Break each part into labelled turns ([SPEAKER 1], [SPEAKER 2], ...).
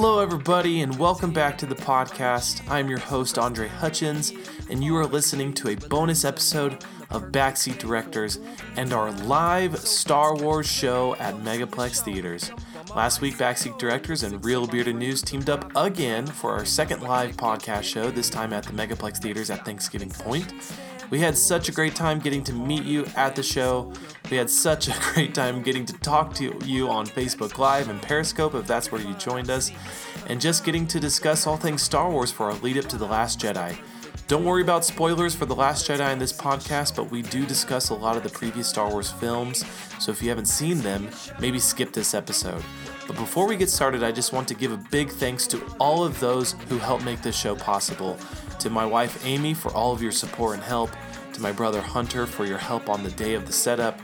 [SPEAKER 1] everybody, and welcome back to the podcast. I'm your host, Andre Hutchins, and you are listening to a bonus episode of Backseat Directors and our live Star Wars show at Megaplex Theaters. Last week, Backseat Directors and Real Bearded News teamed up again for our second live podcast show, this time at the Megaplex Theaters at Thanksgiving Point. We had such a great time getting to meet you at the show. We had such a great time getting to talk to you on Facebook Live and Periscope, if that's where you joined us, and just getting to discuss all things Star Wars for our lead up to The Last Jedi. Don't worry about spoilers for The Last Jedi in this podcast, but we do discuss a lot of the previous Star Wars films, so if you haven't seen them, maybe skip this episode. But before we get started, I just want to give a big thanks to all of those who helped make this show possible. To my wife Amy for all of your support and help, to my brother Hunter for your help on the day of the setup,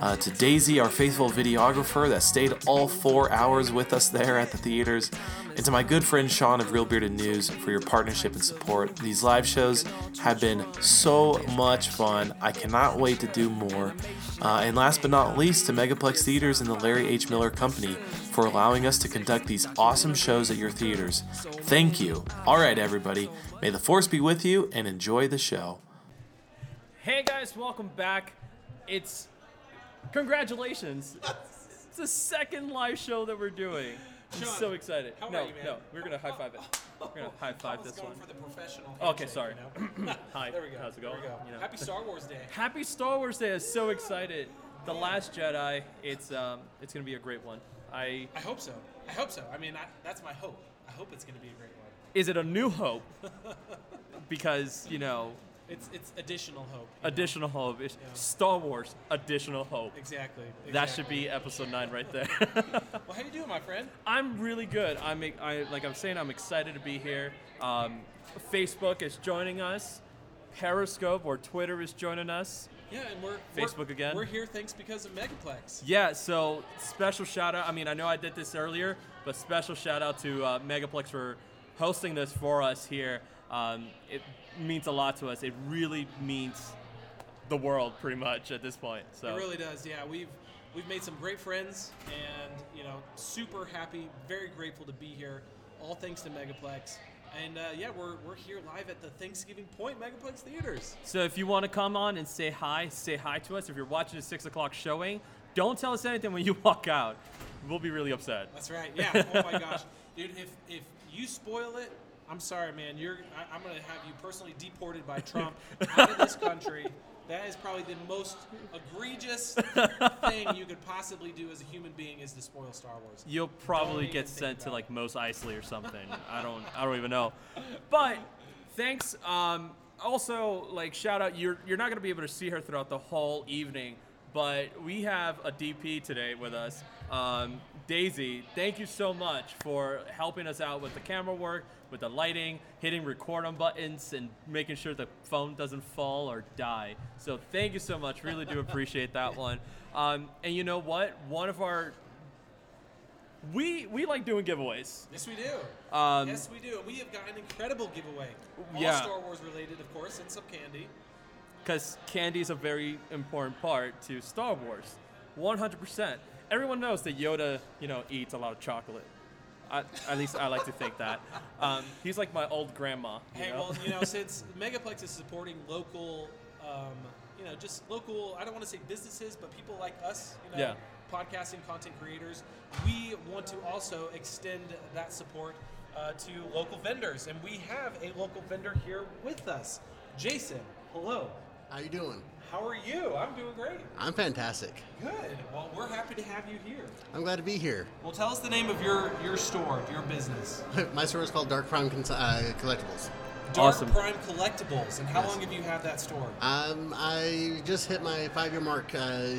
[SPEAKER 1] uh, to Daisy, our faithful videographer that stayed all four hours with us there at the theaters, and to my good friend Sean of Real Bearded News for your partnership and support. These live shows have been so much fun. I cannot wait to do more. Uh, and last but not least, to Megaplex Theaters and the Larry H. Miller Company for allowing us to conduct these awesome shows at your theaters. Thank you. All right, everybody, may the force be with you and enjoy the show.
[SPEAKER 2] Hey guys, welcome back. It's congratulations. It's the second live show that we're doing. I'm
[SPEAKER 3] Sean,
[SPEAKER 2] so excited.
[SPEAKER 3] how
[SPEAKER 2] no,
[SPEAKER 3] are you, man?
[SPEAKER 2] no, we're gonna high five it. We're gonna high five this one.
[SPEAKER 3] for the professional.
[SPEAKER 2] Okay,
[SPEAKER 3] handshake,
[SPEAKER 2] sorry.
[SPEAKER 3] you know?
[SPEAKER 2] Hi,
[SPEAKER 3] There we go.
[SPEAKER 2] how's it
[SPEAKER 3] There we
[SPEAKER 2] going? You know.
[SPEAKER 3] Happy Star Wars Day.
[SPEAKER 2] Happy Star Wars Day! I'm so excited. The Last Jedi. It's um, it's gonna be a great one. I
[SPEAKER 3] I hope so. I hope so. I mean, I, that's my hope. I hope it's going to be a great one.
[SPEAKER 2] is it a new hope? Because you know,
[SPEAKER 3] It's it's additional hope. you know?
[SPEAKER 2] additional hope. It's Star Wars additional hope.
[SPEAKER 3] Exactly.
[SPEAKER 2] That should
[SPEAKER 3] exactly.
[SPEAKER 2] be episode nine right there.
[SPEAKER 3] Well, how you doing, my friend?
[SPEAKER 2] I'm really good. I'm I, like I'm saying, I'm excited to be here. Um, Facebook is joining us. Periscope or Twitter is joining us.
[SPEAKER 3] Yeah, and we're
[SPEAKER 2] Facebook
[SPEAKER 3] we're,
[SPEAKER 2] again?
[SPEAKER 3] We're here thanks because of Megaplex.
[SPEAKER 2] Yeah, so special shout out. I mean, I know I did this earlier, but special shout out to uh, Megaplex for hosting this for us here. Um, it means a lot to us. It really means the world, pretty much at this point. So
[SPEAKER 3] It really does. Yeah, we've we've made some great friends, and you know, super happy, very grateful to be here. All thanks to Megaplex. And uh, yeah, we're, we're here live at the Thanksgiving Point Megaplex Theaters.
[SPEAKER 2] So if you want to come on and say hi, say hi to us. If you're watching the six o'clock showing, don't tell us anything when you walk out. We'll be really upset.
[SPEAKER 3] That's right. Yeah. Oh my gosh, dude. If if you spoil it, I'm sorry, man. You're I, I'm gonna have you personally deported by Trump out of this country. That is probably the most egregious thing you could possibly do as a human being is to spoil Star Wars.
[SPEAKER 2] You'll probably
[SPEAKER 3] even
[SPEAKER 2] get
[SPEAKER 3] think
[SPEAKER 2] sent to
[SPEAKER 3] about
[SPEAKER 2] like Mos Eisley or something. I don't. I don't even know. But thanks. Um, also, like shout out. You're you're not gonna be able to see her throughout the whole evening, but we have a DP today with us. Um, Daisy, thank you so much for helping us out with the camera work, with the lighting, hitting record on buttons, and making sure the phone doesn't fall or die. So thank you so much. Really do appreciate that one. Um, and you know what? One of our we we like doing giveaways.
[SPEAKER 3] Yes, we do.
[SPEAKER 2] Um,
[SPEAKER 3] yes, we do. And we have got an incredible giveaway. All
[SPEAKER 2] Yeah.
[SPEAKER 3] Star Wars related, of course, and some candy.
[SPEAKER 2] because candy is a very important part to Star Wars. 100%. Everyone knows that Yoda, you know, eats a lot of chocolate. I, at least I like to think that. Um, he's like my old grandma. you
[SPEAKER 3] Hey,
[SPEAKER 2] know?
[SPEAKER 3] well, you know, since Megaplex is supporting local, um, you know, just local, I don't want to say businesses, but people like us, you know,
[SPEAKER 2] Yeah.
[SPEAKER 3] podcasting content creators, we want to also extend that support uh, to local vendors. And we have a local vendor here with us. Jason, hello.
[SPEAKER 4] How you doing?
[SPEAKER 3] How are you? I'm doing great.
[SPEAKER 4] I'm fantastic.
[SPEAKER 3] Good. Well, we're happy to have you here.
[SPEAKER 4] I'm glad to be here.
[SPEAKER 3] Well, tell us the name of your, your store, your business.
[SPEAKER 4] My store is called Dark Prime Cons- uh, Collectibles.
[SPEAKER 3] Dark
[SPEAKER 2] Awesome.
[SPEAKER 3] Prime Collectibles. And how
[SPEAKER 4] Yes.
[SPEAKER 3] long have you had that store?
[SPEAKER 4] Um, I just hit my five-year mark uh,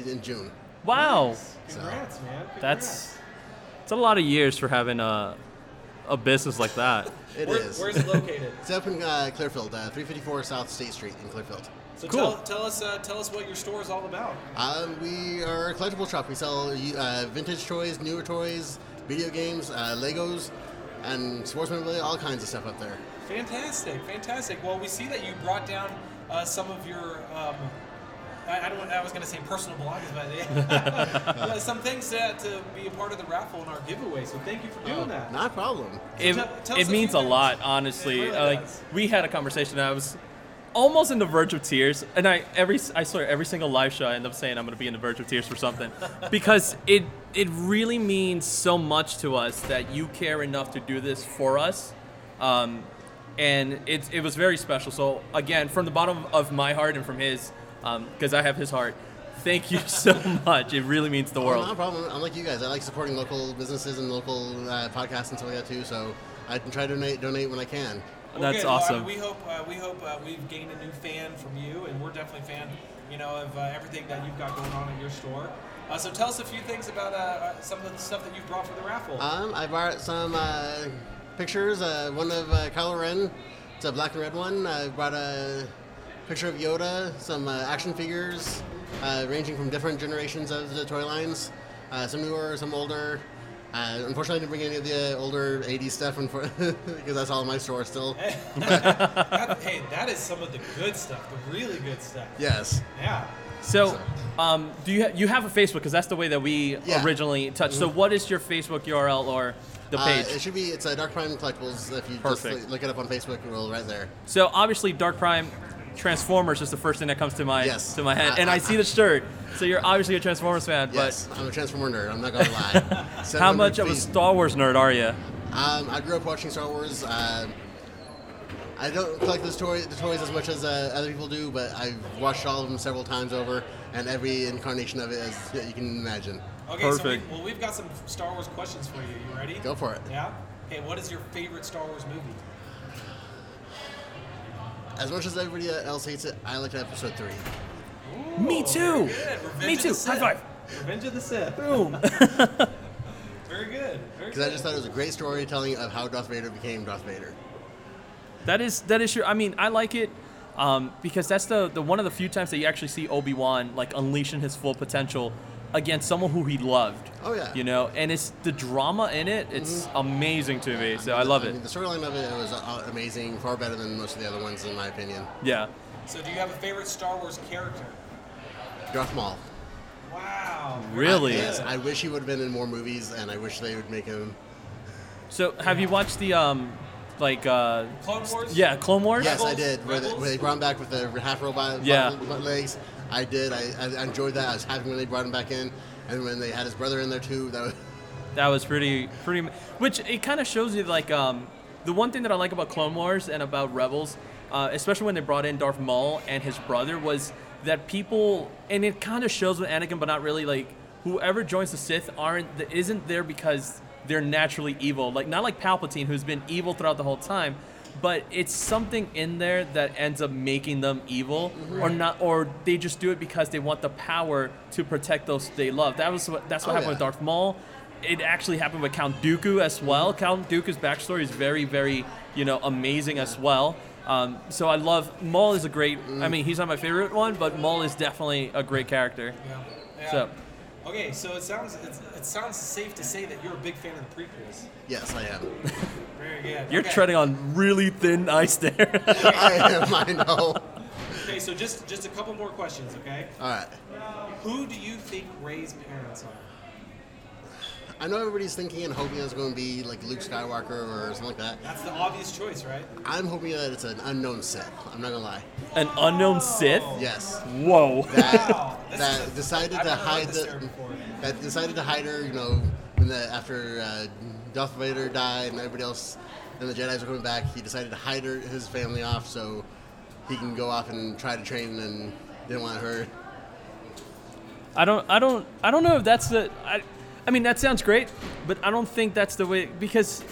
[SPEAKER 4] in June.
[SPEAKER 2] wow.
[SPEAKER 3] Congrats, man. Congrats.
[SPEAKER 2] That's it's a lot of years for having a, a business like that.
[SPEAKER 4] It is.
[SPEAKER 3] Where- Where's it located?
[SPEAKER 4] it's up in uh, Clearfield, uh, 354 South State Street in Clearfield.
[SPEAKER 3] So
[SPEAKER 2] Cool.
[SPEAKER 3] tell, tell us uh, tell us what your store is all about.
[SPEAKER 4] Um, we are a collectible shop. We sell uh, vintage toys, newer toys, video games, uh, Legos, and sports memorabilia, all kinds of stuff up there.
[SPEAKER 3] Fantastic, fantastic. Well, we see that you brought down uh, some of your um, I, I don't. I was going to say personal belongings, but yeah. But some things to, to be a part of the raffle and our giveaway. So thank you for doing that.
[SPEAKER 4] Oh, Not a problem.
[SPEAKER 2] it,
[SPEAKER 3] Tell- tell us
[SPEAKER 2] it
[SPEAKER 3] a
[SPEAKER 2] means
[SPEAKER 3] few
[SPEAKER 2] a
[SPEAKER 3] things.
[SPEAKER 2] lot honestly Uh,
[SPEAKER 3] It really
[SPEAKER 2] like
[SPEAKER 3] does.
[SPEAKER 2] we had a conversation and i was almost in the verge of tears and i every i swear every single live show i end up saying i'm going to be in the verge of tears for something because it it really means so much to us that you care enough to do this for us um, and it, it was very special so again from the bottom of my heart and from his because i have his heart thank you so much it really means the
[SPEAKER 4] Not a
[SPEAKER 2] world
[SPEAKER 4] problem. I'm like you guys. I like supporting local businesses and local uh, podcasts and stuff like that too. So I can try to donate, donate when I can.
[SPEAKER 3] Well,
[SPEAKER 2] that's
[SPEAKER 3] good. Well, I mean,
[SPEAKER 2] awesome
[SPEAKER 3] we hope uh, we hope uh, we've gained a new fan from you, and we're definitely a fan, you know, of uh, everything that you've got going on at your store. Uh, so tell us a few things about uh, uh, some of the stuff that you brought for the raffle.
[SPEAKER 4] Um, I bought some uh, pictures. Uh, one of uh, Kylo Ren. It's a black and red one. I brought a picture of Yoda. Some uh, action figures, uh, ranging from different generations of the toy lines. Uh, some newer, some older. Uh, unfortunately, I didn't bring any of the older 80s stuff unfor- because that's all in my store still.
[SPEAKER 3] That- hey, that is some of the good stuff, the really good stuff.
[SPEAKER 4] Yes.
[SPEAKER 3] Yeah.
[SPEAKER 2] So, um, do you ha- you have a Facebook? Because that's the way that we
[SPEAKER 4] Yeah. Mm-hmm.
[SPEAKER 2] originally touched. So, what is your Facebook URL or the
[SPEAKER 4] Uh,
[SPEAKER 2] page?
[SPEAKER 4] it should be. It's uh, Dark Prime Collectibles. If you just
[SPEAKER 2] Perfect.
[SPEAKER 4] like, look it up on Facebook, it will right there.
[SPEAKER 2] so, obviously, Dark Prime Transformers is the first thing that comes to my
[SPEAKER 4] Yes.
[SPEAKER 2] to my head, and I see the shirt. So, you're obviously a Transformers fan,
[SPEAKER 4] Yes, I'm a Transformer nerd. I'm not gonna lie.
[SPEAKER 2] but how much of a Star Wars nerd are you?
[SPEAKER 4] Um, I grew up watching Star Wars. Uh, I don't collect those toy, the toys as much as uh, other people do, but I've watched all of them several times over, and every incarnation of it, as you can imagine.
[SPEAKER 3] Okay.
[SPEAKER 2] Perfect.
[SPEAKER 3] So we, well, we've got some Star Wars questions for you. You ready?
[SPEAKER 4] Go for it.
[SPEAKER 3] Yeah. Hey, what is your favorite Star Wars movie?
[SPEAKER 4] As much as everybody else hates it, I liked Episode Three.
[SPEAKER 2] Me too.
[SPEAKER 3] Good. Revenge
[SPEAKER 2] Me
[SPEAKER 3] of the
[SPEAKER 2] too. High
[SPEAKER 3] Sith.
[SPEAKER 2] five.
[SPEAKER 3] Revenge of the Sith.
[SPEAKER 2] Boom.
[SPEAKER 3] Very good. Very
[SPEAKER 4] Because
[SPEAKER 3] good.
[SPEAKER 4] I just thought it was a great storytelling of how Darth Vader became Darth Vader.
[SPEAKER 2] That is that is true. I mean, I like it um, because that's the the one of the few times that you actually see Obi Wan like unleashing his full potential against someone who he loved.
[SPEAKER 4] Oh, yeah. Mm-hmm.
[SPEAKER 2] You know, and it's the drama in it. It's amazing to me. So I love
[SPEAKER 4] I
[SPEAKER 2] it.
[SPEAKER 4] mean, the storyline of it was uh, amazing, far better than most of the other ones, in my opinion.
[SPEAKER 2] Yeah.
[SPEAKER 3] So do you have a favorite Star Wars character?
[SPEAKER 4] Darth Maul.
[SPEAKER 3] Wow.
[SPEAKER 2] Really.
[SPEAKER 4] Yes, I wish he would have been in more movies, and I wish they would make him.
[SPEAKER 2] So have you watched the um, like uh,
[SPEAKER 3] Clone Wars.
[SPEAKER 2] yeah, Clone Wars?
[SPEAKER 4] Yes, I
[SPEAKER 3] Rebels?
[SPEAKER 4] did. Where they, where they brought him back with the half robot
[SPEAKER 2] Yeah.
[SPEAKER 4] butt- butt legs. I did. I, I enjoyed that. I was happy when they brought him back in, and when they had his brother in there too. That was
[SPEAKER 2] That was pretty pretty. ma- Which it kind of shows you like um, the one thing that I like about Clone Wars and about Rebels, uh, especially when they brought in Darth Maul and his brother, was that people and it kind of shows with Anakin, but not really like whoever joins the Sith aren't th- isn't there because they're naturally evil. Like not like Palpatine, who's been evil throughout the whole time. But it's something in there that ends up making them evil, or not, or they just do it because they want the power to protect those they love. That was what, that's what
[SPEAKER 4] Oh,
[SPEAKER 2] happened with
[SPEAKER 4] yeah.
[SPEAKER 2] Darth. Darth Maul. It actually happened with Count Dooku as well. Count Dooku's backstory is very, very, you know, amazing as well. Um, so I love Maul is a great. I
[SPEAKER 4] Mm.
[SPEAKER 2] mean, he's not my favorite one, but Maul is definitely a great character.
[SPEAKER 3] Yeah. Yeah.
[SPEAKER 2] So-
[SPEAKER 3] Okay, so it sounds it's, it sounds safe to say that you're a big fan of the prequels.
[SPEAKER 4] yes, I am.
[SPEAKER 3] Very good.
[SPEAKER 2] You're
[SPEAKER 3] okay.
[SPEAKER 2] treading on really thin ice there.
[SPEAKER 4] I am. I know.
[SPEAKER 3] Okay, so just just a couple more questions, okay?
[SPEAKER 4] All right.
[SPEAKER 3] Who do you think Ray's parents are?
[SPEAKER 4] I know everybody's thinking and hoping it's going to be like Luke Skywalker or something like that.
[SPEAKER 3] That's the obvious choice, right?
[SPEAKER 4] I'm hoping that it's an unknown Sith. I'm not gonna lie.
[SPEAKER 2] An unknown Sith.
[SPEAKER 4] Yes.
[SPEAKER 2] Whoa.
[SPEAKER 4] That,
[SPEAKER 3] Wow, this is
[SPEAKER 4] that
[SPEAKER 3] a-
[SPEAKER 4] decided
[SPEAKER 3] I've
[SPEAKER 4] to
[SPEAKER 3] never heard
[SPEAKER 4] hide
[SPEAKER 3] this
[SPEAKER 4] the.
[SPEAKER 3] term before.
[SPEAKER 4] that decided to hide her, you know, when the after uh, Darth Vader died and everybody else and the Jedi's were coming back, he decided to hide her, his family off so he can go off and try to train and didn't want her.
[SPEAKER 2] I don't, I don't, I don't know if that's the. I, I mean, that sounds great, but I don't think that's the way because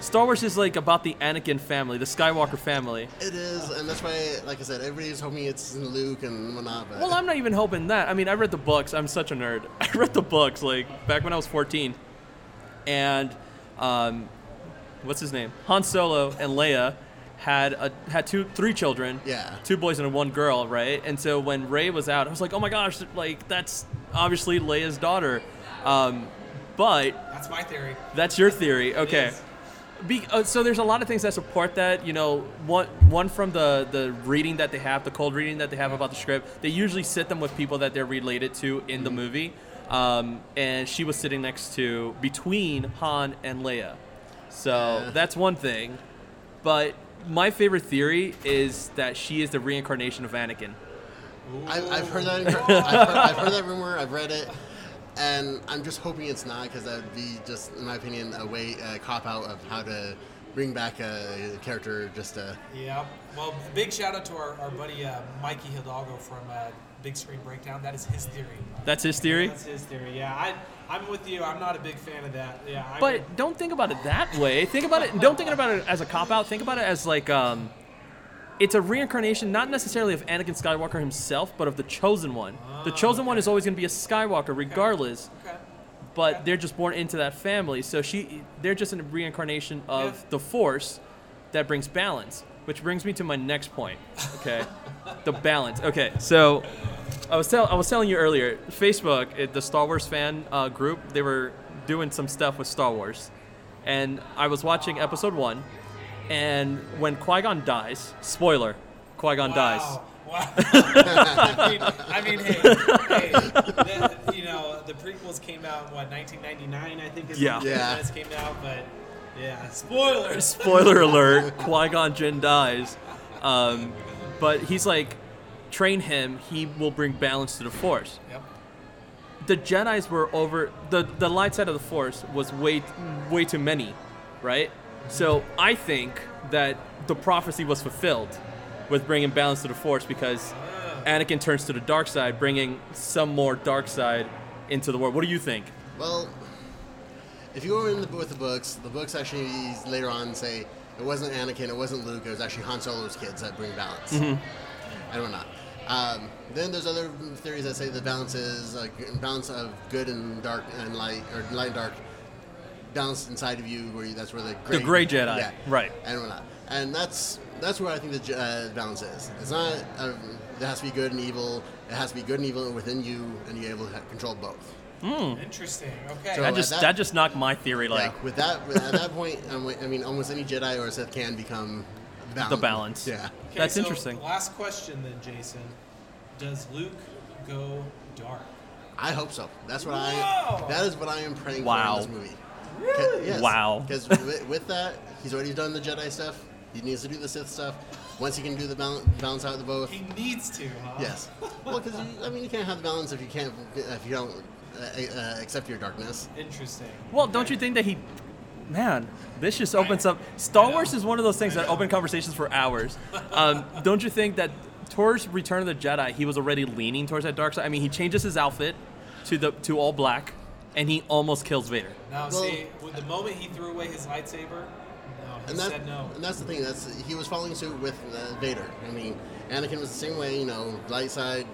[SPEAKER 2] Star Wars is like about the Anakin family, the Skywalker family.
[SPEAKER 4] It is, and that's why, like I said, everybody's hoping it's Luke and whatnot. But
[SPEAKER 2] Well, I'm not even hoping that. I mean, I read the books. I'm such a nerd. I read the books like back when I was 14, and um, what's his name? Han Solo and Leia had a had two three children.
[SPEAKER 4] Yeah.
[SPEAKER 2] Two boys and one girl, right? And so when Ray was out, I was like, oh my gosh, like that's obviously Leia's daughter. Um, but
[SPEAKER 3] That's my theory.
[SPEAKER 2] that's your theory, okay?
[SPEAKER 3] Yes.
[SPEAKER 2] Be, uh, so there's a lot of things that support that. You know, one one from the the reading that they have, the cold reading that they have about the script. They usually sit them with people that they're related to in the movie, um, and she was sitting next to between Han and Leia. So that's one thing. But my favorite theory is that she is the reincarnation of Anakin.
[SPEAKER 4] I, I've heard that. I've heard, I've heard that rumor. I've read it, and I'm just hoping it's not because that would be just, in my opinion, a way a cop out of how to bring back a character. Just uh
[SPEAKER 3] Yeah. Well, big shout out to our, our buddy uh, Mikey Hidalgo from uh, Big Screen Breakdown. That is his theory.
[SPEAKER 2] That's his theory.
[SPEAKER 3] That's his theory. Yeah, I, I'm with you. I'm not a big fan of that. Yeah. I would-
[SPEAKER 2] But don't think about it that way. Think about it. Don't think about it as a cop out. Think about it as like um, it's a reincarnation, not necessarily of Anakin Skywalker himself, but of the Chosen One. The Chosen One is always going to be a Skywalker, regardless.
[SPEAKER 3] okay.
[SPEAKER 2] But they're just born into that family, so she, they're just a reincarnation of
[SPEAKER 3] Yeah.
[SPEAKER 2] the Force that brings balance. Which brings me to my next point. Okay, the balance. Okay, so I was tell I was telling you earlier, Facebook, it, the Star Wars fan uh, group, they were doing some stuff with Star Wars, and I was watching Episode One, and when Qui Gon dies, spoiler, Qui Gon dies.
[SPEAKER 3] Wow. Wow. oh, I mean, I mean hey, hey the, you know, the prequels came out in what 1999, I think. Is
[SPEAKER 2] Yeah.
[SPEAKER 3] When
[SPEAKER 4] Yeah.
[SPEAKER 3] yeah. came out, but yeah, spoilers.
[SPEAKER 2] Spoiler alert: Qui Gon Jinn dies, um, but he's like, train him. He will bring balance to the Force.
[SPEAKER 3] Yep.
[SPEAKER 2] the Jedi's were over the the light side of the Force was way way too many, right? So I think that the prophecy was fulfilled with bringing balance to the Force because Anakin turns to the dark side, bringing some more dark side into the world. What do you think?
[SPEAKER 4] well, if you go in the, with the books, the books actually later on say it wasn't Anakin, it wasn't Luke, it was actually Han Solo's kids that bring balance.
[SPEAKER 5] Mm-hmm.
[SPEAKER 4] and whatnot. Um, then there's other theories that say the balance is like balance of good and dark and light, or light and dark, balance inside of you, where you, that's where the gray,
[SPEAKER 2] gray Jedi,
[SPEAKER 4] yeah,
[SPEAKER 2] right.
[SPEAKER 4] and whatnot. And that's that's where I think the Je- uh, balance is. It's not um, it has to be good and evil. It has to be good and evil within you, and you're able to ha- control both.
[SPEAKER 3] Interesting. Okay.
[SPEAKER 4] So-
[SPEAKER 2] Hmm.
[SPEAKER 4] uh,
[SPEAKER 2] That just that,
[SPEAKER 4] that-
[SPEAKER 2] just knocked my theory like
[SPEAKER 4] yeah, with that with, at that point, um, I mean, almost any Jedi or Sith can become balanced.
[SPEAKER 2] the balance.
[SPEAKER 4] Yeah.
[SPEAKER 3] Okay,
[SPEAKER 2] that's
[SPEAKER 3] so
[SPEAKER 2] interesting.
[SPEAKER 3] Last question then, Jason. Does Luke go dark?
[SPEAKER 4] I hope so. That's what I.
[SPEAKER 3] Whoa!
[SPEAKER 4] That is what I am praying
[SPEAKER 2] Wow.
[SPEAKER 4] for in this movie. Really?
[SPEAKER 2] Wow.
[SPEAKER 4] Because with, with that, he's already done the Jedi stuff. He needs to do the Sith stuff. Once he can do the balance, balance out the both.
[SPEAKER 3] He needs to, huh?
[SPEAKER 4] Yes. Well, because I mean, you can't have the balance if you can't if you don't uh, uh, accept your darkness.
[SPEAKER 3] Interesting.
[SPEAKER 2] Well, don't you think that he? Man, this just opens up. Star Wars is one of those things that open conversations for hours. Um, don't you think that towards Return of the Jedi, he was already leaning towards that dark side? I mean, he changes his outfit to the to all black, and he almost kills Vader.
[SPEAKER 3] Now,
[SPEAKER 4] Well-
[SPEAKER 3] see, with the moment he threw away his lightsaber, no, he
[SPEAKER 4] And that,
[SPEAKER 3] said no.
[SPEAKER 4] and that's the thing. That's he was following suit with uh, Vader. I mean, Anakin was the same way. You know, light side.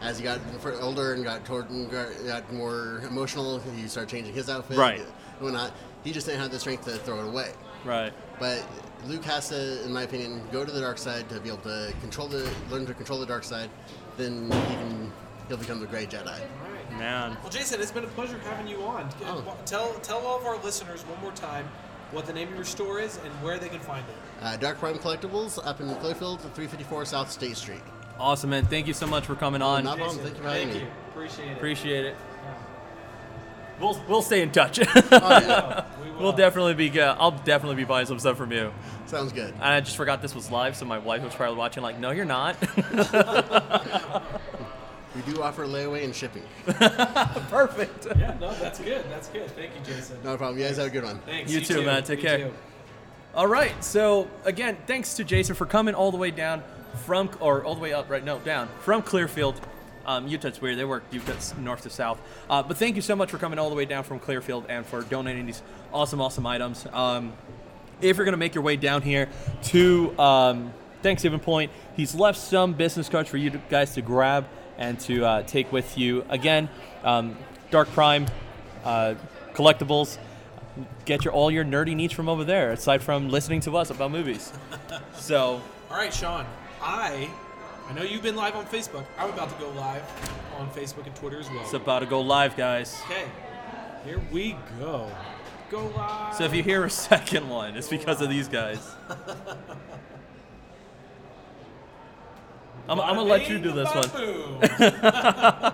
[SPEAKER 4] As he got fr- older and got toward and got got more emotional, he started changing his outfit,
[SPEAKER 2] Right.
[SPEAKER 4] And whatnot. He just didn't have the strength to throw it away.
[SPEAKER 2] Right.
[SPEAKER 4] But Luke has to, in my opinion, go to the dark side to be able to control the, learn to control the dark side. Then he can, he'll become the Gray Jedi.
[SPEAKER 3] All right.
[SPEAKER 2] Man.
[SPEAKER 3] Well, Jason, it's been a pleasure having you on.
[SPEAKER 4] Oh.
[SPEAKER 3] Tell tell all of our listeners one more time what the name of your store is and where they can find it.
[SPEAKER 4] Uh, dark Prime Collectibles up in Clayfield, 354 South State Street.
[SPEAKER 2] Awesome, man. Thank you so much for coming on.
[SPEAKER 4] Not a problem.
[SPEAKER 3] Jason,
[SPEAKER 4] Thank you for having
[SPEAKER 3] thank
[SPEAKER 4] me.
[SPEAKER 3] you. Appreciate it.
[SPEAKER 2] Appreciate it. We'll we'll stay in touch.
[SPEAKER 4] Oh, yeah.
[SPEAKER 3] We will.
[SPEAKER 2] we'll definitely be. Uh, I'll definitely be buying some stuff from you.
[SPEAKER 4] Sounds good.
[SPEAKER 2] And I just forgot this was live, so my wife was probably watching. Like, no, you're not.
[SPEAKER 4] We do offer layaway and shipping.
[SPEAKER 2] Perfect.
[SPEAKER 3] yeah, no, that's good. That's good. Thank you, Jason.
[SPEAKER 4] Not a problem. You guys have a good one.
[SPEAKER 3] Thanks.
[SPEAKER 2] You too, man. Take
[SPEAKER 3] You
[SPEAKER 2] care.
[SPEAKER 3] too.
[SPEAKER 2] All right. So again, thanks to Jason for coming all the way down from, or all the way up, right? No, down from Clearfield. Um, Utah's weird. They work Utah's north to south. Uh, but thank you so much for coming all the way down from Clearfield and for donating these awesome, awesome items. Um, if you're gonna make your way down here to um, Thanksgiving Point, he's left some business cards for you to, guys to grab and to uh, take with you. Again, um, Dark Prime uh, collectibles get your all your nerdy needs from over there, aside from listening to us about movies. So
[SPEAKER 3] All right, Sean. I I know you've been live on Facebook. I'm about to go live on Facebook and Twitter as well.
[SPEAKER 2] it's about to go live, guys.
[SPEAKER 3] okay. Here we go. go live.
[SPEAKER 2] So if you hear a second one, it's because of these guys. I'm, I'm gonna let you do this one.
[SPEAKER 3] one.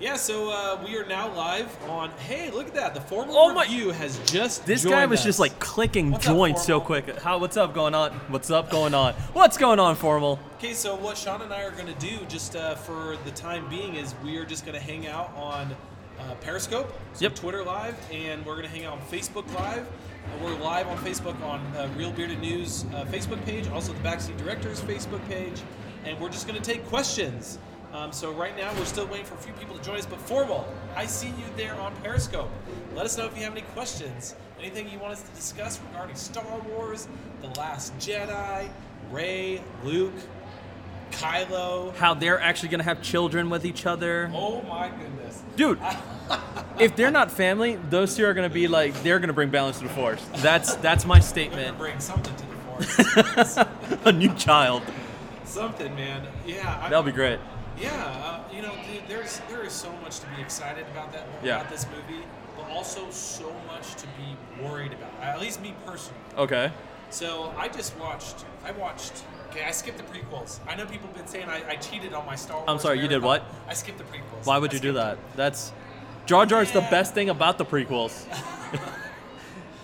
[SPEAKER 3] yeah, so uh, we are now live on. Hey, look at that! The formal
[SPEAKER 2] Oh my-
[SPEAKER 3] review has just.
[SPEAKER 2] This guy
[SPEAKER 3] joined
[SPEAKER 2] was
[SPEAKER 3] us.
[SPEAKER 2] just like clicking
[SPEAKER 3] What's up,
[SPEAKER 2] joints so
[SPEAKER 3] Formal?
[SPEAKER 2] quick. How? What's up going on? What's up going on? What's going on, formal?
[SPEAKER 3] Okay, so what Sean and I are going to do, just uh, for the time being, is we are just going to hang out on uh, Periscope, so
[SPEAKER 2] Yep.
[SPEAKER 3] Twitter Live, and we're going to hang out on Facebook Live. Uh, we're live on Facebook on uh, Real Bearded News uh, Facebook page, also the Backseat Directors Facebook page, and we're just going to take questions. Um, so right now, we're still waiting for a few people to join us, but formal, I see you there on Periscope. Let us know if you have any questions, anything you want us to discuss regarding Star Wars, The Last Jedi, Ray, Luke, Kylo.
[SPEAKER 2] How they're actually gonna have children with each other?
[SPEAKER 3] Oh my goodness.
[SPEAKER 2] Dude, if they're not family, those two are gonna be like they're gonna bring balance to the force. That's that's my
[SPEAKER 3] They're
[SPEAKER 2] statement.
[SPEAKER 3] gonna bring something to the force.
[SPEAKER 2] a new child.
[SPEAKER 3] something, man. Yeah. I-
[SPEAKER 2] That'll be great.
[SPEAKER 3] Yeah. Uh, you know, dude, there's there is so much to be excited about that
[SPEAKER 2] Yeah.
[SPEAKER 3] about this movie, but also so much to be worried about. At least me personally.
[SPEAKER 2] Okay.
[SPEAKER 3] So I just watched. I watched. Okay, I skipped the prequels. I know people have been saying I, I cheated on my Star Wars.
[SPEAKER 2] sorry, you did
[SPEAKER 3] marathon.
[SPEAKER 2] what?
[SPEAKER 3] I skipped the prequels.
[SPEAKER 2] Why would
[SPEAKER 3] I
[SPEAKER 2] you do
[SPEAKER 3] skipped
[SPEAKER 2] that? That's Jar Jar's the
[SPEAKER 3] Yeah.
[SPEAKER 2] best thing about the prequels.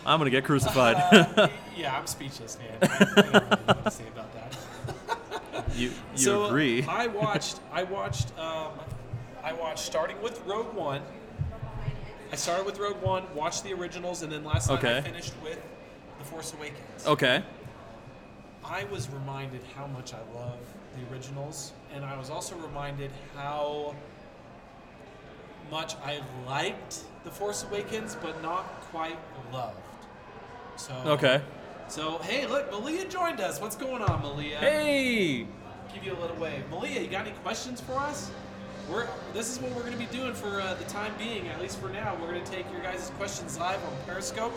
[SPEAKER 2] I'm gonna get crucified.
[SPEAKER 3] Uh, yeah, I'm speechless, man. I, I don't really know what to say about that.
[SPEAKER 2] you you
[SPEAKER 3] so
[SPEAKER 2] agree?
[SPEAKER 3] I watched. I watched. Um, I watched starting with Rogue One. I started with Rogue One, watched the originals, and then last night I
[SPEAKER 2] Okay.
[SPEAKER 3] finished with The Force Awakens.
[SPEAKER 2] Okay.
[SPEAKER 3] I was reminded how much I love the originals, and I was also reminded how much I liked The Force Awakens, but not quite loved. So
[SPEAKER 2] Okay.
[SPEAKER 3] So hey, look, Malia joined us. What's going on, Malia?
[SPEAKER 2] Hey.
[SPEAKER 3] give you a little wave. Malia, you got any questions for us? We're, this is what we're going to be doing for uh, the time being, at least for now. We're going to take your guys' questions live on Periscope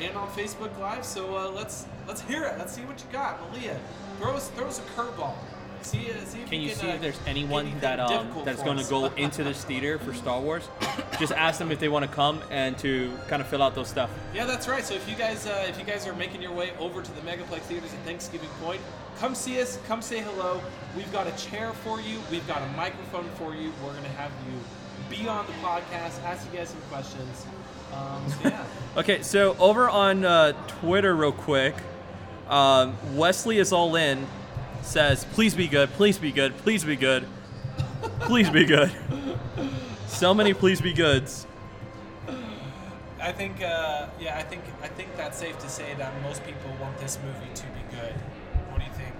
[SPEAKER 3] and on Facebook Live. So uh, let's let's hear it. Let's see what you got, Malia. Throw us throw us a curveball. See, uh, see if
[SPEAKER 6] Can
[SPEAKER 3] we
[SPEAKER 6] you see
[SPEAKER 3] uh,
[SPEAKER 6] if there's anyone
[SPEAKER 3] anything
[SPEAKER 6] that um,
[SPEAKER 3] difficult
[SPEAKER 6] that's
[SPEAKER 3] for
[SPEAKER 6] going to
[SPEAKER 3] us.
[SPEAKER 6] go into this theater for Star Wars? Just ask them if they want to come and to kind of fill out those stuff.
[SPEAKER 3] Yeah, that's right. So if you guys uh, if you guys are making your way over to the Megaplex theaters at Thanksgiving Point, come see us. Come say hello. We've got a chair for you. We've got a microphone for you. We're gonna have you be on the podcast. Ask you guys some questions. Um, so yeah.
[SPEAKER 2] Okay. So over on uh, Twitter, real quick, um, Wesley is all in. Says, please be good. Please be good. Please be good. Please be good. so many please be goods.
[SPEAKER 3] I think uh, yeah, I think I think that's safe to say that most people want this movie to be good. What do you think?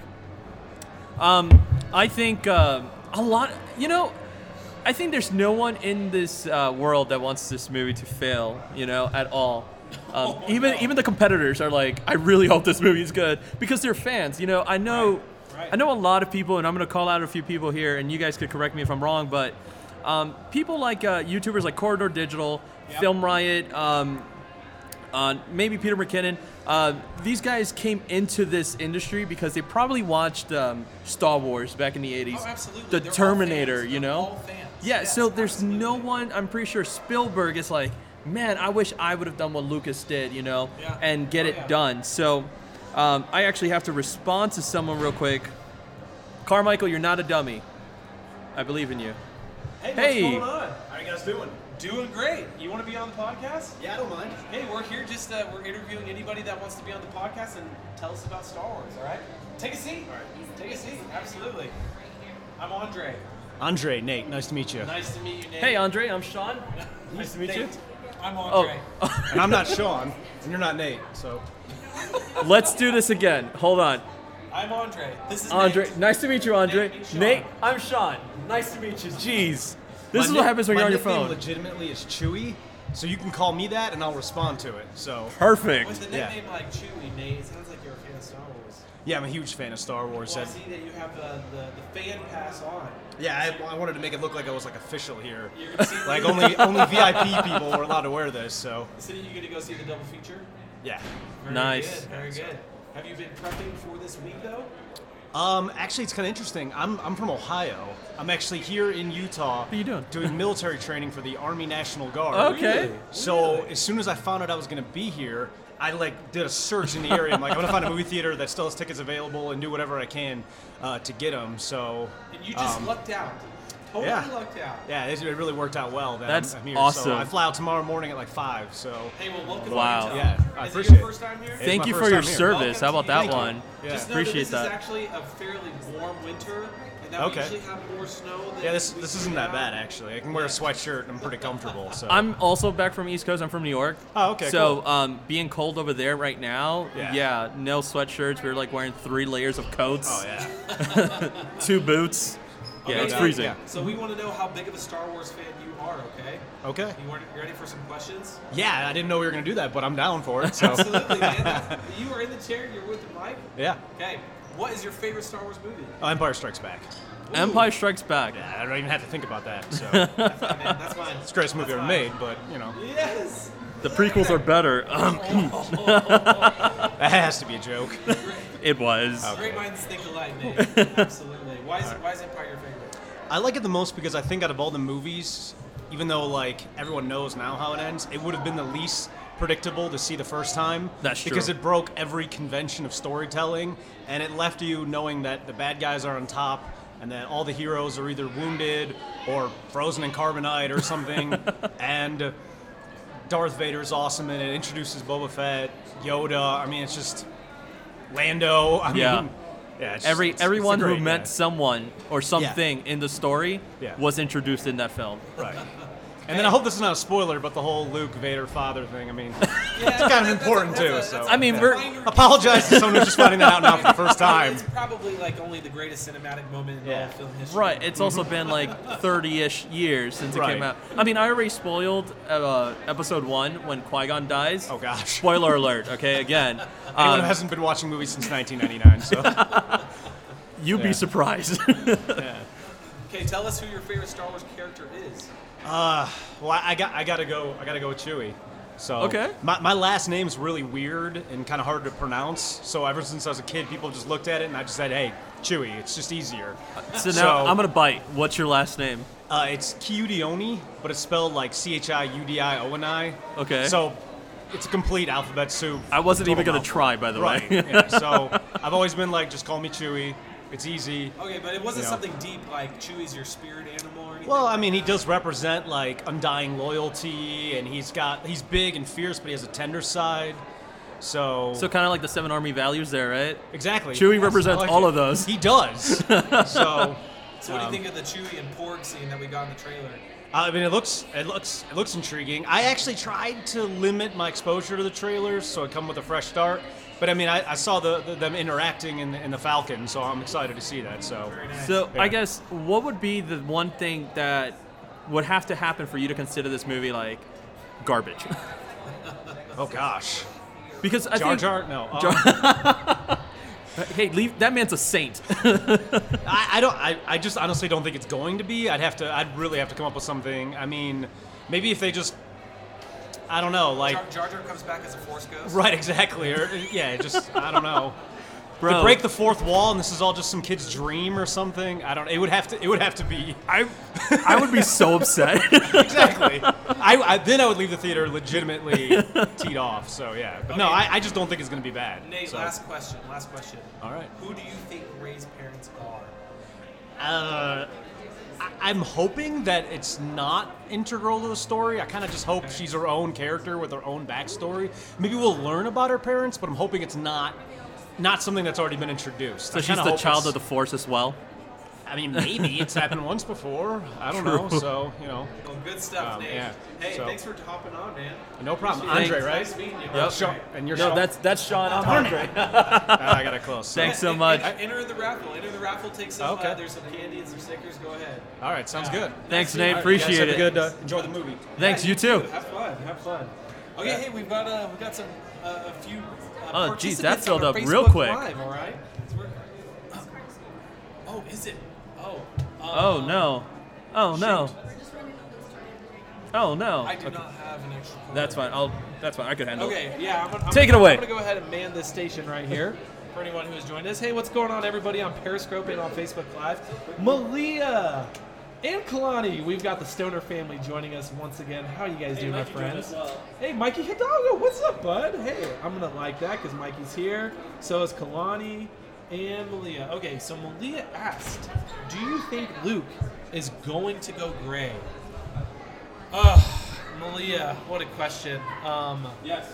[SPEAKER 2] Um, I think uh, a lot. You know, I think there's no one in this uh, world that wants this movie to fail. You know, at all. Um,
[SPEAKER 3] Oh,
[SPEAKER 2] even
[SPEAKER 3] no.
[SPEAKER 2] even the competitors are like, I really hope this movie is good because they're fans. You know, I know
[SPEAKER 3] Right, right.
[SPEAKER 2] I know a lot of people, and I'm gonna call out a few people here, and you guys could correct me if I'm wrong, but um, people like uh, YouTubers like Corridor Digital,
[SPEAKER 3] Yep.
[SPEAKER 2] Film Riot, um, uh, maybe Peter McKinnon. Uh, these guys came into this industry because they probably watched um, Star Wars back in the 80s.
[SPEAKER 3] Oh, absolutely.
[SPEAKER 2] The
[SPEAKER 3] They're all
[SPEAKER 2] Terminator,
[SPEAKER 3] fans.
[SPEAKER 2] you
[SPEAKER 3] They're
[SPEAKER 2] know?
[SPEAKER 3] all fans.
[SPEAKER 2] Yeah,
[SPEAKER 3] Yes,
[SPEAKER 2] so there's no
[SPEAKER 3] absolutely.
[SPEAKER 2] one, I'm pretty sure Spielberg is like, man, I wish I would have done what Lucas did, you know,
[SPEAKER 3] Yeah.
[SPEAKER 2] and get
[SPEAKER 3] Oh,
[SPEAKER 2] it
[SPEAKER 3] yeah.
[SPEAKER 2] done. So um, I actually have to respond to someone real quick. Carmichael, you're not a dummy. I believe in you.
[SPEAKER 3] Hey,
[SPEAKER 2] Hey.
[SPEAKER 3] what's going on?
[SPEAKER 7] How you guys doing?
[SPEAKER 3] Doing great. You want to be on the podcast?
[SPEAKER 7] Yeah, I don't mind.
[SPEAKER 3] Hey, we're here just uh, we're interviewing anybody that wants to be on the podcast and tell us about Star Wars. All right, take a seat. All right, take a seat. Absolutely. I'm Andre.
[SPEAKER 7] Andre, Nate, nice to meet you.
[SPEAKER 3] Nice to meet you, Nate.
[SPEAKER 2] Hey, Andre, Oh. I'm Sean.
[SPEAKER 3] nice
[SPEAKER 2] to meet you.
[SPEAKER 3] Nate. I'm Andre.
[SPEAKER 7] And I'm not Sean, and you're not Nate, so
[SPEAKER 2] Let's do this again. Hold on.
[SPEAKER 3] I'm Andre. This is
[SPEAKER 2] Andre,
[SPEAKER 3] Nate.
[SPEAKER 2] nice to meet you, Andre.
[SPEAKER 3] Nate, meet Sean.
[SPEAKER 2] Nate, I'm Sean. Nice to meet you. Jeez.
[SPEAKER 7] My
[SPEAKER 2] This is
[SPEAKER 7] nick-
[SPEAKER 2] what happens when
[SPEAKER 7] my
[SPEAKER 2] you're on your
[SPEAKER 7] nickname
[SPEAKER 2] phone.
[SPEAKER 7] Legitimately, is Chewy, so you can call me that, and I'll respond to it. So
[SPEAKER 2] Perfect.
[SPEAKER 3] With the
[SPEAKER 7] Yeah.
[SPEAKER 3] nickname like Chewy, Nate, it sounds like you're a fan of Star Wars.
[SPEAKER 7] yeah, I'm a huge fan of Star Wars.
[SPEAKER 3] Well, I
[SPEAKER 7] and-
[SPEAKER 3] see that you have uh, the, the fan pass on.
[SPEAKER 7] yeah, I, I wanted to make it look like I was like official here.
[SPEAKER 3] You're gonna see
[SPEAKER 7] Like only only VIP people were allowed to wear this. So
[SPEAKER 3] So you're gonna go see the double feature.
[SPEAKER 7] yeah,
[SPEAKER 3] Very
[SPEAKER 2] Nice.
[SPEAKER 3] Good, very good. Have you been prepping for this week though?
[SPEAKER 7] Um, actually, it's kind of interesting. I'm, I'm from Ohio. I'm actually here in Utah. What
[SPEAKER 8] are you doing?
[SPEAKER 7] Doing military training for the Army National Guard.
[SPEAKER 8] Okay.
[SPEAKER 3] Really?
[SPEAKER 7] So as soon as I found out I was gonna be here, I like did a search in the area. I'm like, I'm gonna find a movie theater that still has tickets available and do whatever I can uh, to get them. So
[SPEAKER 3] And you just
[SPEAKER 7] um,
[SPEAKER 3] lucked out. Totally
[SPEAKER 7] yeah.
[SPEAKER 3] lucked out.
[SPEAKER 7] yeah, it, it really worked out well. That
[SPEAKER 2] That's
[SPEAKER 7] I'm, I'm here.
[SPEAKER 2] awesome.
[SPEAKER 7] So I fly out tomorrow morning at like five. So
[SPEAKER 3] Hey, well, welcome
[SPEAKER 2] Wow.
[SPEAKER 3] to Utah.
[SPEAKER 7] Yeah, I
[SPEAKER 3] Is it
[SPEAKER 7] appreciate
[SPEAKER 3] your
[SPEAKER 7] it.
[SPEAKER 3] first time here?
[SPEAKER 7] It's
[SPEAKER 2] Thank
[SPEAKER 7] my
[SPEAKER 2] you for
[SPEAKER 7] first
[SPEAKER 2] your
[SPEAKER 7] time here.
[SPEAKER 2] service. How about
[SPEAKER 3] Welcome
[SPEAKER 2] that
[SPEAKER 3] to
[SPEAKER 2] one?
[SPEAKER 3] Utah.
[SPEAKER 7] Yeah.
[SPEAKER 3] Just know
[SPEAKER 2] Appreciate
[SPEAKER 3] that. This
[SPEAKER 7] Uh,
[SPEAKER 2] that.
[SPEAKER 3] is actually a fairly warm winter, and that
[SPEAKER 7] Okay.
[SPEAKER 3] we usually have more snow. Than
[SPEAKER 7] yeah, this
[SPEAKER 3] we
[SPEAKER 7] this
[SPEAKER 3] do
[SPEAKER 7] isn't that
[SPEAKER 3] now.
[SPEAKER 7] bad actually. I can wear a sweatshirt and I'm pretty comfortable. So
[SPEAKER 2] I'm also back from East Coast. I'm from New York.
[SPEAKER 7] Oh, okay,
[SPEAKER 2] So um, being cold over there right now, yeah.
[SPEAKER 7] Yeah.
[SPEAKER 2] no sweatshirts. We were like wearing three layers of coats,
[SPEAKER 7] oh yeah.
[SPEAKER 2] two boots. Yeah,
[SPEAKER 3] Okay,
[SPEAKER 2] it's
[SPEAKER 3] so-
[SPEAKER 2] freezing.
[SPEAKER 7] yeah.
[SPEAKER 3] So we want to know how big of a Star Wars fan you are. Okay.
[SPEAKER 7] Okay.
[SPEAKER 3] You want- you ready for some questions?
[SPEAKER 7] Yeah, I didn't know we were gonna do that, but I'm down for it. So
[SPEAKER 3] Absolutely, man. That's- you are in the chair. You're with the mic.
[SPEAKER 7] yeah,
[SPEAKER 3] Okay. What is your favorite Star Wars movie?
[SPEAKER 7] oh, Empire Strikes Back.
[SPEAKER 2] Empire Strikes Back.
[SPEAKER 7] Yeah, I don't even have to think about that. So.
[SPEAKER 3] That's mine, man. That's mine.
[SPEAKER 7] It's the greatest movie
[SPEAKER 3] That's
[SPEAKER 7] ever
[SPEAKER 3] mine.
[SPEAKER 7] made, but you know
[SPEAKER 3] Yes.
[SPEAKER 2] The prequels are better.
[SPEAKER 7] that has to be a joke.
[SPEAKER 2] it was.
[SPEAKER 3] Great minds think alike, man. Absolutely. Why is, why is Empire your favorite?
[SPEAKER 7] I like it the most because I think out of all the movies, even though like everyone knows now how it ends, it would have been the least predictable to see the first time.
[SPEAKER 2] That's true.
[SPEAKER 7] Because it broke every convention of storytelling, and it left you knowing that the bad guys are on top, and that all the heroes are either wounded or frozen in carbonite or something, and. Darth Vader's awesome and it introduces Boba Fett, Yoda. I mean, it's just Lando. I
[SPEAKER 2] Yeah.
[SPEAKER 7] mean, yeah. It's,
[SPEAKER 2] Every
[SPEAKER 7] it's- it's a
[SPEAKER 2] everyone who
[SPEAKER 7] great
[SPEAKER 2] meant
[SPEAKER 7] guy.
[SPEAKER 2] someone or something in the story
[SPEAKER 7] Yeah.
[SPEAKER 2] was introduced in that film.
[SPEAKER 7] Right. And then I hope this is not a spoiler, but the whole Luke Vader father thing. I mean,
[SPEAKER 3] Yeah,
[SPEAKER 7] it's kind of important too. so
[SPEAKER 2] I mean, we're-
[SPEAKER 3] minor
[SPEAKER 7] apologize to someone who's just finding that out now for the first time.
[SPEAKER 3] It's probably like only the greatest cinematic moment in all
[SPEAKER 7] Yeah.
[SPEAKER 3] of film history.
[SPEAKER 2] Right. It's also been like 30 ish years since it came
[SPEAKER 7] Right.
[SPEAKER 2] out. I mean, I already spoiled uh, episode one when Qui Gon dies.
[SPEAKER 7] Oh gosh.
[SPEAKER 2] Spoiler alert, okay? Again,
[SPEAKER 7] Anyone who
[SPEAKER 2] um,
[SPEAKER 7] hasn't been watching movies since 1999, so
[SPEAKER 2] you
[SPEAKER 7] Yeah.
[SPEAKER 2] be surprised.
[SPEAKER 3] Okay, tell us who your favorite Star Wars character is.
[SPEAKER 7] Uh, well, I, I got I gotta go. I gotta go with Chewie. So
[SPEAKER 2] Okay.
[SPEAKER 7] my, my last name's really weird and kind of hard to pronounce. So ever since I was a kid, people just looked at it and I just said, "Hey, Chewie." It's just easier.
[SPEAKER 2] so now
[SPEAKER 7] So-
[SPEAKER 2] I'm gonna bite. What's your last name?
[SPEAKER 7] Uh, it's Chiudioni, but it's spelled like C H I U D I O N I.
[SPEAKER 2] Okay.
[SPEAKER 7] So it's a complete alphabet soup.
[SPEAKER 2] I wasn't
[SPEAKER 7] Total
[SPEAKER 2] even gonna
[SPEAKER 7] mouthful.
[SPEAKER 2] try, by the
[SPEAKER 7] Right.
[SPEAKER 2] way.
[SPEAKER 7] yeah. So I've always been like, just call me Chewy. It's easy.
[SPEAKER 3] Okay, but it wasn't
[SPEAKER 7] Yeah.
[SPEAKER 3] something deep like Chewie's your spirit animal or anything.
[SPEAKER 7] Well, I mean, he does represent like undying loyalty, and he's got he's big and fierce, but he has a tender side. So,
[SPEAKER 2] so kind of like the seven army values there, right?
[SPEAKER 7] exactly,
[SPEAKER 2] Chewie
[SPEAKER 7] Yes, I
[SPEAKER 2] represents
[SPEAKER 7] like
[SPEAKER 2] all
[SPEAKER 7] it.
[SPEAKER 2] of those.
[SPEAKER 7] He does. so
[SPEAKER 3] so what do you think of the Chewie and Porg scene that we got in the trailer?
[SPEAKER 7] I mean, it looks it looks it looks intriguing. I actually tried to limit my exposure to the trailers, so I come with a fresh start. But I mean, I, I saw the, the them interacting in, the- in the Falcon, so I'm excited to see that. So.
[SPEAKER 2] So
[SPEAKER 7] Yeah.
[SPEAKER 2] I guess what would be the one thing that would have to happen for you to consider this movie like garbage?
[SPEAKER 7] Oh gosh.
[SPEAKER 2] because I
[SPEAKER 7] Jar
[SPEAKER 2] think
[SPEAKER 7] Jar? No. uh-uh. um,
[SPEAKER 2] hey, leave that man's a saint.
[SPEAKER 7] I, I don't. I, I just honestly don't think it's going to be. I'd have to. I'd really have to come up with something. I mean, maybe if they just. I don't know. Oh, Like.
[SPEAKER 3] Jar Jar Jar comes back as a Force ghost.
[SPEAKER 7] Right. Exactly. Or yeah. Just I don't know.
[SPEAKER 2] Bro,
[SPEAKER 7] To break the fourth wall, and this is all just some kid's dream or something. I don't. It would have to. It would have to be
[SPEAKER 2] I I would be so upset.
[SPEAKER 7] exactly. I, I then I would leave the theater legitimately teed off. So yeah. But no,
[SPEAKER 3] Okay.
[SPEAKER 7] I, I just don't think it's gonna be bad.
[SPEAKER 3] Nate,
[SPEAKER 7] so.
[SPEAKER 3] last question. Last question.
[SPEAKER 7] All right.
[SPEAKER 3] Who do you think Ray's parents are?
[SPEAKER 7] Uh, I- I'm hoping that it's not integral to the story. I kind of just hope she's her own character with her own backstory. Maybe we'll learn about her parents, but I'm hoping it's not not something that's already been introduced.
[SPEAKER 2] so she's the child of the force as well.
[SPEAKER 7] I mean, maybe it's happened once before. I don't know. So you know,
[SPEAKER 3] Well, good stuff,
[SPEAKER 7] Um,
[SPEAKER 3] Nate.
[SPEAKER 7] yeah,
[SPEAKER 3] Hey,
[SPEAKER 7] so-
[SPEAKER 3] thanks for hopping on, man.
[SPEAKER 7] no problem.
[SPEAKER 3] Appreciate
[SPEAKER 7] Andre,
[SPEAKER 3] it.
[SPEAKER 7] right?
[SPEAKER 3] Nice meeting you.
[SPEAKER 7] Uh,
[SPEAKER 3] Yep.
[SPEAKER 7] Sean- and you're
[SPEAKER 2] No,
[SPEAKER 7] Sean?
[SPEAKER 2] that's that's Sean. I'm
[SPEAKER 7] Andre. Ah, I got it close. so-
[SPEAKER 2] Thanks so much.
[SPEAKER 3] Uh, Enter the raffle. Enter the raffle. Take some. Uh,
[SPEAKER 7] Okay.
[SPEAKER 3] there's some candy and some stickers. Go ahead.
[SPEAKER 7] All right, sounds good.
[SPEAKER 2] Thanks,
[SPEAKER 7] All
[SPEAKER 2] Nate.
[SPEAKER 7] right, you guys have
[SPEAKER 2] Appreciate
[SPEAKER 7] a
[SPEAKER 2] it.
[SPEAKER 7] Good. Uh, enjoy the movie.
[SPEAKER 2] Thanks.
[SPEAKER 3] Yeah,
[SPEAKER 2] You too.
[SPEAKER 3] Have fun. Have fun. Okay, hey, we've got uh, we got some uh, a few. Uh,
[SPEAKER 2] Oh, geez, that
[SPEAKER 3] participants
[SPEAKER 2] filled
[SPEAKER 3] on our
[SPEAKER 2] up real
[SPEAKER 3] Facebook
[SPEAKER 2] quick.
[SPEAKER 3] Live, all right. So we're- Oh, is it? Oh. uh,
[SPEAKER 2] Oh no. Oh no. Oh no.
[SPEAKER 3] I do not have an extra. Card.
[SPEAKER 2] That's fine. I'll. That's fine. I could handle it.
[SPEAKER 3] Okay, yeah. I'm gonna, I'm
[SPEAKER 2] Take it
[SPEAKER 3] gonna-
[SPEAKER 2] away.
[SPEAKER 3] I'm gonna go ahead and man this station right here. for anyone who has joined us. Hey, what's going on, everybody, on Periscope and on Facebook Live? Malia and Kalani, we've got the Stoner family joining us once again. How are you guys doing, my friends? Hey, Mikey Hidalgo, what's up, bud? Hey, I'm going to like that because Mikey's here. So is Kalani and Malia. Okay, so Malia asked, do you think Luke is going to go gray? Ugh, Malia, what a question. Um,
[SPEAKER 2] Yes.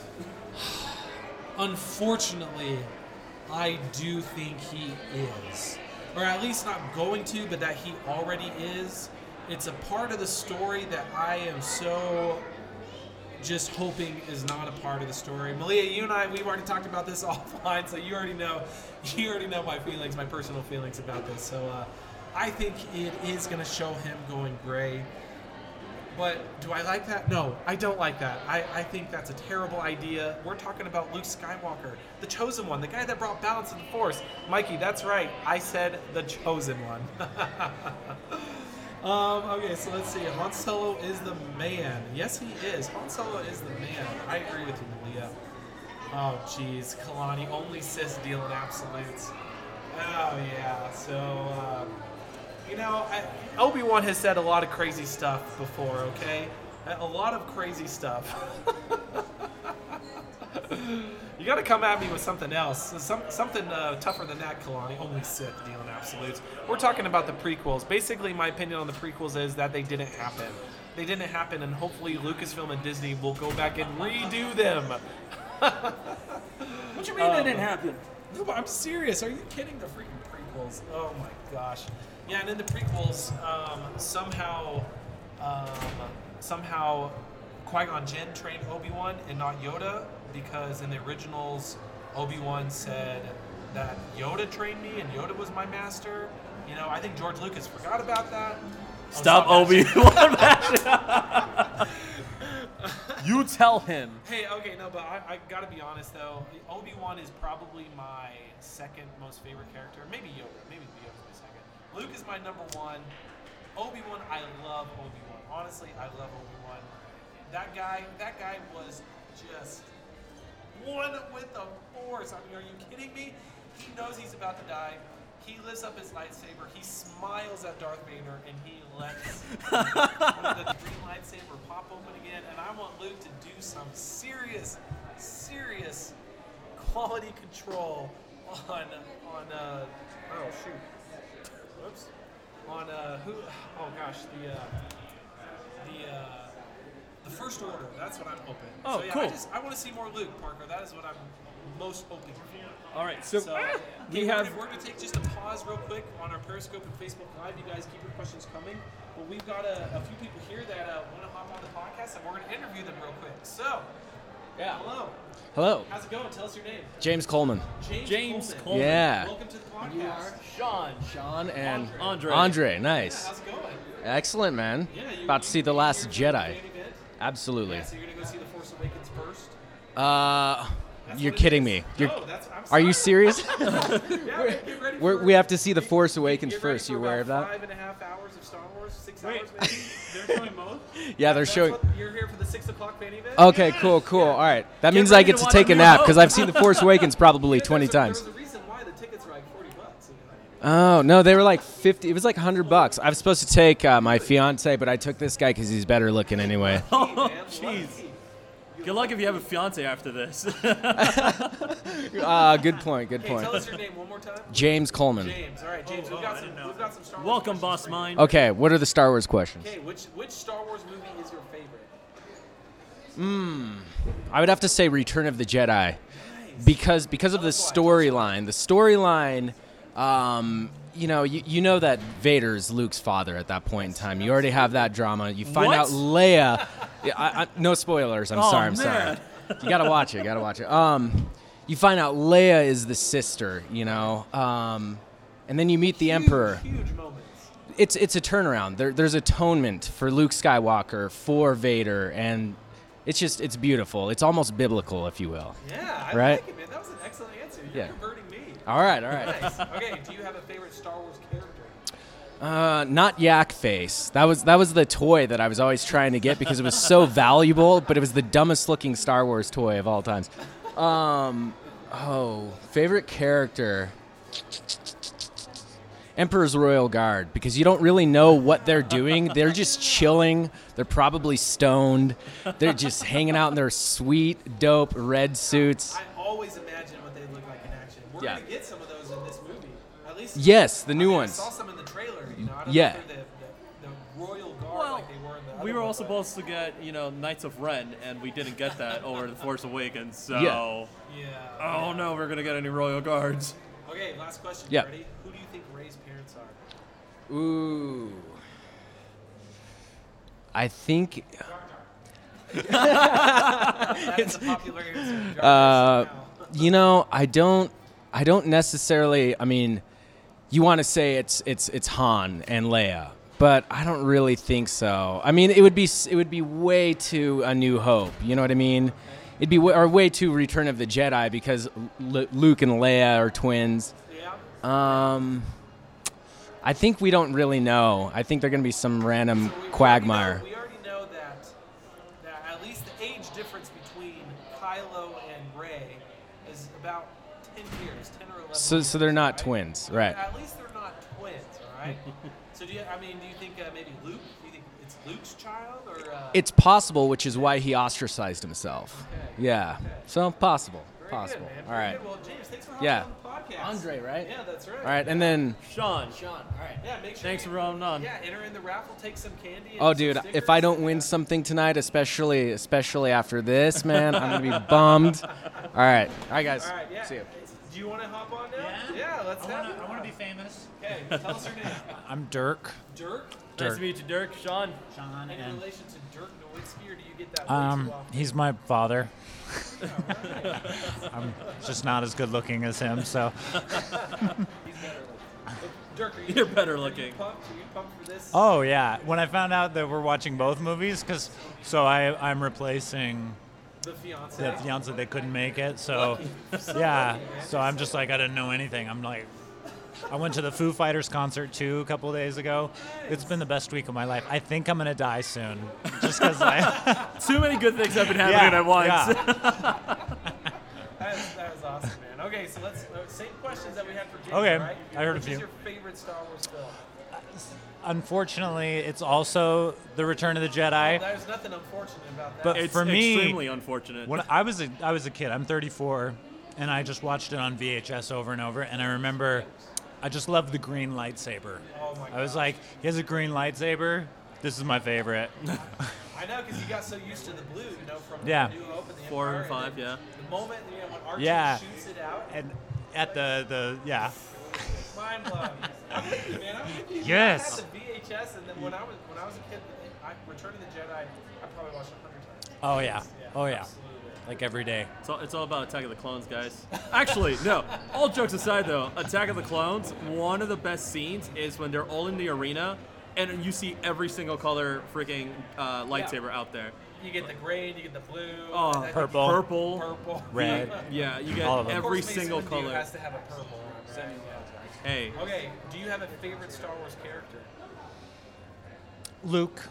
[SPEAKER 3] unfortunately, I do think he is. Or at least not going to, but that he already is. It's a part of the story that I am so just hoping is not a part of the story. Malia, you and I, we've already talked about this offline, so you already know, you already know my feelings, my personal feelings about this. So uh, I think it is going to show him going gray. But do I like that? No, I don't like that. I, I think that's a terrible idea. We're talking about Luke Skywalker, the chosen one, the guy that brought balance to the force. Mikey, that's right. I said the chosen one. um, okay, so let's see. Han Solo is the man. Yes, he is. Han Solo is the man. I agree with you, Malia. Oh, jeez. Kalani, only cis dealing absolutes. Oh, yeah. So, uh, you know, Obi Wan has said a lot of crazy stuff before. Okay, a lot of crazy stuff. you got to come at me with something else, some something uh, tougher than that, Kalani. Only Sith deal in absolutes. We're talking about the prequels. Basically, my opinion on the prequels is that they didn't happen. They didn't happen, and hopefully, Lucasfilm and Disney will go back and redo them.
[SPEAKER 2] What you mean that didn't happen?
[SPEAKER 3] Um, No, but I'm serious. Are you kidding? The freaking prequels. Oh my gosh. Yeah, and in the prequels, um, somehow, um, somehow, Qui Gon Jinn trained Obi Wan and not Yoda because in the originals, Obi Wan said that Yoda trained me and Yoda was my master. You know, I think George Lucas forgot about that. Oh,
[SPEAKER 6] Stop Obi
[SPEAKER 3] that.
[SPEAKER 6] Wan You tell him.
[SPEAKER 3] Hey, okay, no, but I, I gotta be honest though. Obi Wan is probably my second most favorite character. Maybe Yoda. Maybe Yoda's my second. Luke is my number one. Obi Wan, I love Obi Wan. Honestly, I love Obi Wan. That guy, that guy was just one with the force. I mean, are you kidding me? He knows he's about to die. He lifts up his lightsaber. He smiles at Darth Vader, and he lets the green lightsaber pop open again, and I want Luke to do some serious, serious quality control on on uh oh shoot, whoops, on uh who? Oh gosh, the uh, the uh, the first order. That's what I'm hoping.
[SPEAKER 6] Oh,
[SPEAKER 3] so, yeah, I
[SPEAKER 6] cool.
[SPEAKER 3] just I want to see more Luke Parker. That is what I'm most hoping for.
[SPEAKER 6] All right, so,
[SPEAKER 3] So uh,
[SPEAKER 6] we
[SPEAKER 3] okay, we're
[SPEAKER 6] have
[SPEAKER 3] gonna- we're gonna take just a pause real quick on our Periscope and Facebook Live. You guys keep your questions coming, but we've got a, a few people here that uh, want to hop on the podcast, and we're gonna interview them real quick. So,
[SPEAKER 9] Yeah.
[SPEAKER 3] hello,
[SPEAKER 9] Hello,
[SPEAKER 3] how's it going? Tell us your name.
[SPEAKER 9] James Coleman.
[SPEAKER 3] James,
[SPEAKER 6] James
[SPEAKER 3] Coleman.
[SPEAKER 6] Coleman.
[SPEAKER 9] Yeah.
[SPEAKER 3] Welcome to the podcast.
[SPEAKER 6] Sean.
[SPEAKER 9] Sean and
[SPEAKER 6] Andre.
[SPEAKER 9] Andre.
[SPEAKER 3] Yeah,
[SPEAKER 9] Nice.
[SPEAKER 3] how's it going?
[SPEAKER 9] Excellent, man.
[SPEAKER 3] Yeah, you,
[SPEAKER 9] About to see
[SPEAKER 3] you-
[SPEAKER 9] The
[SPEAKER 3] you
[SPEAKER 9] Last
[SPEAKER 3] here for the
[SPEAKER 9] Jedi.
[SPEAKER 3] main event?
[SPEAKER 9] Absolutely.
[SPEAKER 3] Yeah, so you're gonna go see The Force Awakens first.
[SPEAKER 9] Uh,
[SPEAKER 3] That's
[SPEAKER 9] you're
[SPEAKER 3] what it
[SPEAKER 9] kidding
[SPEAKER 3] is.
[SPEAKER 9] me. You're,
[SPEAKER 3] no, that's, I'm
[SPEAKER 9] are you
[SPEAKER 3] sorry.
[SPEAKER 9] serious?
[SPEAKER 3] Yeah, get ready
[SPEAKER 9] We're,
[SPEAKER 3] for-
[SPEAKER 9] we have to see The Force
[SPEAKER 3] get
[SPEAKER 9] Awakens
[SPEAKER 3] ready
[SPEAKER 9] first.
[SPEAKER 3] for
[SPEAKER 9] You aware of
[SPEAKER 3] about
[SPEAKER 9] that?
[SPEAKER 3] Five and a half hours of Star Wars, six
[SPEAKER 2] Wait.
[SPEAKER 3] hours maybe. They're showing both.
[SPEAKER 9] Yeah, they're
[SPEAKER 3] That's
[SPEAKER 9] showing. Oh.
[SPEAKER 3] what- You're here for the six o'clock fan event.
[SPEAKER 9] Okay, cool, cool. All right. That means I
[SPEAKER 6] ready
[SPEAKER 9] get
[SPEAKER 6] to
[SPEAKER 9] to
[SPEAKER 6] watch
[SPEAKER 9] take
[SPEAKER 6] a
[SPEAKER 9] a
[SPEAKER 6] new
[SPEAKER 9] nap
[SPEAKER 6] hope.
[SPEAKER 9] because I've seen The Force Awakens probably 20
[SPEAKER 3] There was
[SPEAKER 9] times.
[SPEAKER 3] a- There was a reason why the tickets were like forty bucks. You know?
[SPEAKER 9] Oh, no, they were like 50. It was like 100 bucks. I was supposed to take uh, my fiance, but I took this guy because he's better looking anyway.
[SPEAKER 6] Oh,
[SPEAKER 3] Man,
[SPEAKER 6] jeez.
[SPEAKER 3] lucky.
[SPEAKER 6] Good luck if you have a fiance after this.
[SPEAKER 9] Uh, good point, good
[SPEAKER 3] Hey,
[SPEAKER 9] point.
[SPEAKER 3] tell us your name one more time.
[SPEAKER 9] James Coleman.
[SPEAKER 3] James. All right, James.
[SPEAKER 6] Oh,
[SPEAKER 3] we've
[SPEAKER 6] I
[SPEAKER 3] got
[SPEAKER 6] didn't
[SPEAKER 3] some.
[SPEAKER 6] know
[SPEAKER 3] We've got some Star Wars.
[SPEAKER 6] Welcome,
[SPEAKER 3] questions
[SPEAKER 6] boss
[SPEAKER 3] for you.
[SPEAKER 6] mine.
[SPEAKER 9] Okay, what are the Star Wars questions?
[SPEAKER 3] Okay, which which Star Wars movie is your favorite?
[SPEAKER 9] Hmm. I would have to say Return of the Jedi because because
[SPEAKER 3] Oh,
[SPEAKER 9] of the storyline. The storyline, um, you know, you, you know that Vader's Luke's father at that point in time. You already have that drama. You find
[SPEAKER 6] What?
[SPEAKER 9] out Leia. Yeah, I, I, no spoilers. I'm
[SPEAKER 6] Oh,
[SPEAKER 9] sorry. I'm
[SPEAKER 6] man.
[SPEAKER 9] sorry. You gotta watch it. You gotta watch it. Um, you find out Leia is the sister. You know, um, and then you meet the Emperor.
[SPEAKER 3] Huge moments.
[SPEAKER 9] it's it's a turnaround. There, there's atonement for Luke Skywalker, for Vader, and it's just it's beautiful. It's almost biblical, if you will.
[SPEAKER 3] Yeah, I
[SPEAKER 9] Right?
[SPEAKER 3] like it, man. That was an excellent answer. You're
[SPEAKER 9] Yeah.
[SPEAKER 3] converting me.
[SPEAKER 9] All right, all right.
[SPEAKER 3] Nice. okay, do you have a favorite Star Wars character?
[SPEAKER 9] Uh, not Yak Face. That was that was the toy that I was always trying to get because it was so valuable, but it was the dumbest looking Star Wars toy of all times. Um, Oh, favorite character. Emperor's Royal Guard, because you don't really know what they're doing. They're just chilling. They're probably stoned. They're just hanging out in their sweet, dope red suits.
[SPEAKER 3] I always imagine what they look like in action. We're
[SPEAKER 9] Yeah.
[SPEAKER 3] gonna get some of those in this movie. At least
[SPEAKER 9] Yes, the
[SPEAKER 3] I
[SPEAKER 9] new
[SPEAKER 3] mean,
[SPEAKER 9] ones.
[SPEAKER 3] I saw some in the trailer. You know, I don't
[SPEAKER 9] Yeah.
[SPEAKER 3] know if they're the, the, the royal guard
[SPEAKER 6] Well,
[SPEAKER 3] like they were in the. Other
[SPEAKER 6] we were
[SPEAKER 3] one,
[SPEAKER 6] all
[SPEAKER 3] but
[SPEAKER 6] supposed to get, you know, Knights of Ren, and we didn't get that over The Force Awakens, so.
[SPEAKER 9] Yeah.
[SPEAKER 3] Yeah.
[SPEAKER 6] Oh no, we're gonna get any royal guards.
[SPEAKER 3] Okay, last question.
[SPEAKER 9] Yeah.
[SPEAKER 3] Ready? Who do you think Ray's parents are?
[SPEAKER 9] Ooh. I think
[SPEAKER 3] That's a popular answer. Jar
[SPEAKER 9] Uh,
[SPEAKER 3] Jar Binks.
[SPEAKER 9] you know, I don't I don't necessarily I mean you want to say it's it's it's Han and Leia, but I don't really think so. I mean, it would be s- it would be way too A New Hope, you know what I mean? It'd be way, or way too Return of the Jedi because Lu Luke and Leia are twins.
[SPEAKER 3] Yeah.
[SPEAKER 9] Um I think we don't really know. I think they're going to be some random
[SPEAKER 3] We- we already
[SPEAKER 9] quagmire.
[SPEAKER 3] know- We already know that, that at least the age difference between Kylo and Ray is about 10 years, 10 or 11.
[SPEAKER 9] So- so they're
[SPEAKER 3] years,
[SPEAKER 9] not
[SPEAKER 3] right?
[SPEAKER 9] twins, right.
[SPEAKER 3] At least they're not twins, all right? so do you, I mean, do you think uh, maybe Luke? Do you think it's Luke's child or? Uh,
[SPEAKER 9] It's possible, which is why he ostracized himself. Yeah. So possible.
[SPEAKER 3] very good,
[SPEAKER 9] Possible.
[SPEAKER 3] man,
[SPEAKER 9] All
[SPEAKER 3] very
[SPEAKER 9] right.
[SPEAKER 3] good. Well, James, thanks for hopping
[SPEAKER 9] Yeah.
[SPEAKER 3] on the podcast.
[SPEAKER 9] Andre, right?
[SPEAKER 3] Yeah, that's right.
[SPEAKER 9] All right, and then
[SPEAKER 6] Sean,
[SPEAKER 3] Yeah, make sure.
[SPEAKER 6] thanks
[SPEAKER 3] you-
[SPEAKER 6] for running on.
[SPEAKER 3] Yeah, enter in the raffle, take some candy. and
[SPEAKER 9] oh,
[SPEAKER 3] some
[SPEAKER 9] dude, if
[SPEAKER 3] stickers.
[SPEAKER 9] I don't win something tonight, especially especially after this, man, I'm gonna be bummed. All right, all right, guys.
[SPEAKER 3] All right, yeah.
[SPEAKER 9] See you.
[SPEAKER 3] Do you want to hop on now?
[SPEAKER 10] Yeah?
[SPEAKER 3] let's
[SPEAKER 10] I
[SPEAKER 3] have
[SPEAKER 10] wanna,
[SPEAKER 3] it.
[SPEAKER 10] I wanna be famous.
[SPEAKER 3] Okay, tell us your name.
[SPEAKER 7] I'm Dirk.
[SPEAKER 3] Dirk?
[SPEAKER 6] Nice to meet you, Dirk. Sean.
[SPEAKER 10] Sean
[SPEAKER 3] In
[SPEAKER 10] and
[SPEAKER 3] relation to Dirk Nowitzki, or do you get that way
[SPEAKER 10] um,
[SPEAKER 3] too often?
[SPEAKER 10] he's my father. I'm just not as good looking as him, so
[SPEAKER 3] Dirk, are you,
[SPEAKER 6] You're better
[SPEAKER 3] are you
[SPEAKER 6] looking.
[SPEAKER 3] pumped? Are you pumped for this?
[SPEAKER 10] Oh yeah, when I found out that we're watching both movies, because so I I'm replacing
[SPEAKER 3] The fiance.
[SPEAKER 10] the fiance that couldn't make it, so yeah, so I'm just like I didn't know anything. I'm like, I went to the Foo Fighters concert too a couple days ago. It's been the best week of my life. I think I'm gonna die soon, just because I
[SPEAKER 6] Too many good things have been happening
[SPEAKER 10] yeah,
[SPEAKER 6] at once.
[SPEAKER 10] yeah.
[SPEAKER 3] That is, that is awesome, man. Okay, so let's uh, same questions that we had for James.
[SPEAKER 10] Okay,
[SPEAKER 3] right?
[SPEAKER 10] I heard a
[SPEAKER 3] Which
[SPEAKER 10] few.
[SPEAKER 3] Is your favorite Star Wars film?
[SPEAKER 10] Unfortunately, it's also the Return of the Jedi.
[SPEAKER 3] There's nothing unfortunate about that.
[SPEAKER 10] But-
[SPEAKER 6] It's
[SPEAKER 10] For me-
[SPEAKER 6] extremely unfortunate.
[SPEAKER 10] When I was a, I was a kid, I'm 34, and I just watched it on VHS over and over. And I remember, I just loved the green lightsaber.
[SPEAKER 3] Oh my
[SPEAKER 10] I was like, he has a green lightsaber. This is my favorite.
[SPEAKER 3] I know because you got so used to the blue, you know, from
[SPEAKER 10] Yeah.
[SPEAKER 3] the New Hope and the
[SPEAKER 6] Four
[SPEAKER 3] Empire,
[SPEAKER 6] and five, yeah.
[SPEAKER 3] then The moment you know when Archie
[SPEAKER 10] Yeah.
[SPEAKER 3] shoots it out,
[SPEAKER 10] and at the the yeah,
[SPEAKER 3] mind blown. I'm with you, man. I'm with you.
[SPEAKER 10] Yes.
[SPEAKER 3] I had the VHS, and then when I was when I was a kid, I, Return of the Jedi, I probably watched a hundred times.
[SPEAKER 10] oh yeah, oh yeah,
[SPEAKER 3] Absolutely.
[SPEAKER 10] like every day.
[SPEAKER 6] It's all, it's all about Attack of the Clones, guys. Actually, no. All jokes aside, though, Attack of the Clones, one of the best scenes is when they're all in the arena and you see every single color freaking uh, lightsaber out there.
[SPEAKER 3] You get the green, you get the blue,
[SPEAKER 6] Oh,
[SPEAKER 3] and I think
[SPEAKER 10] Purple.
[SPEAKER 6] Purple.
[SPEAKER 3] purple,
[SPEAKER 10] Red.
[SPEAKER 6] Yeah, you get
[SPEAKER 10] All of them.
[SPEAKER 3] Of
[SPEAKER 6] every
[SPEAKER 3] course, Mace
[SPEAKER 6] single
[SPEAKER 3] Windu
[SPEAKER 6] color.
[SPEAKER 3] has to have a purple. so, yeah.
[SPEAKER 6] Hey,
[SPEAKER 3] Okay, do you have a favorite Star Wars character?
[SPEAKER 10] Luke,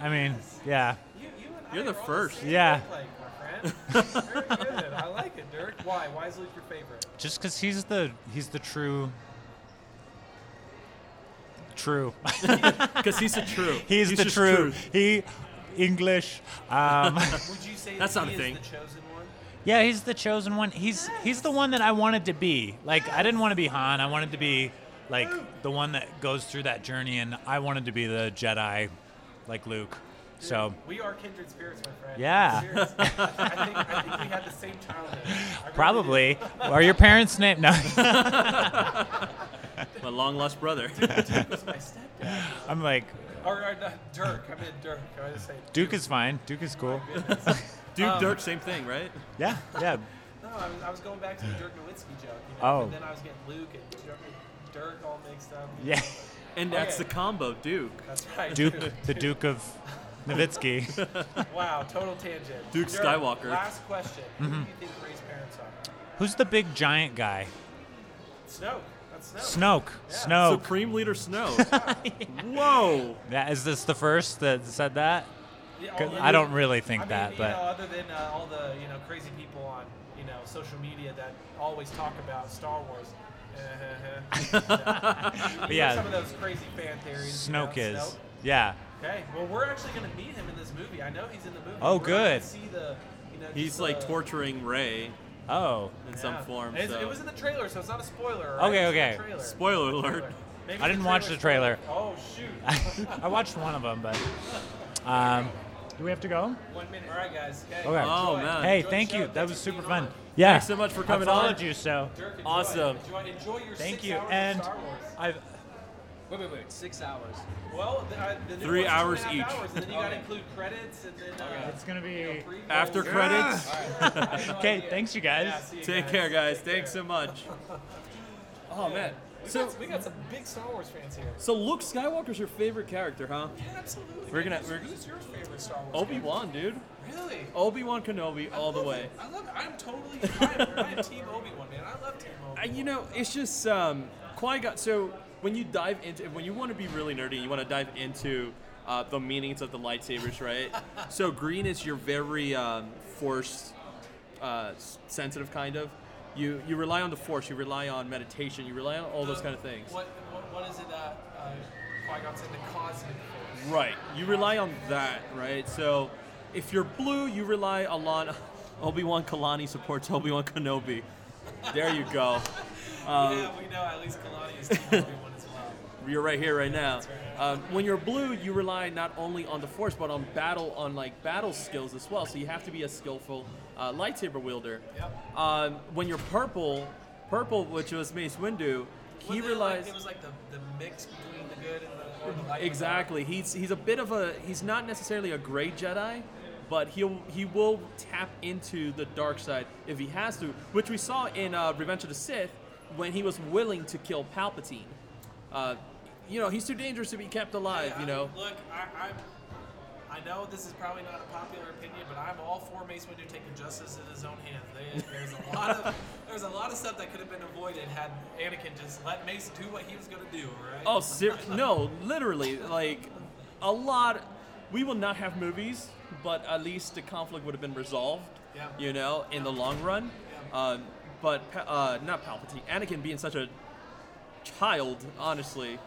[SPEAKER 10] I mean yeah,
[SPEAKER 3] You, you and
[SPEAKER 6] You're
[SPEAKER 3] I
[SPEAKER 6] the
[SPEAKER 3] are on
[SPEAKER 6] first.
[SPEAKER 3] same
[SPEAKER 10] Yeah.
[SPEAKER 3] wavelength, my friend. Very good. I like it, Dirk. Why? Why is Luke your favorite?
[SPEAKER 10] just because he's the he's the true. True.
[SPEAKER 6] because he's the true.
[SPEAKER 10] He's, the
[SPEAKER 6] just
[SPEAKER 10] true. He English. Um,
[SPEAKER 3] Would you say
[SPEAKER 6] That's
[SPEAKER 3] that
[SPEAKER 6] not
[SPEAKER 3] he
[SPEAKER 6] a
[SPEAKER 3] is
[SPEAKER 6] thing.
[SPEAKER 3] the chosen one?
[SPEAKER 10] Yeah, he's the chosen one. He's he's the one that I wanted to be. Like I didn't want to be Han. I wanted to be like the one that goes through that journey, and I wanted to be the Jedi, like Luke. So
[SPEAKER 3] We are kindred spirits, my friend.
[SPEAKER 10] Yeah.
[SPEAKER 3] Serious. I, think, I think we had the same childhood. I really do.
[SPEAKER 10] probably are your parents' name? No,
[SPEAKER 6] My long lost brother.
[SPEAKER 3] It was my stepdad.
[SPEAKER 10] I'm like
[SPEAKER 3] Or, or not Dirk. I mean Dirk. I was saying.
[SPEAKER 10] Duke is fine. Duke is cool.
[SPEAKER 6] Duke
[SPEAKER 3] Um,
[SPEAKER 6] Dirk, same thing, right?
[SPEAKER 10] Yeah, yeah.
[SPEAKER 3] No, I was, I was going back to the Dirk Nowitzki joke. You know,
[SPEAKER 10] Oh.
[SPEAKER 3] And then I was getting Luke and Dirk, Dirk all mixed up. you
[SPEAKER 10] Yeah,
[SPEAKER 3] know.
[SPEAKER 6] And that's
[SPEAKER 3] Okay.
[SPEAKER 6] the combo, Duke.
[SPEAKER 3] Oh, That's right.
[SPEAKER 10] Duke, the Duke of Nowitzki.
[SPEAKER 3] Wow, total tangent.
[SPEAKER 6] Duke Skywalker.
[SPEAKER 3] Last question.
[SPEAKER 10] Mm-hmm.
[SPEAKER 3] Who do you think Ray's parents are?
[SPEAKER 10] Who's the big giant guy?
[SPEAKER 3] Snoke. That's Snoke.
[SPEAKER 10] Snoke. Snoke.
[SPEAKER 6] Supreme Leader Snow. Whoa.
[SPEAKER 10] Yeah, is this the first that said that?
[SPEAKER 3] Yeah,
[SPEAKER 10] 'Cause
[SPEAKER 3] all the-
[SPEAKER 10] I don't really think
[SPEAKER 3] I mean,
[SPEAKER 10] that,
[SPEAKER 3] you
[SPEAKER 10] but
[SPEAKER 3] know, other than uh, all the you know crazy people on you know social media that always talk about Star Wars.
[SPEAKER 10] But
[SPEAKER 3] yeah.
[SPEAKER 10] yeah,
[SPEAKER 3] Some of those crazy fan theories. you know,
[SPEAKER 10] Snoke is.
[SPEAKER 3] Snoke.
[SPEAKER 10] Yeah.
[SPEAKER 3] Okay, well, we're actually going to meet him in this movie. I know he's in the movie.
[SPEAKER 10] Oh,
[SPEAKER 3] We're gonna
[SPEAKER 10] good.
[SPEAKER 3] See the, you know,
[SPEAKER 2] He's
[SPEAKER 3] just
[SPEAKER 2] like
[SPEAKER 3] the-
[SPEAKER 2] torturing Ray
[SPEAKER 10] Oh.
[SPEAKER 2] in some
[SPEAKER 3] yeah.
[SPEAKER 2] form.
[SPEAKER 3] It's-
[SPEAKER 2] so.
[SPEAKER 3] It was in the trailer, so it's not a spoiler.
[SPEAKER 10] Okay,
[SPEAKER 3] Right? It's in the
[SPEAKER 10] okay.
[SPEAKER 3] trailer.
[SPEAKER 2] Spoiler alert.
[SPEAKER 3] Maybe
[SPEAKER 10] I didn't watch the trailer.
[SPEAKER 3] Oh shoot!
[SPEAKER 10] I watched one of them, but. Um, do we have to go?
[SPEAKER 3] One minute. All right, guys. Hey,
[SPEAKER 10] Okay.
[SPEAKER 2] Oh,
[SPEAKER 3] enjoy.
[SPEAKER 2] man.
[SPEAKER 10] Hey,
[SPEAKER 3] Enjoy the
[SPEAKER 10] thank
[SPEAKER 3] show.
[SPEAKER 10] you. That
[SPEAKER 3] Thanks
[SPEAKER 10] was
[SPEAKER 3] for
[SPEAKER 10] super
[SPEAKER 3] being
[SPEAKER 10] fun.
[SPEAKER 3] on.
[SPEAKER 10] Yeah.
[SPEAKER 2] Thanks so much for coming
[SPEAKER 10] I followed
[SPEAKER 2] on.
[SPEAKER 10] you, so
[SPEAKER 3] Dirk, enjoy.
[SPEAKER 2] Awesome.
[SPEAKER 3] Enjoy, enjoy your
[SPEAKER 10] thank
[SPEAKER 3] six
[SPEAKER 10] you.
[SPEAKER 3] hours of
[SPEAKER 10] And
[SPEAKER 3] Star Wars.
[SPEAKER 10] I've
[SPEAKER 3] Wait, wait, wait. Six hours. Well, the, uh, the new
[SPEAKER 2] Three
[SPEAKER 3] one's two
[SPEAKER 2] hours
[SPEAKER 3] and a half
[SPEAKER 2] each.
[SPEAKER 3] Hours, and then you got to include credits, and then uh,
[SPEAKER 10] it's gonna be.
[SPEAKER 3] pre-rolls.
[SPEAKER 2] after credits.
[SPEAKER 3] I have no
[SPEAKER 10] Okay,
[SPEAKER 3] idea.
[SPEAKER 10] thanks you guys.
[SPEAKER 3] Yeah, see you
[SPEAKER 2] Take
[SPEAKER 3] guys.
[SPEAKER 2] care, guys.
[SPEAKER 3] Take
[SPEAKER 2] Thanks
[SPEAKER 3] care.
[SPEAKER 2] so much. Oh man.
[SPEAKER 3] We
[SPEAKER 2] So,
[SPEAKER 3] got, we got some big Star Wars fans here.
[SPEAKER 2] so Luke Skywalker's your favorite character, huh?
[SPEAKER 3] Absolutely.
[SPEAKER 2] We're gonna-
[SPEAKER 3] Who's-
[SPEAKER 2] we're-
[SPEAKER 3] Who's your favorite Star Wars?
[SPEAKER 2] Obi
[SPEAKER 3] character?
[SPEAKER 2] Wan, dude.
[SPEAKER 3] Really?
[SPEAKER 2] Obi Wan Kenobi, all the
[SPEAKER 3] Love
[SPEAKER 2] way.
[SPEAKER 3] it. I love it. I'm totally. I'm, I'm Team Obi Wan, man. I love Team Obi.
[SPEAKER 2] Uh,
[SPEAKER 3] Wan.
[SPEAKER 2] you know, it's just um, Qui Gon. So when you dive into, when you want to be really nerdy, you want to dive into uh, the meanings of the lightsabers, right? so green is your very um, force uh, s- sensitive kind of. You you rely on the force. You rely on meditation. You rely on all those
[SPEAKER 3] Um,
[SPEAKER 2] kind of things.
[SPEAKER 3] What, what, what is it that uh, Qui Gon said? The cosmic force.
[SPEAKER 2] Right. You rely on that, right? So if you're blue, you rely a lot. Obi Wan Kalani supports Obi Wan Kenobi. There you go. Um,
[SPEAKER 3] yeah, we know at least Kalani is Team Obi Wan as well.
[SPEAKER 2] You're right here, right now. Um, when you're blue, you rely not only on the force, but on battle, on like battle skills as well. So you have to be a skillful uh, lightsaber wielder.
[SPEAKER 3] Yep.
[SPEAKER 2] Um, when you're purple, purple, which was Mace Windu, he
[SPEAKER 3] Wasn't it
[SPEAKER 2] relies.
[SPEAKER 3] Like, it was like the, the mix between the good and the, or the light.
[SPEAKER 2] Exactly. He's he's a bit of a he's not necessarily a gray Jedi, but he'll he will tap into the dark side if he has to, which we saw in uh, Revenge of the Sith when he was willing to kill Palpatine. Uh, you know, he's too dangerous to be kept alive.
[SPEAKER 3] Yeah,
[SPEAKER 2] you
[SPEAKER 3] I-
[SPEAKER 2] know.
[SPEAKER 3] Look, I, I'm. I know this is probably not a popular opinion, but I'm all for Mace Windu taking justice in his own hands. There, there's a lot of there's a lot of stuff that could have been avoided had Anakin just let Mace do what he was gonna do. all Right?
[SPEAKER 2] Oh, ser- no, literally, like a lot. We will not have movies, but at least the conflict would have been resolved.
[SPEAKER 3] Yeah.
[SPEAKER 2] You know, in the long run.
[SPEAKER 3] Yeah.
[SPEAKER 2] Um, but Pa- uh, not Palpatine. Anakin being such a child, honestly,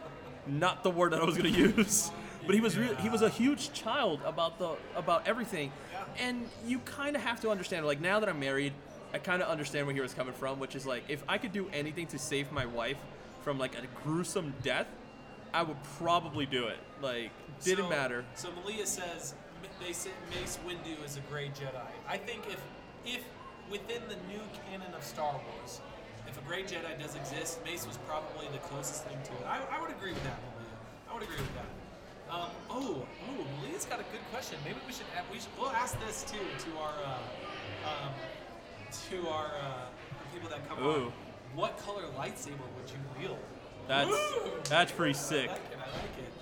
[SPEAKER 2] not the word that I was gonna use. But he was real he was a huge child about the about everything, and you kind of have to understand. Like now that I'm married, I kind of understand where he was coming from, which is like if I could do anything to save my wife from like a gruesome death, I would probably do it. Like didn't
[SPEAKER 3] So-
[SPEAKER 2] matter.
[SPEAKER 3] So Malia says M- they say Mace Windu is a great Jedi. I think if if within the new canon of Star Wars, if a great Jedi does exist, Mace was probably the closest thing to it. I, I would agree with that, Malia. I would agree with that. Um, oh, oh, Malia's got a good question. Maybe we should a- we should we'll ask this too to our uh, um, to our uh, people that come on.
[SPEAKER 2] Ooh.
[SPEAKER 3] What color lightsaber would you wield?
[SPEAKER 2] That's
[SPEAKER 3] Woo!
[SPEAKER 2] that's pretty sick.
[SPEAKER 3] I like it. I like it.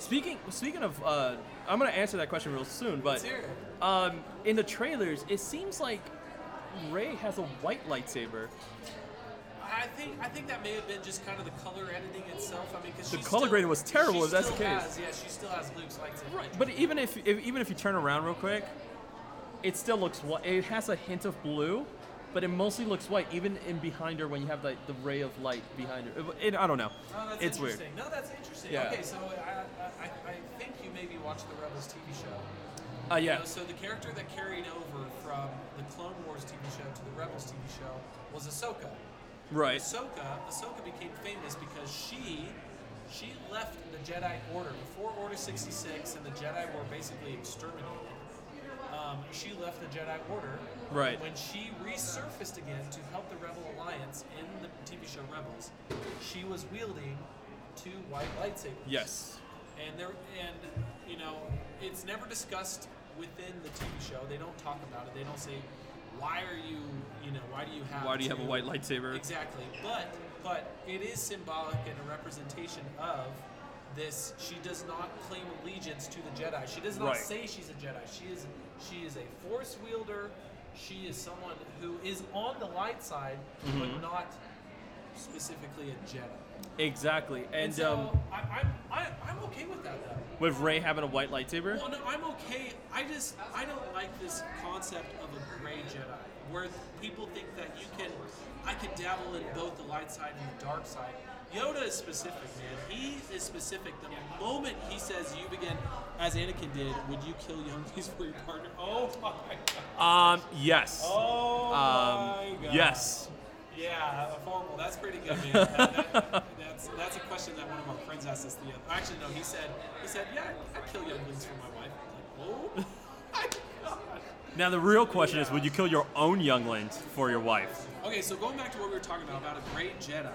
[SPEAKER 2] Speaking speaking of, uh, I'm gonna answer that question real soon. But
[SPEAKER 3] Let's hear it.
[SPEAKER 2] um, in the trailers, it seems like Ray has a white lightsaber.
[SPEAKER 3] I think I think that may have been just kind of the color editing itself. I mean, because
[SPEAKER 2] The color grading was terrible, if that's the case.
[SPEAKER 3] Has, yeah, she still has Luke's lightsaber.
[SPEAKER 2] Right. But even if, if even if you turn around real quick, it still looks white. It has a hint of blue, but it mostly looks white. Even in behind her, when you have like the ray of light behind her, It- it- I don't know.
[SPEAKER 3] Oh, that's
[SPEAKER 2] it's weird.
[SPEAKER 3] interesting. No, that's interesting.
[SPEAKER 2] Yeah.
[SPEAKER 3] Okay, so uh, I, I, I- I think you maybe watched the Rebels TV show.
[SPEAKER 2] Uh, yeah.
[SPEAKER 3] So the character that carried over from the Clone Wars TV show to the Rebels TV show was Ahsoka.
[SPEAKER 2] Right.
[SPEAKER 3] Ahsoka, Ahsoka became famous because she she left the Jedi Order before Order 66, and the Jedi were basically exterminated. Um, she left the Jedi Order.
[SPEAKER 2] Right.
[SPEAKER 3] When she resurfaced again to help the Rebel Alliance in the TV show Rebels, she was wielding two white lightsabers.
[SPEAKER 2] Yes.
[SPEAKER 3] And there, and you know, it's never discussed within the TV show. They don't talk about it. They don't say, "Why are you, you know, why do you have
[SPEAKER 2] Why do you have a
[SPEAKER 3] two-"
[SPEAKER 2] white lightsaber?
[SPEAKER 3] Exactly, but but it is symbolic and a representation of this. She does not claim allegiance to the Jedi. She does not
[SPEAKER 2] Right.
[SPEAKER 3] say she's a Jedi. She is she is a Force
[SPEAKER 2] Mm-hmm.
[SPEAKER 3] wielder. She is someone who is on the light side, but not specifically a Jedi.
[SPEAKER 2] Exactly. And,
[SPEAKER 3] so
[SPEAKER 2] um,
[SPEAKER 3] I, I'm I, I'm okay with that though.
[SPEAKER 2] with Ray having a white lightsaber,
[SPEAKER 3] Well, Oh, no, I'm okay. I just I don't like this concept of a gray Jedi, where people think that you can I can dabble in both the light side and the dark side. Yoda is specific, man. He is specific. The moment he says you begin, as Anakin did, would you kill youngies for your partner? Oh my god.
[SPEAKER 2] um, yes,
[SPEAKER 3] Oh
[SPEAKER 2] um,
[SPEAKER 3] my god.
[SPEAKER 2] yes,
[SPEAKER 3] Yeah, a formal. That's pretty good, man. That- that- that's, that's a question that one of our friends asked us the other. Actually, no. He said he said, yeah, I'd kill younglings for my wife. I'm like, oh my god.
[SPEAKER 2] Now the real question is, would you kill your own younglings for your wife?
[SPEAKER 3] Okay, so going back to what we were talking about about a great Jedi,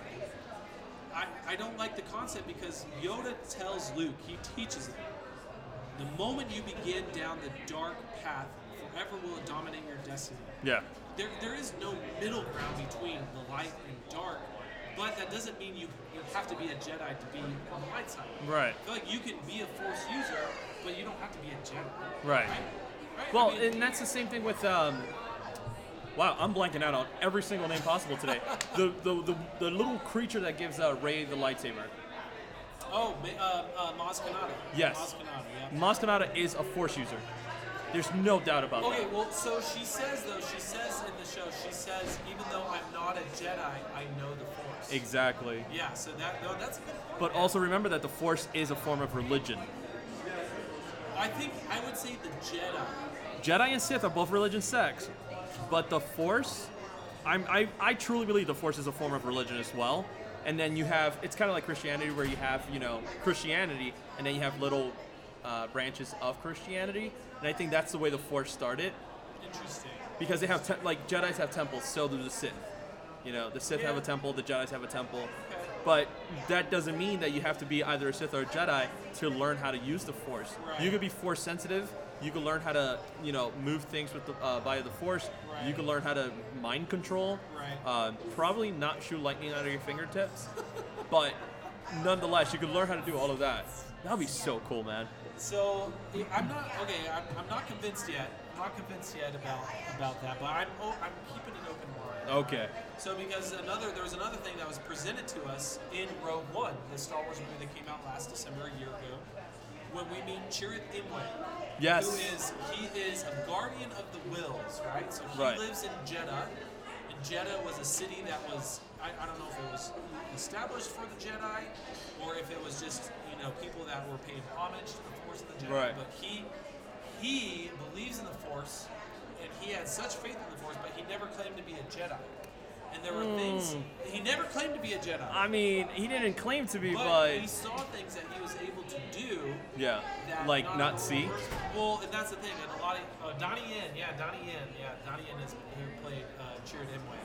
[SPEAKER 3] I, I don't like the concept because Yoda tells Luke, he teaches him, the moment you begin down the dark path, forever will it dominate your destiny.
[SPEAKER 2] Yeah.
[SPEAKER 3] There, there is no middle ground between the light and dark, but that doesn't mean you, you have to be a Jedi to be on the light side.
[SPEAKER 2] Right.
[SPEAKER 3] I feel like you can be a Force user, but you don't have to be a Jedi.
[SPEAKER 2] Right.
[SPEAKER 3] Right?
[SPEAKER 2] Well,
[SPEAKER 3] I mean,
[SPEAKER 2] and that's the same thing with. Um, wow, I'm blanking out on every single name possible today. the, the, the the little creature that gives uh, Ray the lightsaber.
[SPEAKER 3] oh, Ma- uh, uh, Maz Kanata.
[SPEAKER 2] Yes.
[SPEAKER 3] Maz Kanata, yeah.
[SPEAKER 2] Maz Kanata is a force user. There's no doubt about
[SPEAKER 3] Okay, well, so she says though, she says in the show, she says, even though I'm not a Jedi, I know the Force.
[SPEAKER 2] that. Exactly.
[SPEAKER 3] yeah, so that no, that's a good point.
[SPEAKER 2] But also remember that the force is a form of religion.
[SPEAKER 3] I think I would say the Jedi.
[SPEAKER 2] Jedi and Sith are both religion sects, but the Force, I'm, I, I truly believe the Force is a form of religion as well. And then you have, it's kind of like Christianity, where you have, you know, Christianity, and then you have little uh, branches of Christianity. And I think that's the way the Force started,
[SPEAKER 3] Interesting.
[SPEAKER 2] because they have, te- like, Jedi's have temples, so do the Sith. You know, the Sith have a temple, the Jedi's have a temple. But that doesn't mean that you have to be either a Sith or a Jedi to learn how to use the Force. You could be Force sensitive. You can learn how to, you know, move things with the, uh, via the Force. You can learn how to mind control.
[SPEAKER 3] Right.
[SPEAKER 2] Uh, probably not shoot lightning out of your fingertips, but nonetheless, you can learn how to do all of that. That would be so cool, man.
[SPEAKER 3] So I- I'm not okay. I'm, I'm not convinced yet. I'm not convinced yet about about that. But I'm oh, I'm keeping an open mind.
[SPEAKER 2] Okay.
[SPEAKER 3] So because another there was another thing that was presented to us in Rogue One, the Star Wars movie that came out last December a year ago, when we meet Chirrut Imwe.
[SPEAKER 2] Yes.
[SPEAKER 3] Who is he is a guardian of the wills, right? So he
[SPEAKER 2] Right.
[SPEAKER 3] lives in Jeddah. And Jeddah was a city that was I, I don't know if it was established for the Jedi or if it was just, you know, people that were paying homage to the force of the Jedi.
[SPEAKER 2] Right.
[SPEAKER 3] But he he believes in the force and he had such faith in the force, but he never claimed to be a Jedi. And there were things he never claimed to be a Jedi.
[SPEAKER 2] I mean, he didn't claim Hmm. to be,
[SPEAKER 3] but,
[SPEAKER 2] but
[SPEAKER 3] he saw things that he was able to do
[SPEAKER 2] yeah,
[SPEAKER 3] that
[SPEAKER 2] like
[SPEAKER 3] not
[SPEAKER 2] not see.
[SPEAKER 3] well, and that's the thing. And a lot of uh, Donnie Yen, yeah, Donnie Yen, yeah, Donnie Yen has who played uh, Chirrut Imwe.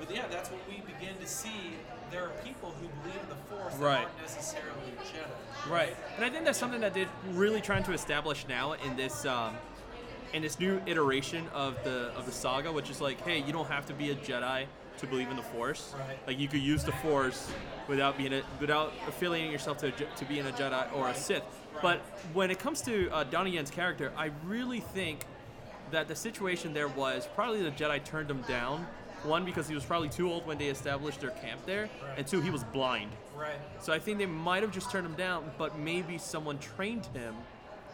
[SPEAKER 3] But yeah, that's when we begin to see there are people who believe in the Force that
[SPEAKER 2] Right.
[SPEAKER 3] aren't necessarily Jedi.
[SPEAKER 2] Right, and I think that's something that they're really trying to establish now in this um, in this new iteration of the of the saga, which is like, hey, you don't have to be a Jedi to believe in the Force.
[SPEAKER 3] Right.
[SPEAKER 2] Like you could use the Force without being a, without affiliating yourself to a Je- to being a Jedi or a Sith. But when it comes to uh, Donnie Yen's character, I really think that the situation there was probably the Jedi turned him down. One because he was probably too old when they established their camp there, and two he was blind.
[SPEAKER 3] Right.
[SPEAKER 2] So I think they might have just turned him down, but maybe someone trained him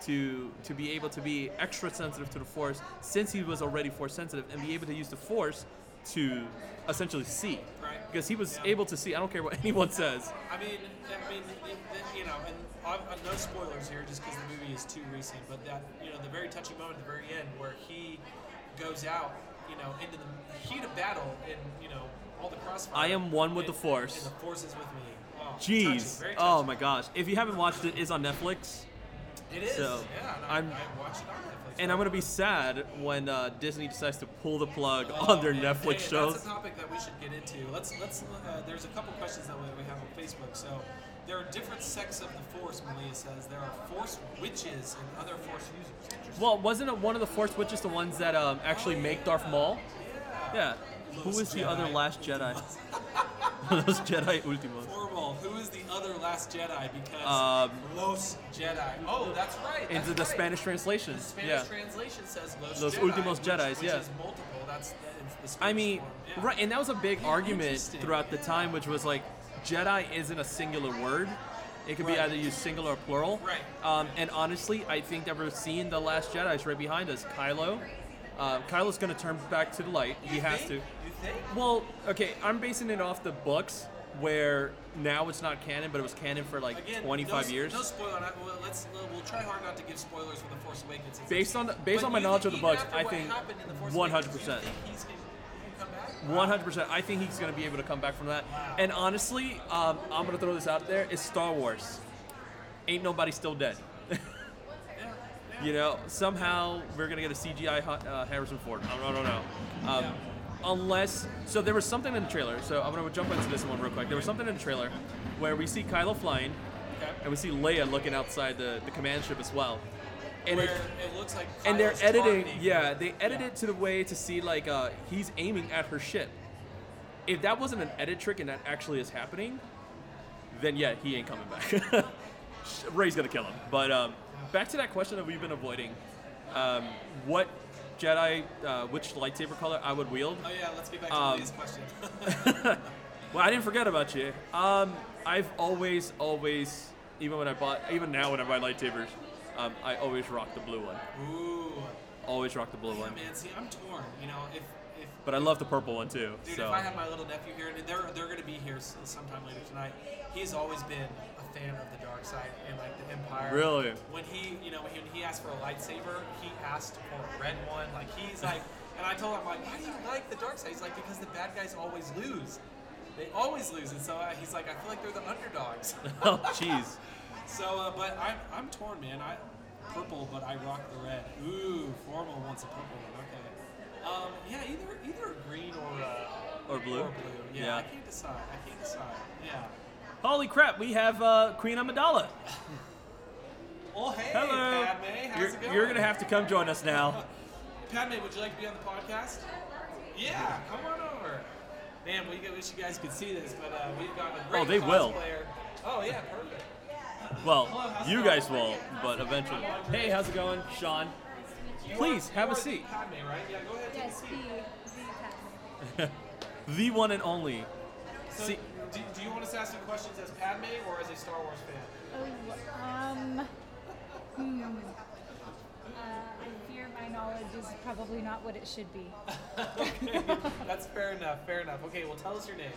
[SPEAKER 2] to to be able to be extra sensitive to the force since he was already force sensitive and be able to use the force to essentially see.
[SPEAKER 3] Right.
[SPEAKER 2] Because he was able to see. I don't care what anyone says.
[SPEAKER 3] I mean, I mean, it- it- you know, and I'm, i no spoilers here, just because the movie is too recent. But that, you know, the very touching moment at the very end where he goes out, you know, into the heat of battle, and you know, all the crossfire.
[SPEAKER 2] I am one with
[SPEAKER 3] and-
[SPEAKER 2] the Force.
[SPEAKER 3] And the Force is with me. Oh,
[SPEAKER 2] Jeez.
[SPEAKER 3] touching, very
[SPEAKER 2] oh
[SPEAKER 3] touching.
[SPEAKER 2] my gosh. If you haven't watched it, it's on Netflix.
[SPEAKER 3] It is.
[SPEAKER 2] So,
[SPEAKER 3] yeah, and
[SPEAKER 2] I'm-
[SPEAKER 3] I, I watched it on Netflix.
[SPEAKER 2] And I'm gonna be sad when uh, Disney decides to pull the plug on their
[SPEAKER 3] man,
[SPEAKER 2] Netflix
[SPEAKER 3] Oh, hey,
[SPEAKER 2] shows.
[SPEAKER 3] That's a topic that we should get into. Let's let's. Uh, there's a couple questions that we we have on Facebook. So there are different sects of the Force. Malia says there are Force witches and other Force users. Interesting.
[SPEAKER 2] Well, wasn't it one of the Force Witches the ones that um, actually make Darth Maul? Yeah. Who
[SPEAKER 3] Those
[SPEAKER 2] was the other
[SPEAKER 3] Jedi
[SPEAKER 2] last Jedi? Those Jedi Ultimos.
[SPEAKER 3] Orwell, who is the other last Last Jedi because Los Jedi. Oh, that's right.
[SPEAKER 2] Um,
[SPEAKER 3] that's
[SPEAKER 2] Into the
[SPEAKER 3] right.
[SPEAKER 2] Spanish translation.
[SPEAKER 3] The Spanish
[SPEAKER 2] yeah.
[SPEAKER 3] translation says Los,
[SPEAKER 2] Los
[SPEAKER 3] Jedi,
[SPEAKER 2] últimos
[SPEAKER 3] which-
[SPEAKER 2] Jedis,
[SPEAKER 3] which
[SPEAKER 2] yeah.
[SPEAKER 3] is multiple. That's the, it's the Spanish
[SPEAKER 2] I mean,
[SPEAKER 3] form, yeah.
[SPEAKER 2] right, and that was a big argument
[SPEAKER 3] interesting,
[SPEAKER 2] throughout the
[SPEAKER 3] yeah.
[SPEAKER 2] time, which was like Jedi isn't a singular word. It could be
[SPEAKER 3] Right.
[SPEAKER 2] either used singular or plural.
[SPEAKER 3] Right.
[SPEAKER 2] Um, and honestly, I think that we're seeing the last Jedi is right behind us. Kylo. Uh, Kylo's going to turn back to the light. he
[SPEAKER 3] You
[SPEAKER 2] has
[SPEAKER 3] think?
[SPEAKER 2] to.
[SPEAKER 3] You think?
[SPEAKER 2] Well, okay, I'm basing it off the books where now it's not canon, but it was canon for like
[SPEAKER 3] Again,
[SPEAKER 2] 25
[SPEAKER 3] no,
[SPEAKER 2] years.
[SPEAKER 3] No spoiler. Not, well, let's we'll try hard not to give spoilers for the Force Awakens. It's-
[SPEAKER 2] Based on the- based
[SPEAKER 3] But
[SPEAKER 2] on my
[SPEAKER 3] you
[SPEAKER 2] knowledge
[SPEAKER 3] think
[SPEAKER 2] of the
[SPEAKER 3] even
[SPEAKER 2] books,
[SPEAKER 3] after
[SPEAKER 2] I
[SPEAKER 3] what
[SPEAKER 2] think
[SPEAKER 3] happened in the Force
[SPEAKER 2] 100%.
[SPEAKER 3] Awakens, you think he's gonna- gonna come back?
[SPEAKER 2] 100%. I think he's going to be able to come back from that. And honestly, um, I'm going to throw this out there. It's Star Wars. Ain't nobody still dead. you know, somehow we're going to get a CGI Ho- uh, Harrison Ford. I don't, I don't know. Um, Unless, so there was something in the trailer. So I'm going to jump into this one real quick. There was something in the trailer where we see Kylo flying and we see Leia looking outside the, the command ship as well. And
[SPEAKER 3] Where
[SPEAKER 2] it,
[SPEAKER 3] it looks like
[SPEAKER 2] and they're
[SPEAKER 3] Kylo's
[SPEAKER 2] editing
[SPEAKER 3] targeting-
[SPEAKER 2] yeah they edit it to the way to see like uh, he's aiming at her ship if that wasn't an edit trick and that actually is happening then yeah he ain't coming back ray's gonna kill him but um, back to that question that we've been avoiding um, what jedi uh, which lightsaber color i would wield
[SPEAKER 3] Oh yeah, let's get back to
[SPEAKER 2] Um,
[SPEAKER 3] Lee's question.
[SPEAKER 2] well, I didn't forget about you. Um, I've always, always, even when I bought, even now when I buy lightsabers, um, I always rock the blue one.
[SPEAKER 3] Ooh,
[SPEAKER 2] Always rock the blue
[SPEAKER 3] yeah,
[SPEAKER 2] one.
[SPEAKER 3] man. See, I'm torn. You know, if if
[SPEAKER 2] But I love the purple one too.
[SPEAKER 3] Dude,
[SPEAKER 2] so
[SPEAKER 3] if I had my little nephew here, and they're they're gonna be here s- sometime later tonight. He's always been a fan of the dark side and like the Empire.
[SPEAKER 2] Really?
[SPEAKER 3] When he, you know, when he asked for a lightsaber, he asked for a red one. Like he's like, and I told him like, why do you like the dark side? He's like, because the bad guys always lose. They always lose, and so uh, he's like, I feel like they're the underdogs.
[SPEAKER 2] oh, jeez.
[SPEAKER 3] so, uh, but I'm I'm torn, man. I purple, but I rock the red. Ooh, formal wants a purple one. Okay. Um, yeah, either either green or. Uh,
[SPEAKER 2] Or blue.
[SPEAKER 3] or blue. Yeah, I can't decide. I can't decide. Yeah.
[SPEAKER 2] Holy crap, we have uh, Queen Amidala.
[SPEAKER 3] Well, hey,
[SPEAKER 2] Hello.
[SPEAKER 3] Padme. How's
[SPEAKER 2] you're
[SPEAKER 3] it going?
[SPEAKER 2] you're going to have to come join us now.
[SPEAKER 3] Padme, would you like to be on the podcast? Yeah, come on over. Man, we g- wish you guys could see this, but uh, we've got a great
[SPEAKER 2] Oh, they will.
[SPEAKER 3] cosplayer. Oh, yeah, perfect.
[SPEAKER 2] Well, you guys will, but eventually. Hey, how's it going, Sean?
[SPEAKER 3] You
[SPEAKER 2] Please,
[SPEAKER 3] are-
[SPEAKER 2] have
[SPEAKER 3] you
[SPEAKER 2] a
[SPEAKER 3] are
[SPEAKER 2] seat.
[SPEAKER 3] Padme, right? Yeah, go ahead.
[SPEAKER 11] Yes,
[SPEAKER 3] take
[SPEAKER 11] the,
[SPEAKER 3] a seat.
[SPEAKER 11] the Padme.
[SPEAKER 2] The one and only.
[SPEAKER 3] So,
[SPEAKER 2] See,
[SPEAKER 3] do, do you want us to ask some questions as Padme or as a Star Wars fan?
[SPEAKER 11] Oh, um, hmm. Uh, I fear my knowledge is probably not what it should be.
[SPEAKER 3] That's fair enough. Fair enough. Okay, well, tell us your name.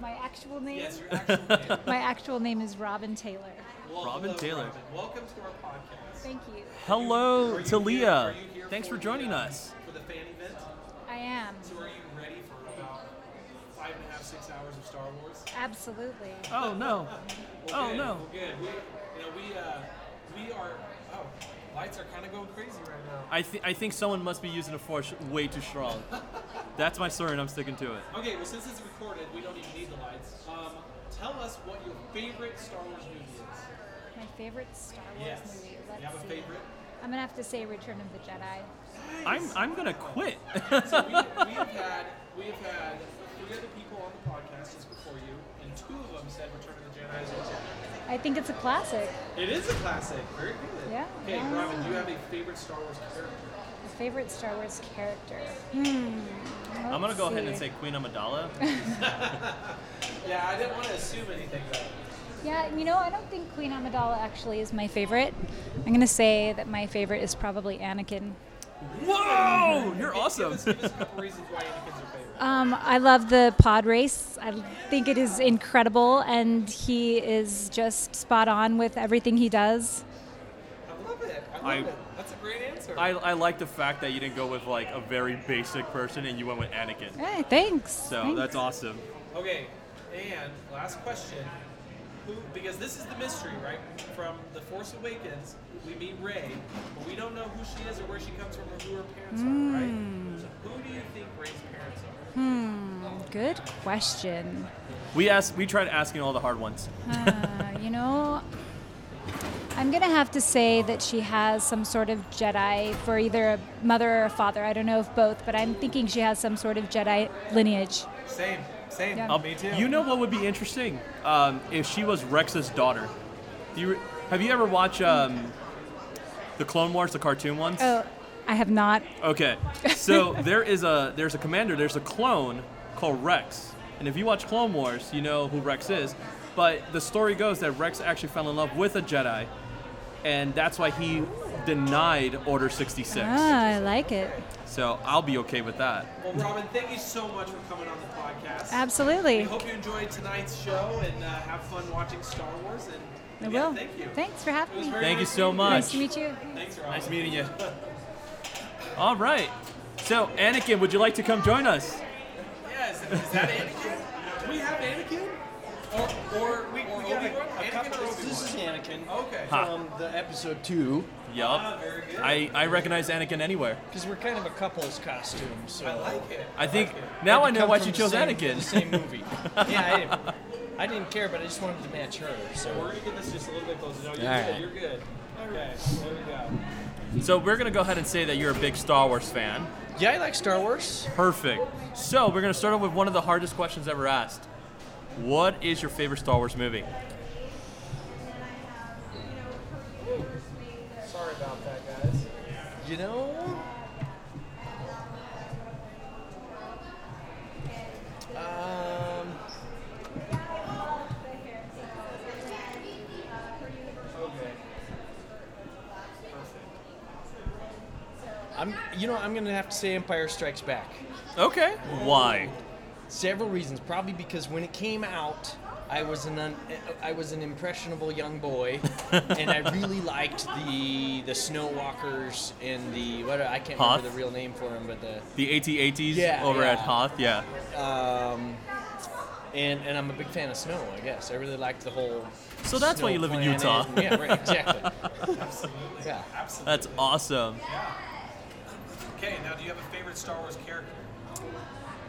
[SPEAKER 11] My actual name.
[SPEAKER 3] Yes, your actual name.
[SPEAKER 11] my actual name is Robin Taylor.
[SPEAKER 3] Well,
[SPEAKER 2] Robin
[SPEAKER 3] hello,
[SPEAKER 2] Taylor.
[SPEAKER 3] Robin. Welcome to our podcast.
[SPEAKER 11] Thank you.
[SPEAKER 2] hello
[SPEAKER 3] Are you
[SPEAKER 2] to
[SPEAKER 3] here- are
[SPEAKER 2] Leah.
[SPEAKER 3] you here
[SPEAKER 2] Thanks for
[SPEAKER 3] the,
[SPEAKER 2] joining
[SPEAKER 3] uh,
[SPEAKER 2] us.
[SPEAKER 3] For the fan event?
[SPEAKER 11] I am
[SPEAKER 3] So are you ready for about five and a half, six hours of Star Wars?
[SPEAKER 11] absolutely.
[SPEAKER 2] Oh, no.
[SPEAKER 3] Well,
[SPEAKER 2] Oh,
[SPEAKER 3] good.
[SPEAKER 2] no.
[SPEAKER 3] Well, good. We, you know, we, uh, we are. Oh, lights are kind of going crazy right now.
[SPEAKER 2] I, th- I think someone must be using a force way too strong. That's my story, and I'm sticking to it.
[SPEAKER 3] Okay, well since it's recorded, we don't even need the lights. Um, tell us what your favorite Star Wars movie is.
[SPEAKER 11] My favorite Star Wars
[SPEAKER 3] Yes.
[SPEAKER 11] movie.
[SPEAKER 3] You
[SPEAKER 11] Let's
[SPEAKER 3] have a
[SPEAKER 11] see.
[SPEAKER 3] favorite?
[SPEAKER 11] I'm gonna have to say Return of the Jedi.
[SPEAKER 2] I'm, I'm going to quit.
[SPEAKER 3] So we, we have had we have had three other people on the podcast just before you, and two of them said Return of the Jedi is a classic.
[SPEAKER 11] I think it's a classic.
[SPEAKER 3] It is a classic. Very good.
[SPEAKER 11] Yeah.
[SPEAKER 3] Okay,
[SPEAKER 11] Yeah.
[SPEAKER 3] Robin, do you have a favorite Star Wars character?
[SPEAKER 11] My favorite Star Wars character. Hmm.
[SPEAKER 2] I'm going to go ahead and
[SPEAKER 11] see.
[SPEAKER 2] say Queen Amidala.
[SPEAKER 3] Yeah, I didn't want to assume anything though.
[SPEAKER 11] Yeah, you know, I don't think Queen Amidala actually is my favorite. I'm gonna say that my favorite is probably Anakin.
[SPEAKER 2] Whoa! You're awesome.
[SPEAKER 3] Give us, give us a couple reasons why Anakin's your favorite.
[SPEAKER 11] Um, I love the pod race. I think it is incredible, and he is just spot on with everything he does.
[SPEAKER 3] I love it. I love
[SPEAKER 2] I-
[SPEAKER 3] it. That's a great answer.
[SPEAKER 2] I, I like the fact that you didn't go with like a very basic person and you went with Anakin.
[SPEAKER 11] Hey, thanks.
[SPEAKER 2] So that's awesome.
[SPEAKER 3] okay, and last question. Who, because this is the mystery, right? From The Force Awakens, we meet Rey, but we don't know who she is or where she comes from or who her parents are,
[SPEAKER 11] Hmm,
[SPEAKER 3] right? So who do you think Rey's parents are?
[SPEAKER 11] Good question.
[SPEAKER 2] We asked we tried asking all the hard ones.
[SPEAKER 11] Uh, you know, I'm gonna have to say that she has some sort of Jedi for either a mother or a father. I don't know if both, but I'm thinking she has some sort of Jedi lineage.
[SPEAKER 3] Same.
[SPEAKER 9] Same.
[SPEAKER 11] Yeah.
[SPEAKER 9] Me too.
[SPEAKER 2] Um, You know what would be interesting? Um, if she was Rex's daughter. Do you, have you ever watched um, the Clone Wars, the cartoon ones?
[SPEAKER 11] Oh, I have not.
[SPEAKER 2] Okay. So there is a there's a commander, there's a clone called Rex. And if you watch Clone Wars, you know who Rex is. But the story goes that Rex actually fell in love with a Jedi, and that's why he denied Order 66.
[SPEAKER 11] Ah, I like it.
[SPEAKER 2] So I'll be okay with that.
[SPEAKER 3] Well, Robin, thank you so much for coming on the podcast. We
[SPEAKER 11] Absolutely.
[SPEAKER 3] hope you enjoyed tonight's show and uh, have fun watching Star Wars. And
[SPEAKER 11] I
[SPEAKER 3] yeah,
[SPEAKER 11] will.
[SPEAKER 3] Thank you.
[SPEAKER 11] Thanks for having me.
[SPEAKER 2] Thank you so
[SPEAKER 11] Nice
[SPEAKER 2] much.
[SPEAKER 11] to meet you.
[SPEAKER 3] Thanks, Robin.
[SPEAKER 2] Nice meeting you. All right. So Anakin, would you like to come join us?
[SPEAKER 3] Yes, is that Anakin? Do we have Anakin? Or, or, we, or
[SPEAKER 9] got a-
[SPEAKER 3] Obi-Wan?
[SPEAKER 9] a couple-
[SPEAKER 3] Anakin or Obi-Wan? Oh,
[SPEAKER 9] This is Anakin
[SPEAKER 3] Okay.
[SPEAKER 9] from the episode two, Ah,
[SPEAKER 2] Yup.
[SPEAKER 3] Very good.
[SPEAKER 2] I, I recognize Anakin anywhere.
[SPEAKER 9] because we're kind of a couple's costume. So
[SPEAKER 3] I like it.
[SPEAKER 2] I think now I know
[SPEAKER 9] come
[SPEAKER 2] why
[SPEAKER 9] from
[SPEAKER 2] you
[SPEAKER 9] the
[SPEAKER 2] chose
[SPEAKER 9] same-
[SPEAKER 2] Anakin.
[SPEAKER 9] The same movie. yeah, I didn't, I didn't care, but I just wanted to match her.
[SPEAKER 3] We're
[SPEAKER 9] So
[SPEAKER 3] going to get this just a little bit closer. No, you're
[SPEAKER 12] All
[SPEAKER 3] good.
[SPEAKER 12] right.
[SPEAKER 3] You're good. Okay, there we go.
[SPEAKER 2] So we're gonna go ahead and say that you're a big Star Wars fan.
[SPEAKER 9] yeah, I like Star Wars.
[SPEAKER 2] Perfect. So we're gonna start off with one of the hardest questions ever asked. What is your favorite Star Wars movie?
[SPEAKER 3] Sorry about that, guys.
[SPEAKER 9] You know. Um, I'm, you know, I'm gonna have to say Empire Strikes Back.
[SPEAKER 2] Okay. Why?
[SPEAKER 9] Several reasons. Probably because when it came out, I was an un, I was an impressionable young boy, and I really liked the the Snow Walkers and the what I can't
[SPEAKER 2] Hoth?
[SPEAKER 9] remember the real name for them, but the
[SPEAKER 2] The AT-ATs
[SPEAKER 9] Yeah,
[SPEAKER 2] over at
[SPEAKER 9] yeah.
[SPEAKER 2] Hoth. Yeah.
[SPEAKER 9] um, and and I'm a big fan of snow. I guess I really liked the whole.
[SPEAKER 2] So that's why
[SPEAKER 9] snow
[SPEAKER 2] you live in
[SPEAKER 9] planet
[SPEAKER 2] Utah.
[SPEAKER 9] and- yeah, right. Exactly. yeah.
[SPEAKER 2] That's awesome.
[SPEAKER 3] Okay, now do you have a favorite Star Wars character?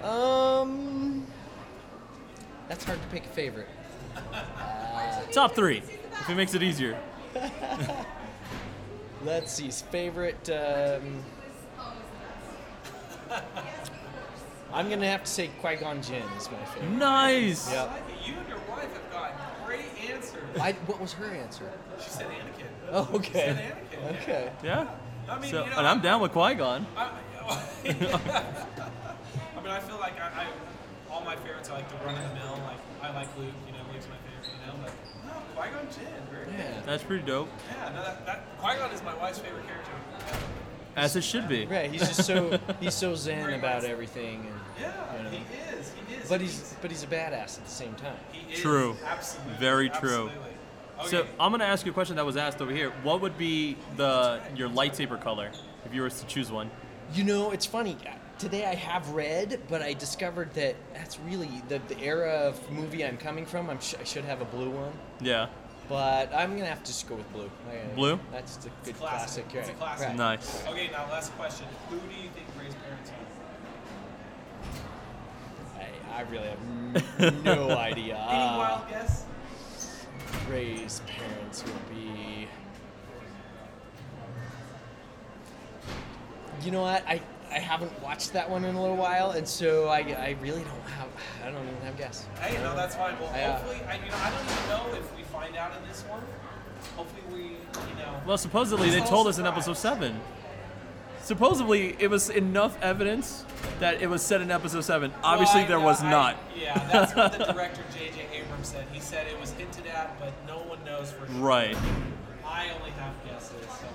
[SPEAKER 9] Um, that's hard to pick a favorite.
[SPEAKER 2] Top three. If it makes it easier.
[SPEAKER 9] Let's see. his Favorite. Um, I'm gonna have to say Qui Gon Jinn is my favorite.
[SPEAKER 2] Nice.
[SPEAKER 9] Yep.
[SPEAKER 3] I think Uh, you and your wife have gotten great answers.
[SPEAKER 9] I, what was her answer?
[SPEAKER 3] She said Anakin.
[SPEAKER 9] Oh, okay.
[SPEAKER 3] Anakin.
[SPEAKER 9] Okay.
[SPEAKER 2] Yeah.
[SPEAKER 3] I mean,
[SPEAKER 2] So
[SPEAKER 3] you know,
[SPEAKER 2] and I'm down with Qui-Gon.
[SPEAKER 3] I, I mean, I feel like I, I, all my favorites are like the run of the mill. Like I like Luke, you know, Luke's my favorite, you know. But no, Qui Gon Jinn, very good.
[SPEAKER 9] Yeah.
[SPEAKER 2] That's pretty dope.
[SPEAKER 3] Yeah, no, that, that Qui Gon is my wife's favorite character.
[SPEAKER 2] As it should be.
[SPEAKER 9] Right. He's just so he's so zen about everything, and,
[SPEAKER 3] Yeah,
[SPEAKER 9] Yeah.
[SPEAKER 3] he is. He is.
[SPEAKER 9] but he's but he's a badass at the same time.
[SPEAKER 3] he is,
[SPEAKER 2] True.
[SPEAKER 3] Absolutely.
[SPEAKER 2] Very true.
[SPEAKER 3] Absolutely. Okay.
[SPEAKER 2] So I'm gonna ask you a question that was asked over here. What would be the your lightsaber color if you were to choose one?
[SPEAKER 9] You know, it's funny. uh, Today I have read, but I discovered that that's really the, the era of movie I'm coming from. I'm sh- I should have a blue one,
[SPEAKER 2] Yeah.
[SPEAKER 9] but I'm gonna have to just go with blue. I- uh,
[SPEAKER 2] Blue?
[SPEAKER 9] That's the good
[SPEAKER 3] classic. It's
[SPEAKER 9] classic.
[SPEAKER 3] a
[SPEAKER 9] right,
[SPEAKER 3] classic.
[SPEAKER 9] right.
[SPEAKER 2] Nice.
[SPEAKER 3] okay, now last question. Who do you think raised parents are?
[SPEAKER 9] I, I really have n- no idea.
[SPEAKER 3] Any
[SPEAKER 9] Uh,
[SPEAKER 3] wild guess?
[SPEAKER 9] Ray's parents would be. You know what? I, I haven't watched that one in a little while, and so I, I really don't have. I don't even have a guess.
[SPEAKER 3] Hey, no, that's fine. Well,
[SPEAKER 9] Yeah.
[SPEAKER 3] hopefully, I, you know, I don't even know if we find out in this one. Hopefully, we, you know.
[SPEAKER 2] Well, supposedly
[SPEAKER 3] It's
[SPEAKER 2] they
[SPEAKER 3] all
[SPEAKER 2] told us in
[SPEAKER 3] surprise.
[SPEAKER 2] episode seven. Supposedly it was enough evidence that it was said in episode seven. Obviously
[SPEAKER 3] Well, I-
[SPEAKER 2] there was
[SPEAKER 3] I-
[SPEAKER 2] not.
[SPEAKER 3] Yeah, that's what the director J.J. Abrams said. He said it was hinted at, but no one knows for sure.
[SPEAKER 2] Right.
[SPEAKER 3] I only have guesses. So.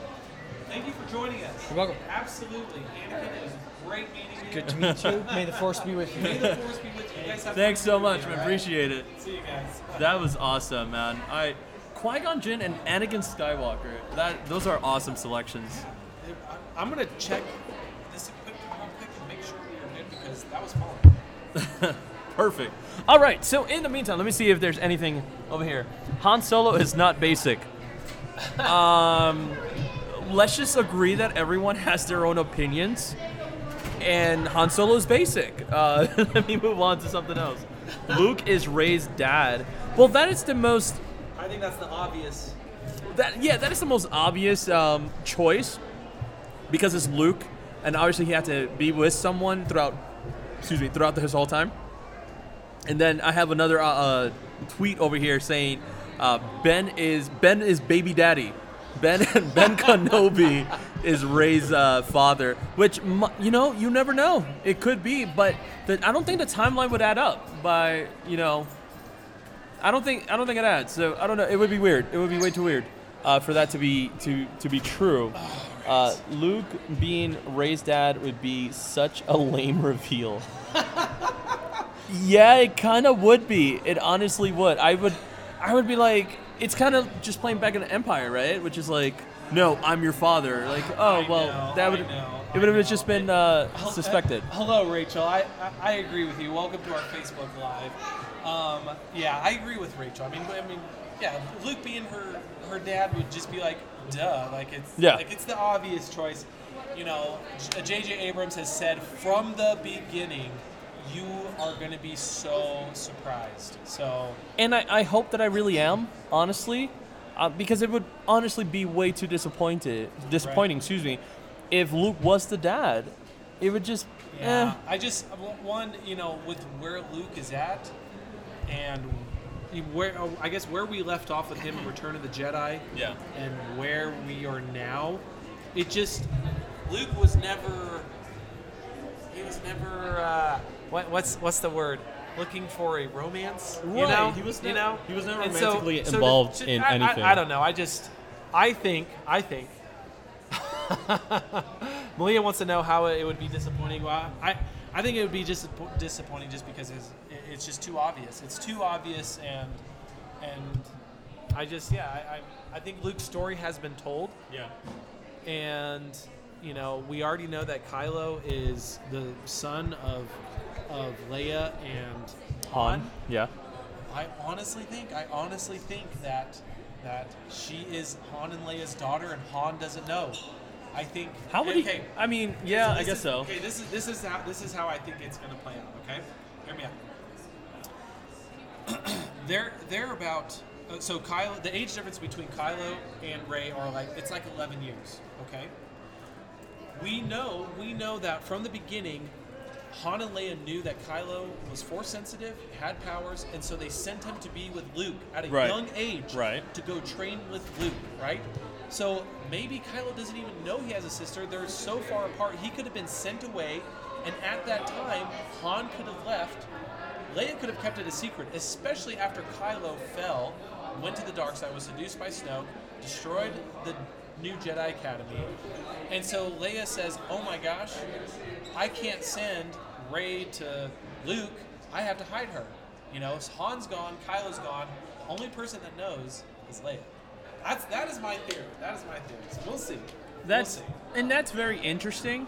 [SPEAKER 3] Thank you for joining us.
[SPEAKER 9] You're welcome.
[SPEAKER 3] Absolutely, Anakin. It was great meeting you.
[SPEAKER 9] Good to meet you. May the force be with
[SPEAKER 3] May
[SPEAKER 9] you.
[SPEAKER 3] the force be with you. You guys have
[SPEAKER 2] Thanks
[SPEAKER 3] fun
[SPEAKER 2] so
[SPEAKER 3] with me,
[SPEAKER 2] much,
[SPEAKER 3] all
[SPEAKER 2] man.
[SPEAKER 3] right?
[SPEAKER 2] Appreciate it.
[SPEAKER 3] See you guys.
[SPEAKER 2] That was awesome, man. I Qui Gon Jinn and Anakin Skywalker. That those are awesome selections.
[SPEAKER 3] I'm gonna check this equipment real quick and make sure we are good because that was fun.
[SPEAKER 2] Perfect. All right. So in the meantime, let me see if there's anything over here. Han Solo is not basic. Um, let's just agree that everyone has their own opinions, and Han Solo is basic. Uh, let me move on to something else. Luke is Ray's dad. Well, that is the most.
[SPEAKER 3] I think that's the obvious.
[SPEAKER 2] That yeah, that is the most obvious um, choice because it's Luke, and obviously he had to be with someone throughout. Excuse me, throughout his whole time. And then I have another uh, uh, tweet over here saying, uh, "Ben is Ben is baby daddy. Ben Ben Kenobi is Ray's uh, father." Which mu- you know, you never know. It could be, but the, I don't think the timeline would add up. By you know, I don't think I don't think it adds. So I don't know. It would be weird. It would be way too weird uh, for that to be to to be true.
[SPEAKER 3] Oh,
[SPEAKER 2] Uh, Luke being Ray's dad would be such a lame reveal. Yeah, it kind of would be. It honestly would. I would, I would be like, it's kind of just playing back in the Empire, right? Which is like, no, I'm your father. Like, oh well,
[SPEAKER 3] know, I
[SPEAKER 2] that would
[SPEAKER 3] know,
[SPEAKER 2] it would have just been uh, suspected.
[SPEAKER 3] Hello, Rachel. I, I, I agree with you. Welcome to our Facebook Live. Um, yeah, I agree with Rachel. I mean, I mean, yeah, Luke being her her dad would just be like, duh. Like it's
[SPEAKER 2] Yeah.
[SPEAKER 3] like it's the obvious choice. You know, J- J.J. Abrams has said from the beginning, you are going to be so surprised. So
[SPEAKER 2] and I, I hope that I really am, honestly, uh, because it would honestly be way too disappointed, disappointing. Excuse me, if Luke was the dad, it would just,
[SPEAKER 3] Yeah.
[SPEAKER 2] eh,
[SPEAKER 3] Uh, I just w- one, you know, with where Luke is at, and where oh, I guess where we left off with him in Return of the Jedi.
[SPEAKER 2] Yeah.
[SPEAKER 3] And where we are now, it just
[SPEAKER 2] eh.
[SPEAKER 3] Luke was never. He was never. Uh, what, what's what's the word? Looking for a romance. You
[SPEAKER 2] Right,
[SPEAKER 3] know.
[SPEAKER 2] he was
[SPEAKER 3] you
[SPEAKER 2] never-
[SPEAKER 3] know.
[SPEAKER 2] he was never
[SPEAKER 3] And so-
[SPEAKER 13] romantically
[SPEAKER 3] so to-
[SPEAKER 13] involved
[SPEAKER 3] to-
[SPEAKER 13] in
[SPEAKER 3] I- I-
[SPEAKER 13] anything.
[SPEAKER 3] I don't know. I just. I think. I think. Malia wants to know how it would be disappointing. Well, I, I think it would be just disappointing just because it's, it's just too obvious. It's too obvious, and and I just yeah, I, I, I think Luke's story has been told,
[SPEAKER 2] yeah.
[SPEAKER 3] and you know we already know that Kylo is the son of of Leia and
[SPEAKER 2] Han, yeah,
[SPEAKER 3] I honestly think I honestly think that that she is Han and Leia's daughter, and Han doesn't know. I think
[SPEAKER 2] how would
[SPEAKER 3] okay,
[SPEAKER 2] he? I mean, yeah, I
[SPEAKER 3] this
[SPEAKER 2] guess
[SPEAKER 3] is-
[SPEAKER 2] so.
[SPEAKER 3] Okay, this is this is how this is how I think it's gonna play out. Okay, hear me out. they're they're about uh, so Kylo. The age difference between Kylo and Ray are like it's like eleven years. Okay. We know we know that from the beginning, Han and Leia knew that Kylo was force sensitive, had powers, and so they sent him to be with Luke at a
[SPEAKER 2] Right.
[SPEAKER 3] young age
[SPEAKER 2] Right.
[SPEAKER 3] to go train with Luke, right? So maybe Kylo doesn't even know he has a sister. They're so far apart. He could have been sent away, and at that time, Han could have left. Leia could have kept it a secret, especially after Kylo fell, went to the dark side, was seduced by Snoke, destroyed the new Jedi Academy. And so Leia says, Oh my gosh, I can't send Rey to Luke. I have to hide her. You know, Han's gone, Kylo's gone. The only person that knows is Leia. That's that is my theory. That is my theory. So we'll see.
[SPEAKER 2] That's
[SPEAKER 3] we'll see.
[SPEAKER 2] and that's very interesting,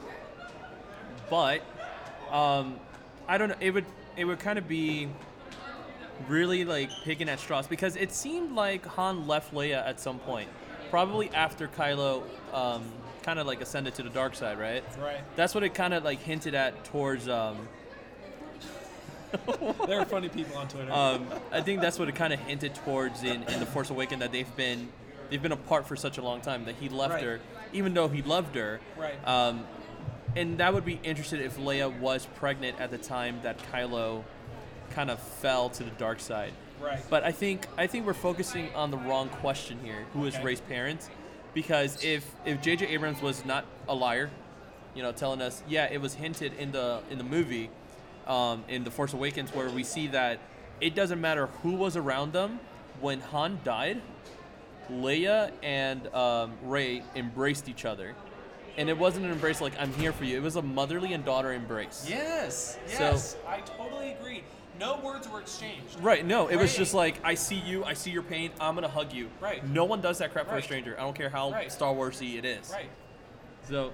[SPEAKER 2] but um, I don't know. It would it would kind of be really like picking at straws because it seemed like Han left Leia at some point, probably after Kylo um, kind of like ascended to the dark side, right?
[SPEAKER 3] Right.
[SPEAKER 2] That's what it kind of like hinted at towards. Um,
[SPEAKER 3] There are funny people on Twitter.
[SPEAKER 2] um, I think that's what it kind of hinted towards in, in the Force Awakens that they've been they've been apart for such a long time that he left
[SPEAKER 3] Right.
[SPEAKER 2] her, even though he loved her.
[SPEAKER 3] Right.
[SPEAKER 2] Um, and that would be interesting if Leia was pregnant at the time that Kylo kind of fell to the dark side.
[SPEAKER 3] Right.
[SPEAKER 2] But I think I think we're focusing on the wrong question here. Who is
[SPEAKER 3] Okay.
[SPEAKER 2] Ray's parents? Because if if J.J. Abrams was not a liar, you know, telling us, yeah, it was hinted in the in the movie, um, in the Force Awakens, where we see that it doesn't matter who was around them when Han died. Leia and um, Ray embraced each other, and it wasn't an embrace like "I'm here for you." It was a motherly and daughter embrace.
[SPEAKER 3] yes.
[SPEAKER 2] So-
[SPEAKER 3] Yes. I totally agree. No words were exchanged.
[SPEAKER 2] Right. No, it was
[SPEAKER 3] Right.
[SPEAKER 2] just like I see you, I see your pain, I'm gonna hug you.
[SPEAKER 3] Right.
[SPEAKER 2] No one does that crap for a
[SPEAKER 3] Right.
[SPEAKER 2] stranger. I don't care how
[SPEAKER 3] Right.
[SPEAKER 2] Star Warsy it is.
[SPEAKER 3] Right.
[SPEAKER 2] So,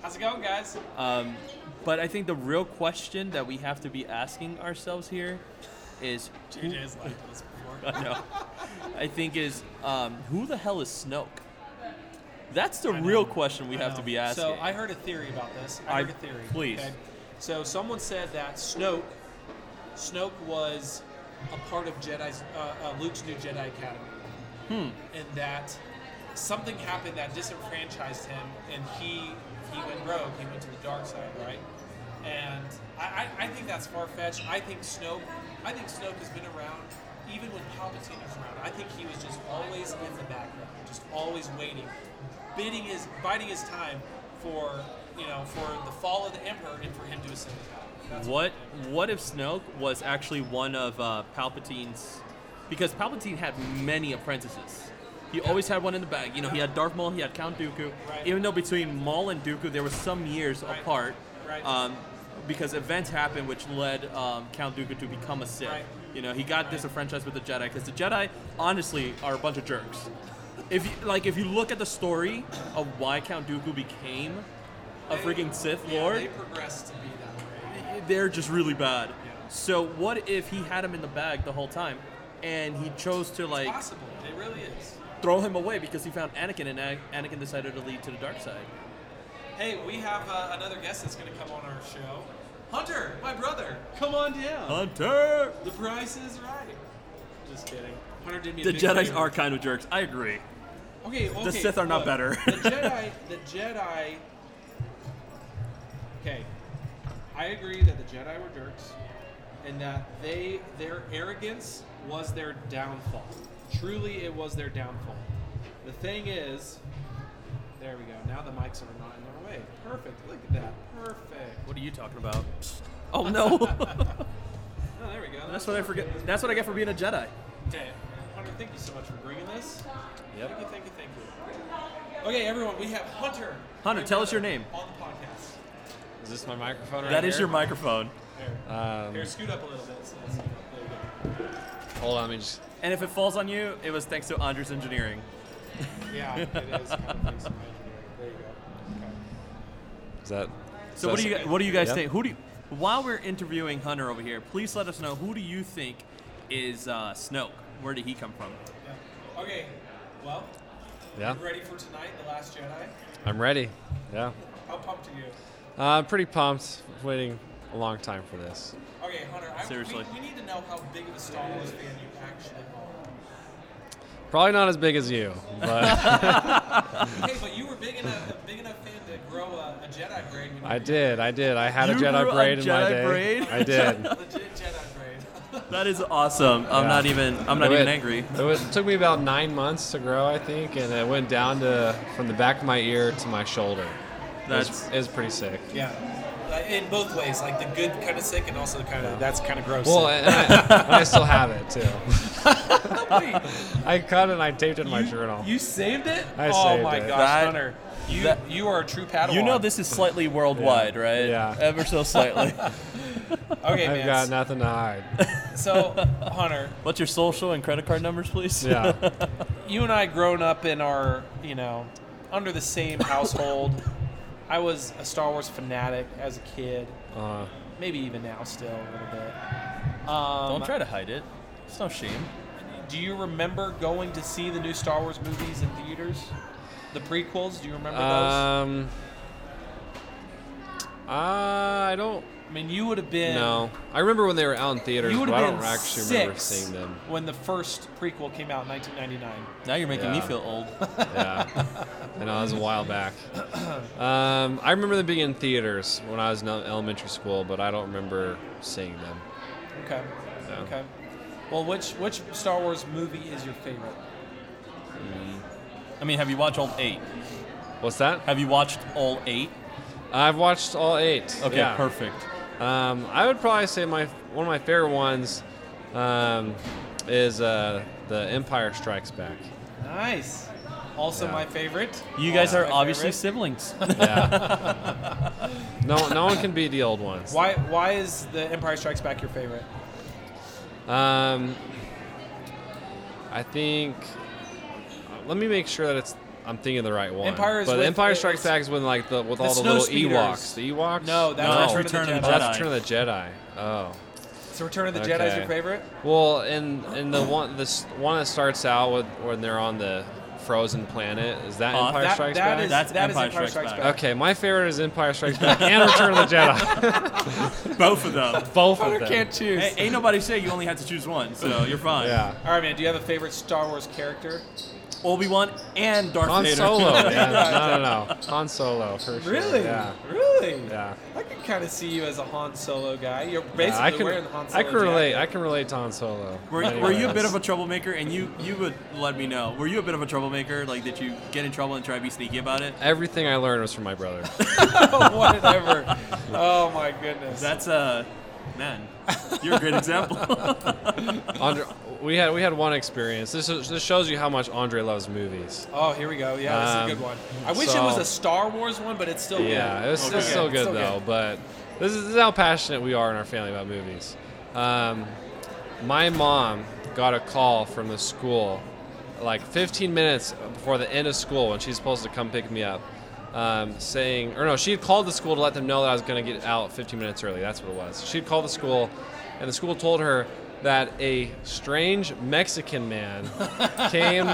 [SPEAKER 3] How's it going, guys?
[SPEAKER 2] um, but I think the real question that we have to be asking ourselves here is, who-
[SPEAKER 3] JJ's live to this before.
[SPEAKER 2] no, I think is um, who the hell is Snoke? That's the real question we
[SPEAKER 3] I
[SPEAKER 2] have to
[SPEAKER 3] know.
[SPEAKER 2] be asking.
[SPEAKER 3] So I heard a theory about this. I
[SPEAKER 2] I-
[SPEAKER 3] heard a theory.
[SPEAKER 2] please.
[SPEAKER 3] okay? So someone said that Snoke, Snoke was a part of Jedi's uh, uh, Luke's new Jedi Academy,
[SPEAKER 2] Hmm.
[SPEAKER 3] and that something happened that disenfranchised him, and he he went rogue. He went to the dark side, right? and I, I, I think that's far fetched. I think Snoke, I think Snoke has been around even when Palpatine was around. I think he was just always in the background, just always waiting, bidding his, biding his time for you know for the fall of the Emperor and for him to ascend the power. That's
[SPEAKER 2] What what if Snoke was actually one of uh, Palpatine's? Because Palpatine had many apprentices. He always had one in the bag. You know, he had Darth Maul, he had Count Dooku.
[SPEAKER 3] Right.
[SPEAKER 2] Even though between Maul and Dooku, there were some years
[SPEAKER 3] Right.
[SPEAKER 2] apart.
[SPEAKER 3] Right.
[SPEAKER 2] Um, because events happened which led um, Count Dooku to become a Sith.
[SPEAKER 3] Right.
[SPEAKER 2] You know, he got disenfranchised with the Jedi because the Jedi, honestly, are a bunch of jerks. If you, like, if you look at the story of why Count Dooku became a
[SPEAKER 3] They-
[SPEAKER 2] freaking Sith
[SPEAKER 3] yeah,
[SPEAKER 2] Lord,
[SPEAKER 3] They progressed to be that way.
[SPEAKER 2] they're just really bad. So what if he had him in the bag the whole time, and he chose to like
[SPEAKER 3] Possible. It really is.
[SPEAKER 2] throw him away because he found Anakin, and Ana- Anakin decided to lead to the dark side.
[SPEAKER 3] Hey, we have uh, another guest that's going to come on our show. Hunter, my brother, come on down.
[SPEAKER 2] Hunter,
[SPEAKER 3] The price is right. Just kidding. Hunter did me a
[SPEAKER 2] the
[SPEAKER 3] big
[SPEAKER 2] Jedi's
[SPEAKER 3] favor.
[SPEAKER 2] are kind of jerks. I agree.
[SPEAKER 3] Okay, okay.
[SPEAKER 2] The Sith are
[SPEAKER 3] look,
[SPEAKER 2] not better.
[SPEAKER 3] the Jedi. The Jedi. Okay, I agree that the Jedi were jerks, and that they their arrogance was their downfall. Truly, it was their downfall. The thing is, there we go. Now the mics are not in our way. Perfect. Look at that. Perfect.
[SPEAKER 2] What are you talking about? Oh no,
[SPEAKER 3] Oh, there we go.
[SPEAKER 2] that's what I forget. That's what I get for being a Jedi.
[SPEAKER 3] Okay. Hunter, thank you so much for bringing this. Thank you, thank you, thank you. Okay, everyone, we have Hunter.
[SPEAKER 2] Hunter, tell us your name.
[SPEAKER 3] On the podcast.
[SPEAKER 7] Is this my microphone? Right
[SPEAKER 2] That is
[SPEAKER 7] here?
[SPEAKER 2] your microphone.
[SPEAKER 3] There.
[SPEAKER 13] Um,
[SPEAKER 3] Here, scoot up a little bit. So that's- there you go.
[SPEAKER 7] Hold on, let me just.
[SPEAKER 2] And if it falls on you, it was thanks to Andrews Engineering.
[SPEAKER 3] Yeah, it is. Kind of things from engineering. There you go. Okay.
[SPEAKER 7] Is that?
[SPEAKER 2] So what do you what do you guys
[SPEAKER 7] Yeah.
[SPEAKER 2] think? Who do you, while we're interviewing Hunter over here, please let us know who do you think is uh, Snoke? Where did he come from?
[SPEAKER 3] Yeah. Okay. Well,
[SPEAKER 13] Yeah,
[SPEAKER 3] you ready for tonight, The Last Jedi?
[SPEAKER 13] I'm ready. Yeah,
[SPEAKER 3] How pumped are you?
[SPEAKER 13] uh, I'm pretty pumped. Waiting a long time for this.
[SPEAKER 3] Okay, Hunter, I,
[SPEAKER 2] Seriously.
[SPEAKER 3] We, we need to know how big of a Star Wars fan you actually are.
[SPEAKER 13] Probably not as big as you, but
[SPEAKER 3] Hey, but you were big enough, big enough fan to grow a, a Jedi braid. When you
[SPEAKER 13] I
[SPEAKER 3] were
[SPEAKER 13] did. I did. I had a
[SPEAKER 2] You
[SPEAKER 13] Jedi
[SPEAKER 2] grew a
[SPEAKER 13] braid in my
[SPEAKER 2] Jedi
[SPEAKER 13] day.
[SPEAKER 2] braid?
[SPEAKER 13] I did.
[SPEAKER 3] young. Legit Jedi braid.
[SPEAKER 2] That is awesome. I'm
[SPEAKER 13] Yeah.
[SPEAKER 2] not even I'm not
[SPEAKER 13] It
[SPEAKER 2] even
[SPEAKER 13] went-
[SPEAKER 2] angry.
[SPEAKER 13] It, was, took me about nine months to grow, I think, and it went down to from the back of my ear to my shoulder.
[SPEAKER 2] That's
[SPEAKER 13] It was pretty sick.
[SPEAKER 3] yeah. Like, in both ways, like the good kind of sick and also the kind of that's kind of gross.
[SPEAKER 13] Well, and I, and I still have it too.
[SPEAKER 3] Wait,
[SPEAKER 13] I cut it and I taped it in my
[SPEAKER 3] you,
[SPEAKER 13] journal.
[SPEAKER 3] you saved it?
[SPEAKER 13] I
[SPEAKER 3] oh
[SPEAKER 13] saved
[SPEAKER 3] my
[SPEAKER 13] it.
[SPEAKER 3] gosh,
[SPEAKER 2] That-
[SPEAKER 3] Hunter, you
[SPEAKER 2] that-
[SPEAKER 3] you are a true Padawan.
[SPEAKER 2] you know Oh, this is slightly worldwide, right?
[SPEAKER 13] Yeah.
[SPEAKER 2] Ever so slightly.
[SPEAKER 3] Okay,
[SPEAKER 13] I've
[SPEAKER 3] man.
[SPEAKER 13] got nothing to hide.
[SPEAKER 3] So, Hunter,
[SPEAKER 2] What's your social and credit card numbers, please?
[SPEAKER 13] Yeah.
[SPEAKER 3] you and I grown up in our, you know, under the same household. I was a Star Wars fanatic as a kid,
[SPEAKER 13] Uh,
[SPEAKER 3] maybe even now still a little bit.
[SPEAKER 2] Don't
[SPEAKER 3] Um,
[SPEAKER 2] try to hide it. It's no shame.
[SPEAKER 3] do you remember going to see the new Star Wars movies in theaters? The prequels, do you remember those?
[SPEAKER 13] um. I don't
[SPEAKER 3] I mean, you would have been
[SPEAKER 13] No, I remember when they were out in theaters,
[SPEAKER 3] you would
[SPEAKER 13] but
[SPEAKER 3] have
[SPEAKER 13] I
[SPEAKER 3] been
[SPEAKER 13] don't actually
[SPEAKER 3] six
[SPEAKER 13] remember seeing them.
[SPEAKER 3] when the first prequel came out in 1999.
[SPEAKER 2] Now you're making me
[SPEAKER 13] Yeah.
[SPEAKER 2] feel old.
[SPEAKER 13] Yeah, I know that was a while back. Um, I remember them being in theaters when I was in el- elementary school, but I don't remember seeing them.
[SPEAKER 3] Okay.
[SPEAKER 13] Yeah.
[SPEAKER 3] Okay. Well, which which Star Wars movie is your favorite?
[SPEAKER 2] Mm. I mean, have you watched all eight?
[SPEAKER 13] What's that?
[SPEAKER 2] Have you watched all eight?
[SPEAKER 13] I've watched all eight.
[SPEAKER 2] Okay,
[SPEAKER 13] yeah.
[SPEAKER 2] perfect.
[SPEAKER 13] Um, I would probably say my one of my favorite ones um, is uh, the Empire Strikes Back.
[SPEAKER 3] Nice. Also
[SPEAKER 13] Yeah.
[SPEAKER 3] my favorite.
[SPEAKER 2] You guys
[SPEAKER 3] Also
[SPEAKER 2] are
[SPEAKER 3] my
[SPEAKER 2] obviously
[SPEAKER 3] favorite.
[SPEAKER 2] siblings.
[SPEAKER 13] Yeah. no, no one can beat the old ones.
[SPEAKER 3] Why why is the Empire Strikes Back your favorite?
[SPEAKER 13] Um, I think. uh, Let me make sure that it's. I'm thinking the right one.
[SPEAKER 3] Empire is
[SPEAKER 13] but
[SPEAKER 3] with-
[SPEAKER 13] Empire Strikes
[SPEAKER 3] it's-
[SPEAKER 13] Back is when like the with
[SPEAKER 3] the
[SPEAKER 13] all the little
[SPEAKER 3] snowspeeders.
[SPEAKER 13] Ewoks. The Ewoks.
[SPEAKER 3] No, that's
[SPEAKER 2] No,
[SPEAKER 3] Return,
[SPEAKER 2] Return
[SPEAKER 3] of
[SPEAKER 2] of
[SPEAKER 3] the
[SPEAKER 13] Oh,
[SPEAKER 3] Jedi.
[SPEAKER 13] that's Return of the Jedi. Oh.
[SPEAKER 3] So Return of the
[SPEAKER 13] Okay.
[SPEAKER 3] Jedi is your favorite?
[SPEAKER 13] Well, and and the one this one that starts out with when they're on the frozen planet is that
[SPEAKER 2] Huh?
[SPEAKER 13] Empire
[SPEAKER 3] That,
[SPEAKER 13] Strikes
[SPEAKER 3] that
[SPEAKER 13] Back.
[SPEAKER 3] is-
[SPEAKER 2] That's
[SPEAKER 3] that is
[SPEAKER 2] Empire
[SPEAKER 3] Empire
[SPEAKER 2] Strikes
[SPEAKER 3] Strikes Back.
[SPEAKER 2] Back.
[SPEAKER 13] okay, my favorite is Empire Strikes Back and Return of the Jedi.
[SPEAKER 2] Both of them.
[SPEAKER 13] Both
[SPEAKER 3] Hunter
[SPEAKER 13] of them.
[SPEAKER 3] can't choose.
[SPEAKER 2] Hey, ain't nobody say you only had to choose one, so you're fine.
[SPEAKER 13] Yeah.
[SPEAKER 3] All right, man. Do you have a favorite Star Wars character?
[SPEAKER 2] Obi Wan and Darth
[SPEAKER 13] Han
[SPEAKER 2] Vader.
[SPEAKER 13] Solo. Yeah, no, no, no. Han Solo for sure.
[SPEAKER 3] Really?
[SPEAKER 13] Yeah.
[SPEAKER 3] Really?
[SPEAKER 13] Yeah.
[SPEAKER 3] I can kind of see you as a Han Solo guy. You're basically
[SPEAKER 13] Yeah, I can,
[SPEAKER 3] wearing the Han Solo
[SPEAKER 13] I can relate.
[SPEAKER 3] jacket.
[SPEAKER 13] I can relate to Han Solo.
[SPEAKER 2] Were, were you a
[SPEAKER 13] Anyways.
[SPEAKER 2] bit of a troublemaker? And you you would let me know. Were you a bit of a troublemaker? Like, did you get in trouble and try to be sneaky about it?
[SPEAKER 13] Everything I learned was from my brother.
[SPEAKER 3] Whatever. Oh my goodness.
[SPEAKER 2] That's a uh, man. You're a great example.
[SPEAKER 13] Andre, we had we had one experience. This is, this shows you how much Andre loves movies.
[SPEAKER 3] oh, here we go. Yeah, this is a
[SPEAKER 13] Um,
[SPEAKER 3] good one. I wish it
[SPEAKER 13] so-
[SPEAKER 3] was a Star Wars one, but it's still
[SPEAKER 13] Yeah,
[SPEAKER 3] good.
[SPEAKER 13] it was, it was
[SPEAKER 3] Okay.
[SPEAKER 13] so
[SPEAKER 3] It's
[SPEAKER 13] good
[SPEAKER 3] still
[SPEAKER 13] though. But this is, this is how passionate we are in our family about movies. Um, my mom got a call from the school, like 15 minutes before the end of school when she's supposed to come pick me up, um, saying, or no, she had called the school to let them know that I was going to get out 15 minutes early. That's what it was. She had called the school, and the school told her that a strange Mexican man came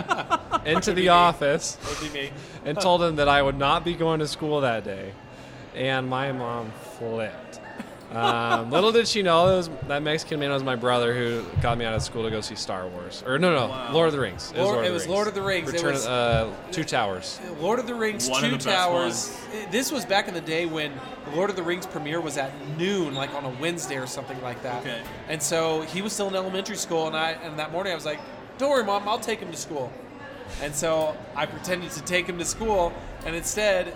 [SPEAKER 13] into the office and told him that I would not be going to school that day. And my mom flipped. Um, little did she know that, was, that Mexican man was my brother who got me out of school to go see Star Wars. Or no, no, Lord of the Rings. It was
[SPEAKER 3] Lord-
[SPEAKER 13] Lord,
[SPEAKER 3] it was Lord of the Rings. It
[SPEAKER 13] Return
[SPEAKER 3] was-
[SPEAKER 13] of uh, Two Towers.
[SPEAKER 3] Lord of the Rings,
[SPEAKER 2] One of
[SPEAKER 3] Two
[SPEAKER 2] the best
[SPEAKER 3] Towers. This was back in the day when the Lord of the Rings premiere was at noon, like on a Wednesday or something like that.
[SPEAKER 2] Okay.
[SPEAKER 3] And so he was still in elementary school, and I and that morning I was like, "Don't worry, mom, I'll take him to school." And so I pretended to take him to school, and instead,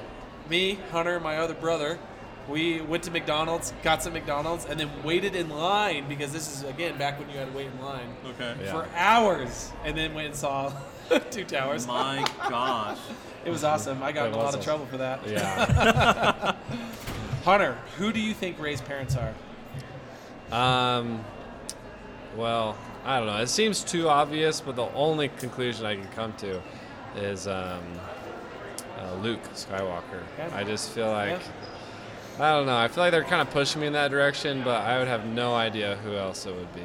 [SPEAKER 3] me, Hunter, my other brother, we went to McDonald's, got some McDonald's, and then waited in line because this is again back when you had to wait in line
[SPEAKER 2] okay.
[SPEAKER 13] Yeah.
[SPEAKER 3] for hours, and then went and saw Two Towers.
[SPEAKER 2] My gosh.
[SPEAKER 3] It was awesome. I got in
[SPEAKER 13] It
[SPEAKER 3] a
[SPEAKER 13] was
[SPEAKER 3] lot of
[SPEAKER 13] awesome.
[SPEAKER 3] trouble for that.
[SPEAKER 13] Yeah.
[SPEAKER 3] Hunter, who do you think Ray's parents are?
[SPEAKER 13] um, well, I don't know. It seems too obvious, but the only conclusion I can come to is um, uh, Luke Skywalker.
[SPEAKER 3] Okay.
[SPEAKER 13] I just feel like.
[SPEAKER 3] Yeah.
[SPEAKER 13] I don't know. I feel like they're kind of pushing me in that direction, but I would have no idea who else it would be.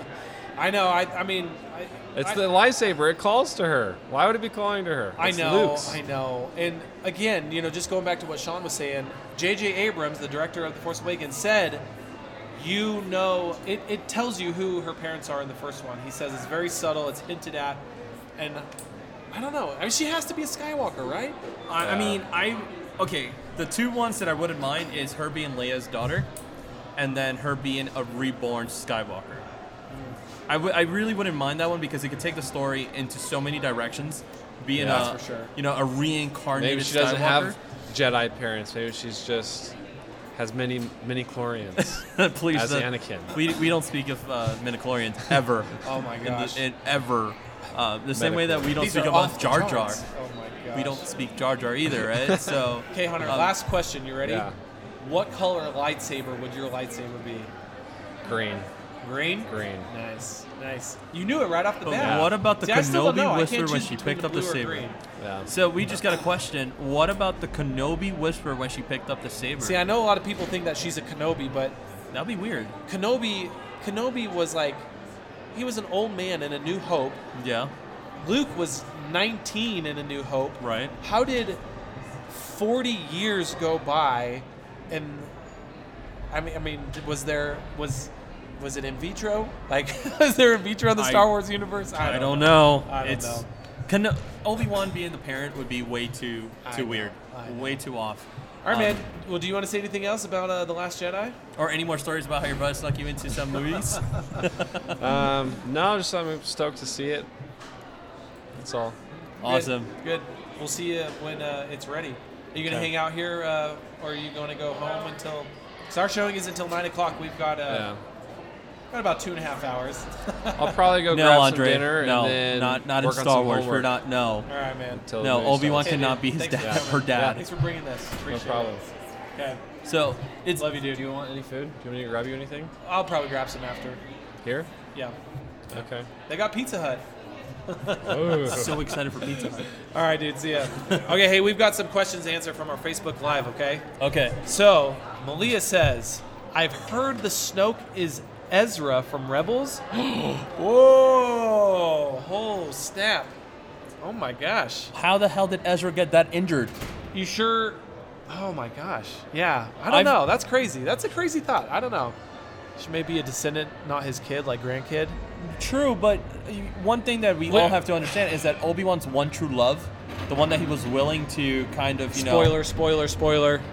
[SPEAKER 3] I know. I, I mean, I,
[SPEAKER 13] It's
[SPEAKER 3] I,
[SPEAKER 13] the lightsaber. It calls to her. Why would it be calling to her?
[SPEAKER 3] I
[SPEAKER 13] It's
[SPEAKER 3] know.
[SPEAKER 13] Luke's.
[SPEAKER 3] I know. And again, you know, just going back to what Sean was saying, J.J. Abrams, the director of The Force Awakens, said, "You know, it, it tells you who her parents are in the first one." He says it's very subtle. It's hinted at, and I don't know. I mean, she has to be a Skywalker, right?
[SPEAKER 2] I, I mean, I okay. The two ones that I wouldn't mind is her being Leia's daughter, and then her being a reborn Skywalker. I, w- I really wouldn't mind that one because it could take the story into so many directions. Being
[SPEAKER 13] Yeah,
[SPEAKER 2] a
[SPEAKER 3] that's for sure.
[SPEAKER 2] you know a reincarnated
[SPEAKER 13] Maybe she doesn't
[SPEAKER 2] Skywalker.
[SPEAKER 13] have Jedi parents. Maybe she's just has many many chlorians.
[SPEAKER 2] Please,
[SPEAKER 13] as
[SPEAKER 2] the-
[SPEAKER 13] Anakin.
[SPEAKER 2] We, we don't speak of uh, midichlorians ever.
[SPEAKER 3] Oh my
[SPEAKER 2] In the-
[SPEAKER 3] gosh.
[SPEAKER 2] in ever. Uh, the same way that we don't
[SPEAKER 3] These
[SPEAKER 2] speak
[SPEAKER 3] are
[SPEAKER 2] about
[SPEAKER 3] off the
[SPEAKER 2] Jar
[SPEAKER 3] charts.
[SPEAKER 2] Jar.
[SPEAKER 3] Oh my gosh.
[SPEAKER 2] We don't speak Jar Jar either, right? So
[SPEAKER 3] Okay, Hunter.
[SPEAKER 2] um,
[SPEAKER 3] last question. You ready?
[SPEAKER 13] yeah.
[SPEAKER 3] What color lightsaber would your lightsaber be?
[SPEAKER 13] Green,
[SPEAKER 3] Green.
[SPEAKER 13] green.
[SPEAKER 3] Nice, nice. You knew it right off the
[SPEAKER 2] But
[SPEAKER 3] bat.
[SPEAKER 2] what about the
[SPEAKER 3] See, I still don't
[SPEAKER 2] Kenobi
[SPEAKER 3] know. I
[SPEAKER 2] whisper
[SPEAKER 3] can't
[SPEAKER 2] when
[SPEAKER 3] choose
[SPEAKER 2] she
[SPEAKER 3] between
[SPEAKER 2] picked up the
[SPEAKER 3] blue or
[SPEAKER 2] saber?
[SPEAKER 3] green.
[SPEAKER 13] Yeah.
[SPEAKER 2] So we just got a question. What about the Kenobi whisper when she picked up the saber?
[SPEAKER 3] See, I know a lot of people think that she's a Kenobi, but
[SPEAKER 2] That'd be weird.
[SPEAKER 3] Kenobi, Kenobi was like, he was an old man in A New Hope.
[SPEAKER 2] Yeah.
[SPEAKER 3] Luke was 19 in A New Hope.
[SPEAKER 2] Right.
[SPEAKER 3] How did 40 years go by, and I mean, I mean, was there was was it in vitro? Like, is there in vitro in the
[SPEAKER 2] I-
[SPEAKER 3] Star Wars universe?
[SPEAKER 2] I, don't, know.
[SPEAKER 3] I don't
[SPEAKER 2] it's
[SPEAKER 3] know.
[SPEAKER 2] Keno- Obi Wan being the parent would be way too
[SPEAKER 3] I
[SPEAKER 2] too
[SPEAKER 3] know,
[SPEAKER 2] weird,
[SPEAKER 3] I know.
[SPEAKER 2] way too off.
[SPEAKER 3] All right,
[SPEAKER 2] Um,
[SPEAKER 3] man. Well, do you want to say anything else about uh, the Last Jedi?
[SPEAKER 2] Or any more stories about how your brother snuck you into some movies?
[SPEAKER 13] Um, no, just I'm stoked to see it. That's all.
[SPEAKER 2] awesome.
[SPEAKER 3] Good. good. We'll see you when uh, it's ready. Are you gonna
[SPEAKER 13] Okay.
[SPEAKER 3] hang out here, uh, or are you gonna go home until? Because our showing is until nine o'clock. We've got uh,
[SPEAKER 13] Yeah.
[SPEAKER 3] got about two and a half hours.
[SPEAKER 13] I'll probably go
[SPEAKER 2] No,
[SPEAKER 13] grab
[SPEAKER 2] Andre.
[SPEAKER 13] some dinner
[SPEAKER 2] no,
[SPEAKER 13] and then
[SPEAKER 2] not not in
[SPEAKER 13] work on
[SPEAKER 2] Star
[SPEAKER 13] some
[SPEAKER 2] Wars. We're
[SPEAKER 13] homework
[SPEAKER 2] not. No.
[SPEAKER 3] All right, man.
[SPEAKER 13] until the
[SPEAKER 2] No,
[SPEAKER 13] movie
[SPEAKER 2] Obi Wan
[SPEAKER 13] starts.
[SPEAKER 3] Hey,
[SPEAKER 2] cannot
[SPEAKER 3] dude,
[SPEAKER 2] be his
[SPEAKER 3] thanks for
[SPEAKER 2] dad.
[SPEAKER 3] coming.
[SPEAKER 2] Her dad.
[SPEAKER 3] Thanks for bringing this.
[SPEAKER 13] No
[SPEAKER 3] Appreciate
[SPEAKER 13] problem.
[SPEAKER 3] It. Okay.
[SPEAKER 2] So it's
[SPEAKER 3] Love you, dude.
[SPEAKER 13] Do you want any food? Do you want me to grab you anything
[SPEAKER 3] I'll probably grab some after.
[SPEAKER 13] here?
[SPEAKER 3] Yeah.
[SPEAKER 13] Okay.
[SPEAKER 3] They got Pizza Hut.
[SPEAKER 2] so excited for Pizza Hut.
[SPEAKER 3] Oh. All right, dude. See ya. okay. Hey, we've got some questions answered from our Facebook Live. Okay.
[SPEAKER 2] Okay.
[SPEAKER 3] So, Malia says, I've heard the Snoke is Ezra from Rebels. Whoa! Oh, snap. Oh my gosh.
[SPEAKER 2] How the hell did Ezra get that injured?
[SPEAKER 3] You sure? Oh my gosh. Yeah. I don't
[SPEAKER 2] I've-
[SPEAKER 3] know. That's crazy. That's a crazy thought. I don't know. She may be a descendant, not his kid, like grandkid.
[SPEAKER 2] True, but you- one thing that we all have to understand is that Obi Wan's one true love, the one that he was willing to kind of you
[SPEAKER 3] Spoiler, spoiler, spoiler.
[SPEAKER 2] know.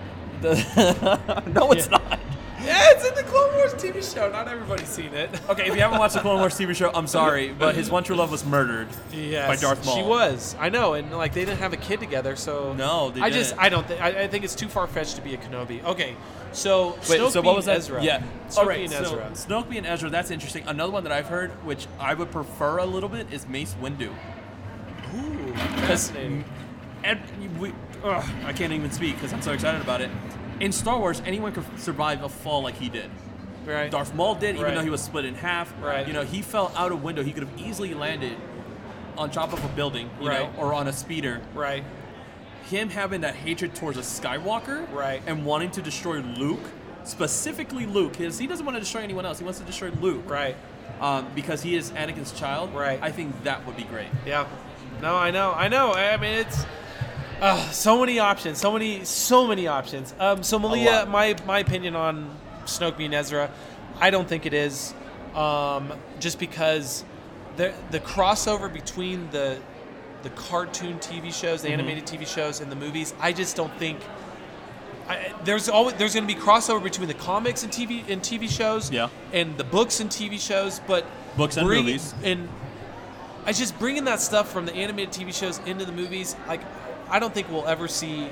[SPEAKER 2] The, no, it's not.
[SPEAKER 3] Yeah, it's in the Clone Wars TV show. Not everybody's seen it.
[SPEAKER 2] Okay, if you haven't watched the Clone Wars TV show, I'm sorry, but his one true love was murdered.
[SPEAKER 3] Yes.
[SPEAKER 2] By Darth Maul.
[SPEAKER 3] She was. I know, and like they didn't have a kid together, so
[SPEAKER 2] No, they
[SPEAKER 3] I just
[SPEAKER 2] didn't.
[SPEAKER 3] I don't think I, I think it's too far fetched to be a Kenobi. Okay, so
[SPEAKER 2] Wait,
[SPEAKER 3] Snoke
[SPEAKER 2] so
[SPEAKER 3] being
[SPEAKER 2] what was that?
[SPEAKER 3] Ezra.
[SPEAKER 2] Yeah.
[SPEAKER 3] Snoke
[SPEAKER 2] All right.
[SPEAKER 3] being
[SPEAKER 2] so
[SPEAKER 3] Ezra.
[SPEAKER 2] Snoke being Ezra. That's interesting. Another one that I've heard, which I would prefer a little bit, is Mace Windu.
[SPEAKER 3] Ooh, fascinating.
[SPEAKER 2] And we, ugh, I can't even speak because I'm so excited about it. In Star Wars, anyone could survive a fall like he did.
[SPEAKER 3] Right.
[SPEAKER 2] Darth Maul did, even
[SPEAKER 3] Right.
[SPEAKER 2] though he was split in half.
[SPEAKER 3] Right.
[SPEAKER 2] You know, he fell out a window. He could have easily landed on top of a building, you
[SPEAKER 3] Right.
[SPEAKER 2] know, or on a speeder.
[SPEAKER 3] Right.
[SPEAKER 2] Him having that hatred towards a Skywalker,
[SPEAKER 3] Right.
[SPEAKER 2] and wanting to destroy Luke, specifically Luke, because he doesn't want to destroy anyone else. He wants to destroy Luke,
[SPEAKER 3] Right.
[SPEAKER 2] Um, because he is Anakin's child,
[SPEAKER 3] Right.
[SPEAKER 2] I think that would be great.
[SPEAKER 3] Yeah. No, I know. I know. I mean, it's uh, so many options. So many. So many options. Um, so Malia, my my opinion on Snoke being Ezra, I don't think it is, um, just because the the crossover between the the cartoon TV shows, the animated TV shows, and the movies, I just don't think. I, there's always there's going to be crossover between the comics and TV and TV shows,
[SPEAKER 2] Yeah.
[SPEAKER 3] and the books and TV shows, but
[SPEAKER 2] Books and
[SPEAKER 3] bring-
[SPEAKER 2] movies.
[SPEAKER 3] and I just bringing that stuff from the animated TV shows into the movies. Like, I don't think we'll ever see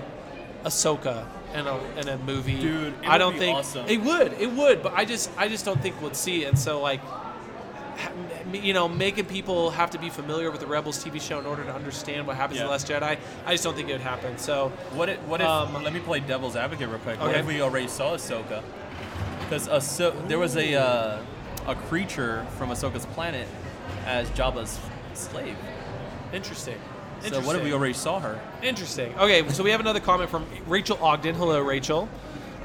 [SPEAKER 3] Ahsoka in a in a movie.
[SPEAKER 2] Dude, it
[SPEAKER 3] I
[SPEAKER 2] would
[SPEAKER 3] don't
[SPEAKER 2] be
[SPEAKER 3] think
[SPEAKER 2] awesome.
[SPEAKER 3] it would. It would, but I just I just don't think we'll see it. And so like, ha- m- you know, making people have to be familiar with the Rebels TV show in order to understand what happens in
[SPEAKER 2] Yeah.
[SPEAKER 3] the Last Jedi. I just don't think it would happen. So
[SPEAKER 2] What if? What if?
[SPEAKER 3] Um,
[SPEAKER 2] let me play devil's advocate real quick. What
[SPEAKER 3] Okay.
[SPEAKER 2] if we already saw Ahsoka? Because Ahso- there was a uh, a creature from Ahsoka's planet as Jabba's slave.
[SPEAKER 3] interesting.
[SPEAKER 2] So what if we already saw her?
[SPEAKER 3] Interesting. Okay, so we have another comment from Rachel Ogden. Hello, Rachel.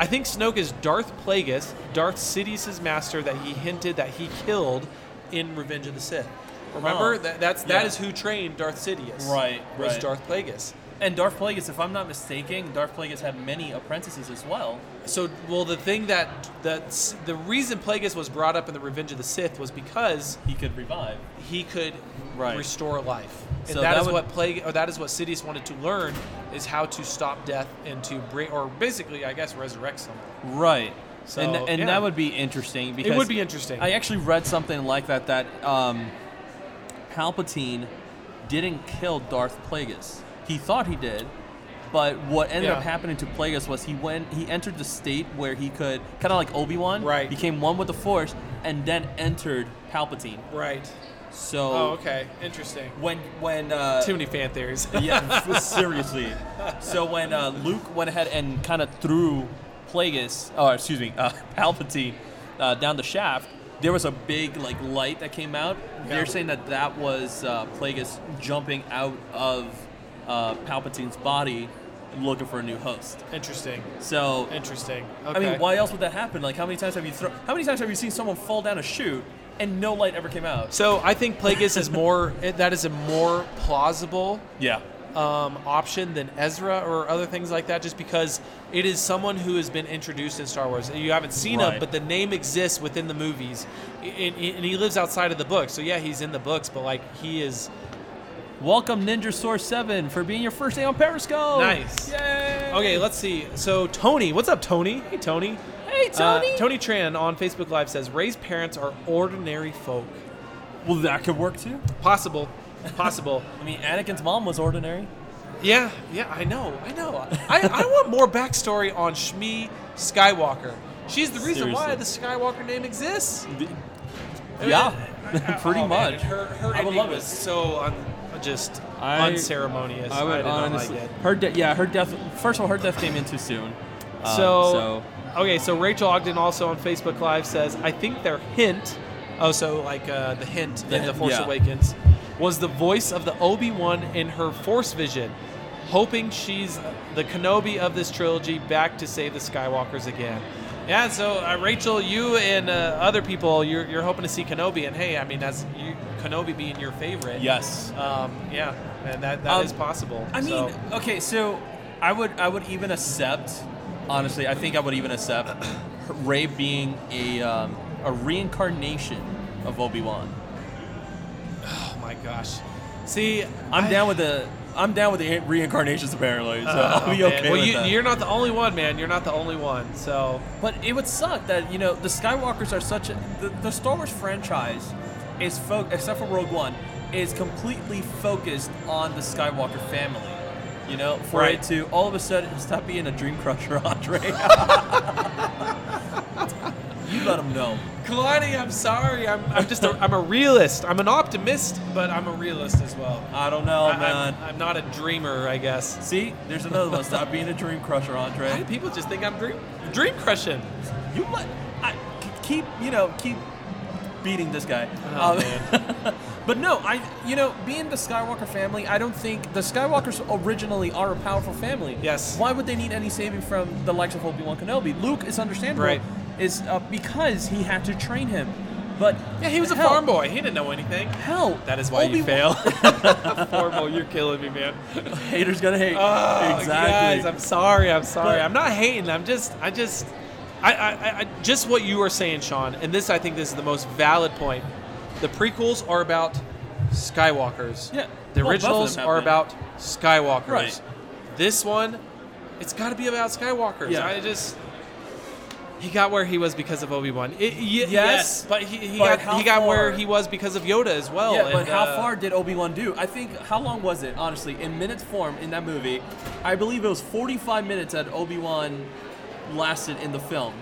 [SPEAKER 3] I think Snoke is Darth Plagueis, Darth Sidious' master that he hinted that he killed in Revenge of the Sith. Remember
[SPEAKER 2] Oh.
[SPEAKER 3] that that's that
[SPEAKER 2] Yeah.
[SPEAKER 3] is who trained Darth Sidious.
[SPEAKER 2] Right,
[SPEAKER 3] Was
[SPEAKER 2] right.
[SPEAKER 3] Darth Plagueis.
[SPEAKER 2] And Darth Plagueis, if I'm not mistaken, Darth Plagueis had many apprentices as well.
[SPEAKER 3] So well, the thing that that the reason Plagueis was brought up in the Revenge of the Sith was because
[SPEAKER 2] He could revive.
[SPEAKER 3] he could
[SPEAKER 2] Right.
[SPEAKER 3] restore life. And
[SPEAKER 2] So
[SPEAKER 3] that
[SPEAKER 2] that
[SPEAKER 3] is
[SPEAKER 2] would-
[SPEAKER 3] what plague or that is what Sidious wanted to learn is how to stop death and to bring or basically I guess resurrect someone.
[SPEAKER 2] Right.
[SPEAKER 3] So,
[SPEAKER 2] and and
[SPEAKER 3] yeah.
[SPEAKER 2] that would be interesting because
[SPEAKER 3] would be interesting.
[SPEAKER 2] I actually read something like that that um, Palpatine didn't kill Darth Plagueis. He thought he did, but what ended
[SPEAKER 3] Yeah.
[SPEAKER 2] up happening to Plagueis was he went he entered the state where he could kind of like Obi Wan,
[SPEAKER 3] Right.
[SPEAKER 2] Became one with the Force and then entered Palpatine.
[SPEAKER 3] Right.
[SPEAKER 2] So
[SPEAKER 3] Oh, okay. Interesting.
[SPEAKER 2] when when uh,
[SPEAKER 3] Too many fan theories.
[SPEAKER 2] yeah, seriously. So when uh, Luke went ahead and kind of threw Plagueis, or excuse me, uh, Palpatine, uh, down the shaft, there was a big like light that came out. They're saying that that was uh, Plagueis jumping out of uh, Palpatine's body, looking for a new host.
[SPEAKER 3] Interesting.
[SPEAKER 2] So
[SPEAKER 3] Interesting.
[SPEAKER 2] I
[SPEAKER 3] Okay.
[SPEAKER 2] mean, why else would that happen? Like, how many times have you thrown? How many times have you seen someone fall down a chute and no light ever came out?
[SPEAKER 3] So I think Plagueis is more. it- That is a more plausible
[SPEAKER 2] Yeah.
[SPEAKER 3] um, option than Ezra or other things like that, just because it is someone who has been introduced in Star Wars. You haven't seen him,
[SPEAKER 2] Right.
[SPEAKER 3] but the name exists within the movies, and, and he lives outside of the book. So yeah, he's in the books, but like he is
[SPEAKER 2] Welcome Ninja Source Seven for being your first day on Periscope.
[SPEAKER 3] nice. Okay, let's see. So Tony, what's up, Tony? Hey, Tony.
[SPEAKER 2] Hey,
[SPEAKER 3] Uh,
[SPEAKER 2] Tony.
[SPEAKER 3] Tony Tran on Facebook Live says Ray's parents are ordinary folk.
[SPEAKER 2] well, that could work too.
[SPEAKER 3] Possible. Possible.
[SPEAKER 2] I mean, Anakin's mom was ordinary.
[SPEAKER 3] yeah, yeah, I know, I know. I, I want more backstory on Shmi Skywalker. She's the reason why the Skywalker name exists.
[SPEAKER 2] Yeah,
[SPEAKER 3] Oh,
[SPEAKER 2] pretty
[SPEAKER 3] man,
[SPEAKER 2] much.
[SPEAKER 3] her her
[SPEAKER 2] I would
[SPEAKER 3] ending
[SPEAKER 2] love
[SPEAKER 3] was
[SPEAKER 2] it.
[SPEAKER 3] so un, just
[SPEAKER 2] I-
[SPEAKER 3] unceremonious. I, did not like it.
[SPEAKER 2] her de- yeah, her death. First of all, her death came in too soon. Um,
[SPEAKER 3] So, okay, so Rachel Ogden also on Facebook Live says, I think their hint, oh, so like uh, the hint in The
[SPEAKER 2] hint,
[SPEAKER 3] Force
[SPEAKER 2] yeah.
[SPEAKER 3] Awakens, was the voice of the Obi Wan in her Force vision, hoping she's the Kenobi of this trilogy back to save the Skywalkers again. Yeah, so uh, Rachel, you and uh, other people, you're, you're hoping to see Kenobi, and hey, I mean, that's you, Kenobi being your favorite.
[SPEAKER 2] yes.
[SPEAKER 3] Um, yeah, and that, that is
[SPEAKER 2] Um,
[SPEAKER 3] possible.
[SPEAKER 2] I mean,
[SPEAKER 3] so-
[SPEAKER 2] okay, so I would I would even accept. Honestly, I think I would even accept Ray being a um, a a reincarnation of Obi Wan.
[SPEAKER 3] Oh my gosh. See,
[SPEAKER 2] I'm
[SPEAKER 3] I-
[SPEAKER 2] down with the I'm down with the reincarnations apparently, so I'll be
[SPEAKER 3] Oh, man.
[SPEAKER 2] okay
[SPEAKER 3] uh, Well,
[SPEAKER 2] with
[SPEAKER 3] you,
[SPEAKER 2] that.
[SPEAKER 3] you're not the only one, man. You're not the only one. So
[SPEAKER 2] But it would suck that you know the Skywalker's are such a, the, the Star Wars franchise is fo- except for Rogue One is completely focused on the Skywalker family. You know, for
[SPEAKER 3] Right.
[SPEAKER 2] it to all of a sudden stop being a dream crusher, Andre. you let them know.
[SPEAKER 3] Kalani, I'm sorry. I'm, I'm just a, I'm a realist. I'm an optimist, but I'm a realist as well.
[SPEAKER 2] I don't know,
[SPEAKER 3] I- I'm-
[SPEAKER 2] man.
[SPEAKER 3] I'm, not a dreamer, I guess.
[SPEAKER 2] See, there's another one. Stop being a dream crusher,
[SPEAKER 3] Why do
[SPEAKER 2] Andre.
[SPEAKER 3] people just think I'm dream dream crushing?
[SPEAKER 2] You let I, k- keep you know keep beating this guy.
[SPEAKER 3] Oh,
[SPEAKER 2] Um, but no, I you know being the Skywalker family, I don't think the Skywalkers originally are a powerful family.
[SPEAKER 3] Yes.
[SPEAKER 2] Why would they need any saving from the likes of Obi Wan Kenobi? Luke is understandable.
[SPEAKER 3] Right.
[SPEAKER 2] Is uh, because he had to train him, but
[SPEAKER 3] Yeah, he was a
[SPEAKER 2] hell-
[SPEAKER 3] farm boy. He didn't know anything.
[SPEAKER 2] Hell,
[SPEAKER 3] That is why you fail.
[SPEAKER 2] Obi-Wan-
[SPEAKER 3] farm boy, you're killing me, man.
[SPEAKER 2] Haters gonna hate.
[SPEAKER 3] Oh,
[SPEAKER 2] exactly.
[SPEAKER 3] Guys, I'm sorry. I'm sorry.
[SPEAKER 2] But-
[SPEAKER 3] I'm not hating. I'm just, I just, I, I, I- I, just what you are saying, Sean. And this, I think, this is the most valid point. The prequels are about Skywalkers.
[SPEAKER 2] Yeah.
[SPEAKER 3] The
[SPEAKER 2] Well, both of them
[SPEAKER 3] originals
[SPEAKER 2] have
[SPEAKER 3] are
[SPEAKER 2] been.
[SPEAKER 3] about Skywalkers.
[SPEAKER 2] Right.
[SPEAKER 3] This one, it's got to be about Skywalkers.
[SPEAKER 2] Yeah.
[SPEAKER 3] I just. He got where he was because of Obi Wan. yes,
[SPEAKER 2] Yes,
[SPEAKER 3] but he, he
[SPEAKER 2] but
[SPEAKER 3] got
[SPEAKER 2] how
[SPEAKER 3] he got where
[SPEAKER 2] far?
[SPEAKER 3] he was because of Yoda as well.
[SPEAKER 2] Yeah, but
[SPEAKER 3] and,
[SPEAKER 2] how
[SPEAKER 3] uh,
[SPEAKER 2] far did Obi Wan do? I think how long was it? Honestly, in minutes form in that movie, I believe it was 45 minutes that Obi Wan lasted in the film.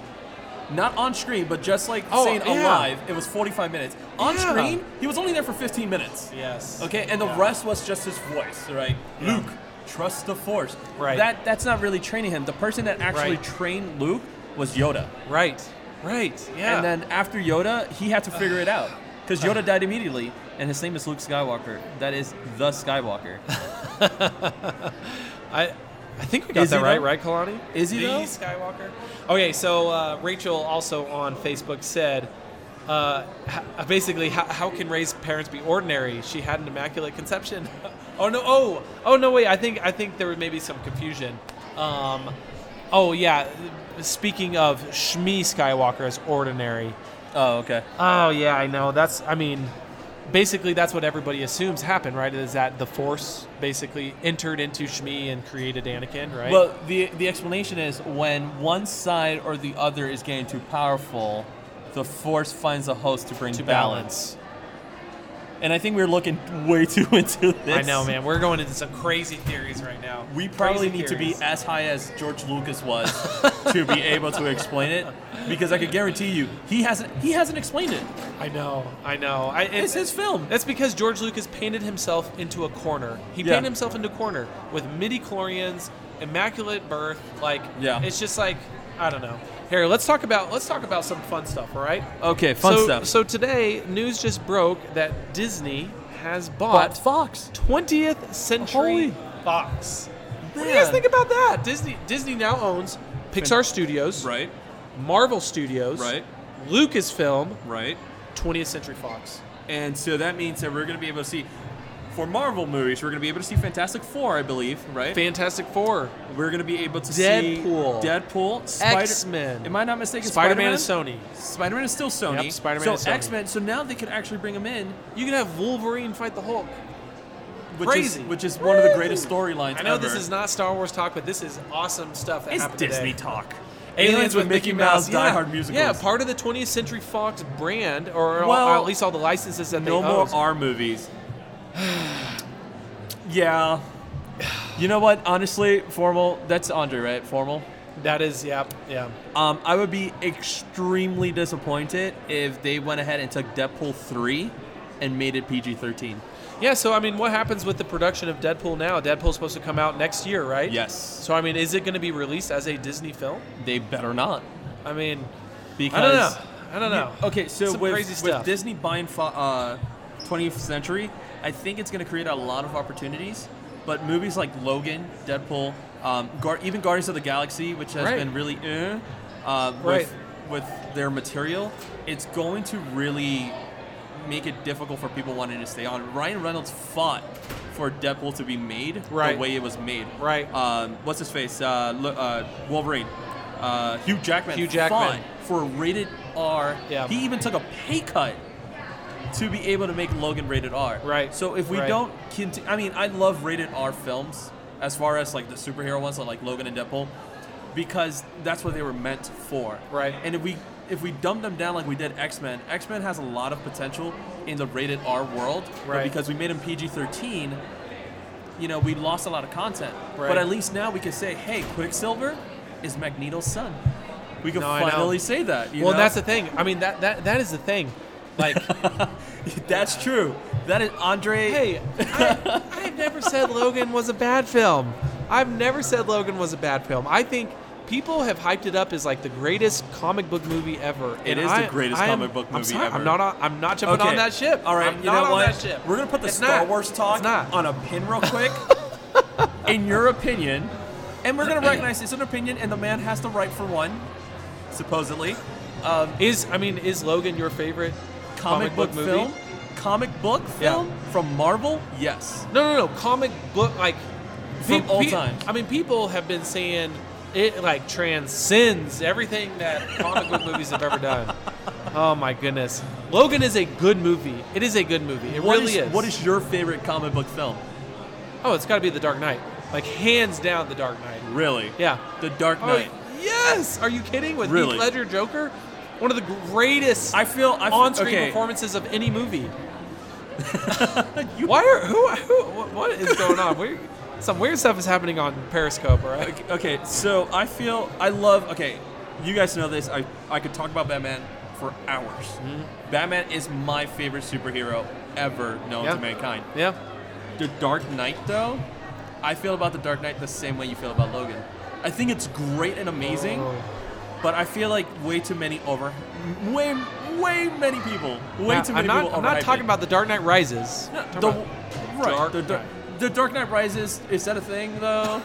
[SPEAKER 2] Not on screen, but just like
[SPEAKER 3] Oh,
[SPEAKER 2] saying
[SPEAKER 3] yeah.
[SPEAKER 2] alive, it was 45 minutes. On
[SPEAKER 3] Yeah.
[SPEAKER 2] screen, he was only there for 15 minutes.
[SPEAKER 3] Yes.
[SPEAKER 2] Okay, and the rest was just his voice, right? Luke, trust the Force.
[SPEAKER 3] Right.
[SPEAKER 2] That that's not really training him. The person that actually
[SPEAKER 3] Right.
[SPEAKER 2] trained Luke was Yoda.
[SPEAKER 3] Right. Right. Yeah.
[SPEAKER 2] And then after Yoda, he had to figure it out because Yoda died immediately, and his name is Luke Skywalker. That is the Skywalker.
[SPEAKER 3] I, I think we got
[SPEAKER 2] Is
[SPEAKER 3] that
[SPEAKER 2] he
[SPEAKER 3] right,
[SPEAKER 2] though?
[SPEAKER 3] right, Kalani?
[SPEAKER 2] Is he
[SPEAKER 3] the
[SPEAKER 2] though?
[SPEAKER 3] Skywalker? Okay, so uh, Rachel also on Facebook said, uh, h- basically, how, how can raised parents be ordinary? She had an immaculate conception. oh no! Oh oh no! Wait, I think I think there was maybe some confusion. Um, oh yeah, speaking of Shmi Skywalker as ordinary.
[SPEAKER 2] Oh, okay.
[SPEAKER 3] Oh yeah, I know. That's I mean, basically that's what everybody assumes happened, right? Is that the Force basically entered into Shmi and created Anakin, right?
[SPEAKER 2] Well, the the explanation is when one side or the other is getting too powerful, the Force finds a host to bring
[SPEAKER 3] to
[SPEAKER 2] balance.
[SPEAKER 3] balance.
[SPEAKER 2] And I think we're looking way too into this.
[SPEAKER 3] I know, man. We're going into some crazy theories right now.
[SPEAKER 2] We probably
[SPEAKER 3] Crazy
[SPEAKER 2] need to be
[SPEAKER 3] theories.
[SPEAKER 2] as high as George Lucas was to be able to explain it, because I could guarantee you he hasn't he hasn't explained it.
[SPEAKER 3] I know. I know. I,
[SPEAKER 2] It's his film.
[SPEAKER 3] That's because George Lucas painted himself into a corner. He
[SPEAKER 2] Yeah.
[SPEAKER 3] painted himself into a corner with midi chlorians, immaculate birth. Like,
[SPEAKER 2] Yeah.
[SPEAKER 3] it's just like I don't know. Here, let's talk about let's talk about some fun stuff. All right.
[SPEAKER 2] Okay, fun
[SPEAKER 3] so,
[SPEAKER 2] stuff.
[SPEAKER 3] So today, news just broke that Disney has bought
[SPEAKER 2] Fox.
[SPEAKER 3] 20th Century
[SPEAKER 2] Holy-
[SPEAKER 3] Fox. What do you guys
[SPEAKER 2] Man.
[SPEAKER 3] think about that? Disney Disney now owns Pixar Studios,
[SPEAKER 2] Right,
[SPEAKER 3] Marvel Studios,
[SPEAKER 2] Right.
[SPEAKER 3] Lucasfilm,
[SPEAKER 2] right.
[SPEAKER 3] 20th Century Fox.
[SPEAKER 2] And so that means that we're going to be able to see, for Marvel movies, we're going to be able to see Fantastic Four, I believe, right?
[SPEAKER 3] Fantastic Four.
[SPEAKER 2] we're going to be able to
[SPEAKER 3] Deadpool.
[SPEAKER 2] see Deadpool, Spider-
[SPEAKER 3] X-Men.
[SPEAKER 2] Am I not mistaken?
[SPEAKER 3] Spider-Man is Sony.
[SPEAKER 2] Spider-Man is still Sony.
[SPEAKER 3] Yep, Spider-Man
[SPEAKER 2] so
[SPEAKER 3] is Sony.
[SPEAKER 2] X-Men. So now they could actually bring him in,
[SPEAKER 3] You can have Wolverine fight the Hulk.
[SPEAKER 2] which
[SPEAKER 3] Crazy.
[SPEAKER 2] is which is one of the greatest storylines.
[SPEAKER 3] I know this
[SPEAKER 2] ever.
[SPEAKER 3] is not Star Wars talk, but this is awesome stuff that
[SPEAKER 2] it's
[SPEAKER 3] happened
[SPEAKER 2] Disney
[SPEAKER 3] today.
[SPEAKER 2] talk.
[SPEAKER 3] Aliens with Mickey Mouse,
[SPEAKER 2] Die
[SPEAKER 3] yeah.
[SPEAKER 2] Hard musicals.
[SPEAKER 3] Yeah, part of the 20th Century Fox brand, or
[SPEAKER 2] Well,
[SPEAKER 3] at least all the licenses that
[SPEAKER 2] No
[SPEAKER 3] they
[SPEAKER 2] more
[SPEAKER 3] own.
[SPEAKER 2] R movies. yeah. You know what? Honestly, formal. That's Andre, right? Formal.
[SPEAKER 3] That is, yeah, yeah.
[SPEAKER 2] Um, I would be extremely disappointed if they went ahead and took Deadpool 3 and made it PG 13.
[SPEAKER 3] Yeah, so I mean, what happens with the production of Deadpool now? Deadpool's supposed to come out next year, right?
[SPEAKER 2] Yes.
[SPEAKER 3] So I mean, is it going to be released as a Disney film?
[SPEAKER 2] They better not.
[SPEAKER 3] I mean,
[SPEAKER 2] Because.
[SPEAKER 3] I don't know. I don't know.
[SPEAKER 2] Okay, so
[SPEAKER 3] Some
[SPEAKER 2] with,
[SPEAKER 3] crazy
[SPEAKER 2] with
[SPEAKER 3] stuff.
[SPEAKER 2] Disney buying fo- uh, 20th Century, I think it's going to create a lot of opportunities. But movies like Logan, Deadpool, um, Gar- even Guardians of the Galaxy, which has
[SPEAKER 3] Right.
[SPEAKER 2] been really eh, uh,
[SPEAKER 3] Right.
[SPEAKER 2] with, with their material, it's going to really make it difficult for people wanting to stay on. Ryan Reynolds fought for Deadpool to be made
[SPEAKER 3] Right.
[SPEAKER 2] the way it was made.
[SPEAKER 3] Right.
[SPEAKER 2] Um, what's his face? Uh, Lo- uh, Wolverine. uh, Hugh Jackman,
[SPEAKER 3] Hugh Jackman.
[SPEAKER 2] fought for rated R.
[SPEAKER 3] Yeah.
[SPEAKER 2] He even took a pay cut to be able to make Logan rated R.
[SPEAKER 3] Right.
[SPEAKER 2] So if we
[SPEAKER 3] Right.
[SPEAKER 2] don't continue, I mean, I love rated R films as far as like the superhero ones, like Logan and Deadpool, because that's what they were meant for.
[SPEAKER 3] Right.
[SPEAKER 2] And if we if we dumb them down like we did X Men, X Men has a lot of potential in the rated R world, but
[SPEAKER 3] Right.
[SPEAKER 2] because we made him PG thirteen, you know, we lost a lot of content.
[SPEAKER 3] Right.
[SPEAKER 2] But at least now we can say, hey, Quicksilver is Magneto's son. We can
[SPEAKER 3] No, I know.
[SPEAKER 2] finally say that. you
[SPEAKER 3] well,
[SPEAKER 2] know?
[SPEAKER 3] that's the thing. I mean, that that, that is the thing. Like,
[SPEAKER 2] that's true. That is Andre.
[SPEAKER 3] hey, I, I've never said Logan was a bad film. I've never said Logan was a bad film. I think people have hyped it up as like the greatest comic book movie ever.
[SPEAKER 2] It
[SPEAKER 3] and
[SPEAKER 2] is the
[SPEAKER 3] I-
[SPEAKER 2] greatest
[SPEAKER 3] I am-
[SPEAKER 2] comic book
[SPEAKER 3] I'm
[SPEAKER 2] movie
[SPEAKER 3] sorry,
[SPEAKER 2] ever.
[SPEAKER 3] I'm not. On, I'm not jumping on that ship.
[SPEAKER 2] All right,
[SPEAKER 3] I'm
[SPEAKER 2] you
[SPEAKER 3] not
[SPEAKER 2] know
[SPEAKER 3] on
[SPEAKER 2] what?
[SPEAKER 3] that ship.
[SPEAKER 2] We're gonna put the
[SPEAKER 3] It's
[SPEAKER 2] Star
[SPEAKER 3] not.
[SPEAKER 2] Wars talk
[SPEAKER 3] It's not.
[SPEAKER 2] on a pin real quick. in your opinion, and we're gonna recognize it's an opinion, and the man has the right for one, supposedly. Um,
[SPEAKER 3] Is I mean, is Logan your favorite
[SPEAKER 2] comic, book,
[SPEAKER 3] movie?
[SPEAKER 2] film, comic book
[SPEAKER 3] Yeah.
[SPEAKER 2] film from Marvel. Yes.
[SPEAKER 3] No, no, no. Comic book, like
[SPEAKER 2] From all time.
[SPEAKER 3] I mean, people have been saying it like transcends everything that comic book movies have ever done. Oh my goodness, Logan is a good movie. It is a good movie. It
[SPEAKER 2] What
[SPEAKER 3] really
[SPEAKER 2] is-
[SPEAKER 3] is.
[SPEAKER 2] What is your favorite comic book film?
[SPEAKER 3] Oh, it's got to be The Dark Knight. Like hands down, The Dark Knight.
[SPEAKER 2] Really?
[SPEAKER 3] Yeah.
[SPEAKER 2] The Dark
[SPEAKER 3] Oh,
[SPEAKER 2] Knight.
[SPEAKER 3] yes. Are you kidding? With
[SPEAKER 2] Really?
[SPEAKER 3] Heath Ledger Joker, one of the greatest
[SPEAKER 2] I feel I feel,
[SPEAKER 3] on-screen
[SPEAKER 2] okay.
[SPEAKER 3] performances of any movie. Why are who, who what- what is going on? We're, some weird stuff is happening on Periscope, all right?
[SPEAKER 2] Okay, so I feel I love. Okay, you guys know this. I I could talk about Batman for hours.
[SPEAKER 3] Mm-hmm.
[SPEAKER 2] Batman is my favorite superhero ever known
[SPEAKER 3] Yeah.
[SPEAKER 2] to mankind.
[SPEAKER 3] Yeah.
[SPEAKER 2] The Dark Knight, though, I feel about the Dark Knight the same way you feel about Logan. I think it's great and amazing,
[SPEAKER 3] Oh.
[SPEAKER 2] but I feel like way too many over, way way many people, way
[SPEAKER 3] Now,
[SPEAKER 2] too
[SPEAKER 3] I'm
[SPEAKER 2] many
[SPEAKER 3] not
[SPEAKER 2] people
[SPEAKER 3] I'm not
[SPEAKER 2] overhype
[SPEAKER 3] talking
[SPEAKER 2] it.
[SPEAKER 3] about the Dark Knight Rises.
[SPEAKER 2] No,
[SPEAKER 3] Talking
[SPEAKER 2] the,
[SPEAKER 3] about-
[SPEAKER 2] right,
[SPEAKER 3] Dark
[SPEAKER 2] the, Dar-
[SPEAKER 3] Knight.
[SPEAKER 2] the Dark Knight Rises is that a thing though?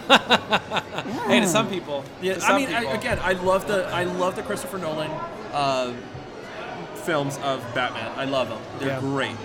[SPEAKER 3] hey, to some people.
[SPEAKER 2] Yeah,
[SPEAKER 3] to some
[SPEAKER 2] I mean, I,
[SPEAKER 3] people.
[SPEAKER 2] again, I love the I love the Christopher Nolan uh, films of Batman. I love them; they're
[SPEAKER 3] Yeah.
[SPEAKER 2] great.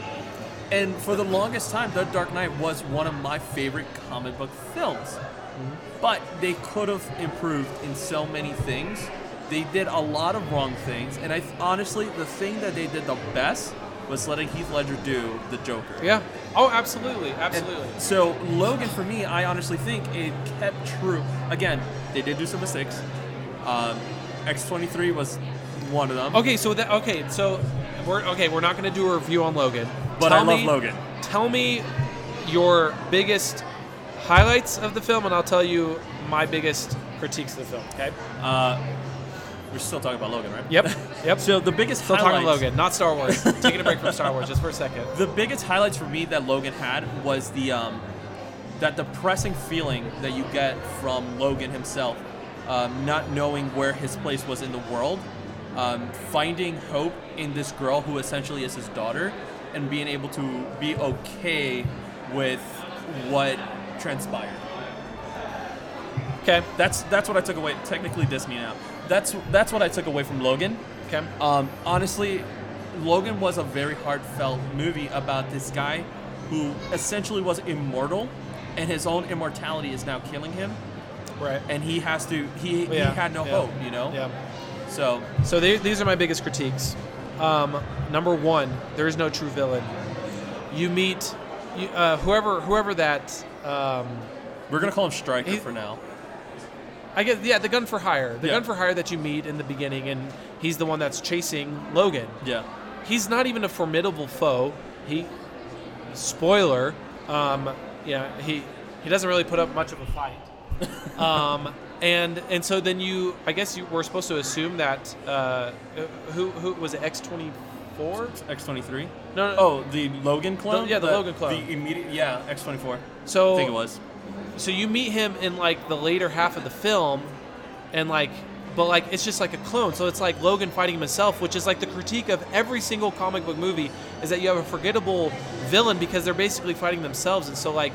[SPEAKER 2] And for the longest time, The Dark Knight was one of my favorite comic book films.
[SPEAKER 3] Mm-hmm.
[SPEAKER 2] But they could have improved in so many things. They did a lot of wrong things, and I honestly, the thing that they did the best was letting Heath Ledger do the Joker.
[SPEAKER 3] Yeah. Oh, absolutely. Absolutely.
[SPEAKER 2] So Logan, for me, I honestly think it kept true. Again, they did do some mistakes. Um, X23 was one of them.
[SPEAKER 3] Okay, so that okay, so we're okay. We're not going to do a review on Logan,
[SPEAKER 2] But I love Logan.
[SPEAKER 3] Tell me your biggest highlights of the film, and I'll tell you my biggest critiques of the film. Okay.
[SPEAKER 2] Uh, We're still talking about Logan, right?
[SPEAKER 3] Yep. Yep.
[SPEAKER 2] So the biggest
[SPEAKER 3] Still talking
[SPEAKER 2] highlights-
[SPEAKER 3] Logan, not Star Wars. Taking a break from Star Wars just for a second.
[SPEAKER 2] The biggest highlights for me that Logan had was the um, that depressing feeling that you get from Logan himself, um, not knowing where his place was in the world, um, finding hope in this girl who essentially is his daughter, and being able to be okay with what transpired.
[SPEAKER 3] Okay.
[SPEAKER 2] That's that's what I took away. Technically, diss me now. That's that's what I took away from Logan.
[SPEAKER 3] Okay.
[SPEAKER 2] Um, honestly, Logan was a very heartfelt movie about this guy who essentially was immortal, and his own immortality is now killing him,
[SPEAKER 3] Right.
[SPEAKER 2] and he has to. He,
[SPEAKER 3] Yeah,
[SPEAKER 2] he had no
[SPEAKER 3] yeah,
[SPEAKER 2] hope, you know.
[SPEAKER 3] Yeah.
[SPEAKER 2] So
[SPEAKER 3] So they, these are my biggest critiques. Um, number one, there is no true villain. You meet you, uh, whoever whoever that. Um,
[SPEAKER 2] we're gonna call him Striker
[SPEAKER 3] He-
[SPEAKER 2] for now.
[SPEAKER 3] I guess yeah, the gun for hire, the
[SPEAKER 2] Yeah.
[SPEAKER 3] gun for hire that you meet in the beginning, and he's the one that's chasing Logan.
[SPEAKER 2] Yeah.
[SPEAKER 3] He's not even a formidable foe. He, spoiler, um, yeah, he he doesn't really put up much of a fight. um, and and so then you, I guess you were supposed to assume that uh, who who was it X twenty four?
[SPEAKER 2] X23.
[SPEAKER 3] No, no.
[SPEAKER 2] Oh, the Logan clone.
[SPEAKER 3] The- yeah, the Logan clone.
[SPEAKER 2] The immediate. Yeah, X24.
[SPEAKER 3] So
[SPEAKER 2] I think it was.
[SPEAKER 3] so you meet him in like the later half of the film and like but like it's just like a clone so it's like logan fighting himself which is like the critique of every single comic book movie is that you have a forgettable villain because they're basically fighting themselves and so like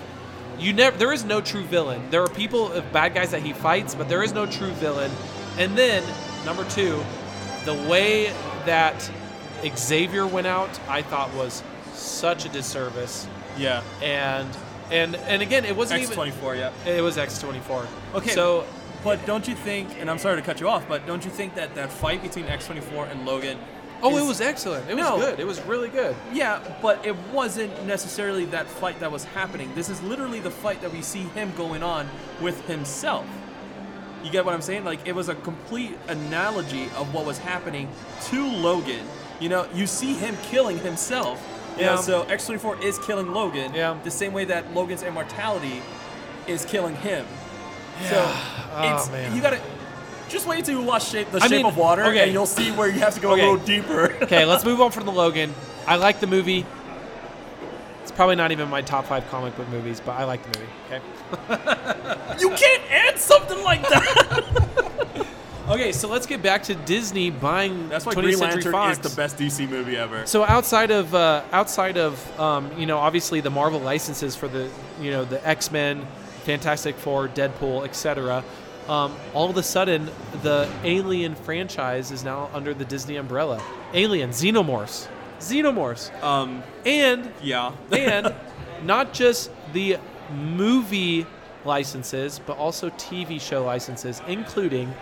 [SPEAKER 3] you never there is no true villain there are people of bad guys that he fights but there is no true villain and then number two the way that xavier went out i thought was such a disservice
[SPEAKER 2] Yeah.
[SPEAKER 3] and and and again it wasn't even
[SPEAKER 2] X24. Yeah.
[SPEAKER 3] it was X twenty four.
[SPEAKER 2] Okay.
[SPEAKER 3] So
[SPEAKER 2] But don't you think? And I'm sorry to cut you off, but don't you think that that fight between X24 and Logan?
[SPEAKER 3] Oh,
[SPEAKER 2] is-
[SPEAKER 3] it was excellent. It was
[SPEAKER 2] No.
[SPEAKER 3] good. It was really good.
[SPEAKER 2] Yeah, but it wasn't necessarily that fight that was happening. This is literally the fight that we see him going on with himself. You get what I'm saying? Like it was a complete analogy of what was happening to Logan. You know, you see him killing himself. You
[SPEAKER 3] Yeah.
[SPEAKER 2] know, so X24 is killing Logan.
[SPEAKER 3] Yeah.
[SPEAKER 2] The same way that Logan's immortality is killing him. So it's
[SPEAKER 3] man.
[SPEAKER 2] you gotta just wait till you watch shape, the
[SPEAKER 3] I
[SPEAKER 2] shape
[SPEAKER 3] mean,
[SPEAKER 2] of water
[SPEAKER 3] okay.
[SPEAKER 2] and you'll see where you have to go
[SPEAKER 3] Okay.
[SPEAKER 2] a little deeper.
[SPEAKER 3] Okay, let's move on from the Logan. I like the movie. It's probably not even my top five comic book movies, but I like the movie. Okay.
[SPEAKER 2] you can't add something like that.
[SPEAKER 3] Okay, so let's get back to Disney buying
[SPEAKER 2] That's why
[SPEAKER 3] 20th
[SPEAKER 2] Green
[SPEAKER 3] Century
[SPEAKER 2] Lantern
[SPEAKER 3] Fox.
[SPEAKER 2] is the best DC movie ever.
[SPEAKER 3] So outside of uh, outside of um, you know obviously the Marvel licenses for the you know the X Men, Fantastic Four, Deadpool, etc. Um, all of a sudden, the Alien franchise is now under the Disney umbrella. Alien, Xenomorphs, Xenomorphs,
[SPEAKER 2] Um,
[SPEAKER 3] and
[SPEAKER 2] yeah.
[SPEAKER 3] and not just the movie licenses, but also TV show licenses, including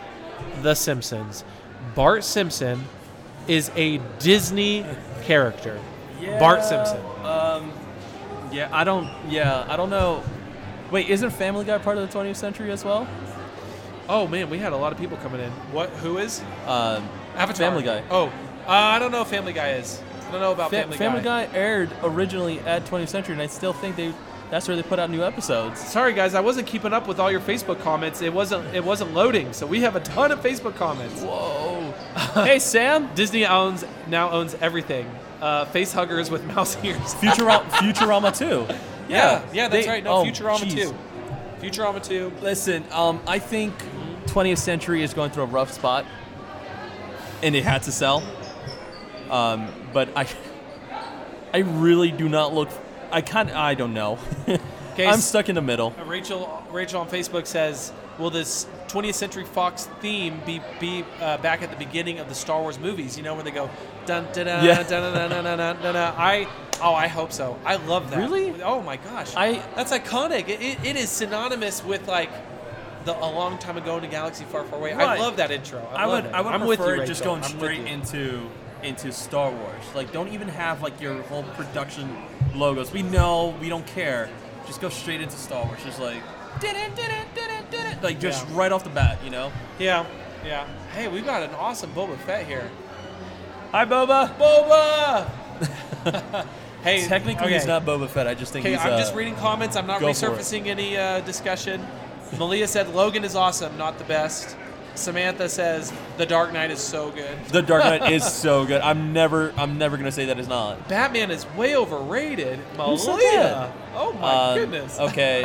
[SPEAKER 3] The Simpsons. Bart Simpson is a Disney character. Bart Simpson.
[SPEAKER 2] um, Yeah, I don't. Yeah, I don't know. Wait, isn't Family Guy part of the 20th century as well?
[SPEAKER 3] Oh man, we had a lot of people coming in. What? Who is?
[SPEAKER 2] Um,
[SPEAKER 3] Avatar.
[SPEAKER 2] Family Guy.
[SPEAKER 3] Oh, uh, I don't know. If Family Guy is. I don't know about
[SPEAKER 2] Fa-
[SPEAKER 3] Family,
[SPEAKER 2] Family
[SPEAKER 3] Guy.
[SPEAKER 2] Guy. aired originally at 20th Century, and I still think they. That's where they put out new episodes.
[SPEAKER 3] Sorry guys, I wasn't keeping up with all your Facebook comments. It wasn't. It wasn't loading. So we have a ton of Facebook comments.
[SPEAKER 2] Whoa.
[SPEAKER 3] hey Sam, Disney owns now owns everything. Uh, face huggers with mouse ears.
[SPEAKER 2] Futurama, Futurama 2.
[SPEAKER 3] Yeah, yeah, that's
[SPEAKER 2] they-
[SPEAKER 3] right. No,
[SPEAKER 2] oh,
[SPEAKER 3] Futurama
[SPEAKER 2] jeez.
[SPEAKER 3] two. Futurama two.
[SPEAKER 2] Listen, um, I think 20th Century is going through a rough spot, and they had to sell. Um, but I, I really do not look. I can't. I don't know. I'm
[SPEAKER 3] s-
[SPEAKER 2] stuck in the middle.
[SPEAKER 3] Uh, Rachel, Rachel on Facebook says, "Will this 20th Century Fox theme be be uh, back at the beginning of the Star Wars movies? You know where they go dun dun dun
[SPEAKER 2] Yeah.
[SPEAKER 3] dun dun dun dun dun dun." dun." I oh, I hope so. I love that.
[SPEAKER 2] Really?
[SPEAKER 3] Oh my gosh.
[SPEAKER 2] I-
[SPEAKER 3] that's iconic. It, it, it is synonymous with like. The, a long time ago in a galaxy far, far away. I
[SPEAKER 2] Right.
[SPEAKER 3] love that intro. I,
[SPEAKER 2] I
[SPEAKER 3] love
[SPEAKER 2] would
[SPEAKER 3] it.
[SPEAKER 2] I would
[SPEAKER 3] I'm with
[SPEAKER 2] prefer
[SPEAKER 3] you,
[SPEAKER 2] it just
[SPEAKER 3] Rachel.
[SPEAKER 2] going
[SPEAKER 3] I'm with
[SPEAKER 2] straight
[SPEAKER 3] you.
[SPEAKER 2] into into Star Wars. Like don't even have like your whole production logos. We know we don't care. Just go straight into Star Wars. Just like did it, did it, did it, did it. Like just
[SPEAKER 3] Yeah.
[SPEAKER 2] right off the bat, you know.
[SPEAKER 3] Yeah, yeah. Hey, we've got an awesome Boba Fett here.
[SPEAKER 2] Hi Boba.
[SPEAKER 3] Boba! hey,
[SPEAKER 2] Technically,
[SPEAKER 3] okay.
[SPEAKER 2] he's not Boba Fett. I just think
[SPEAKER 3] Okay,
[SPEAKER 2] he's.
[SPEAKER 3] I'm
[SPEAKER 2] uh,
[SPEAKER 3] just reading comments. I'm not
[SPEAKER 2] go for it.
[SPEAKER 3] resurfacing any uh, discussion. Malia said Logan is awesome, not the best. Samantha says The Dark Knight is so good.
[SPEAKER 2] The Dark Knight is so good. I'm never I'm never gonna say that it's not.
[SPEAKER 3] Batman is way overrated.
[SPEAKER 2] said
[SPEAKER 3] Malia.
[SPEAKER 2] that?
[SPEAKER 3] Oh my
[SPEAKER 2] Um,
[SPEAKER 3] goodness.
[SPEAKER 2] Okay.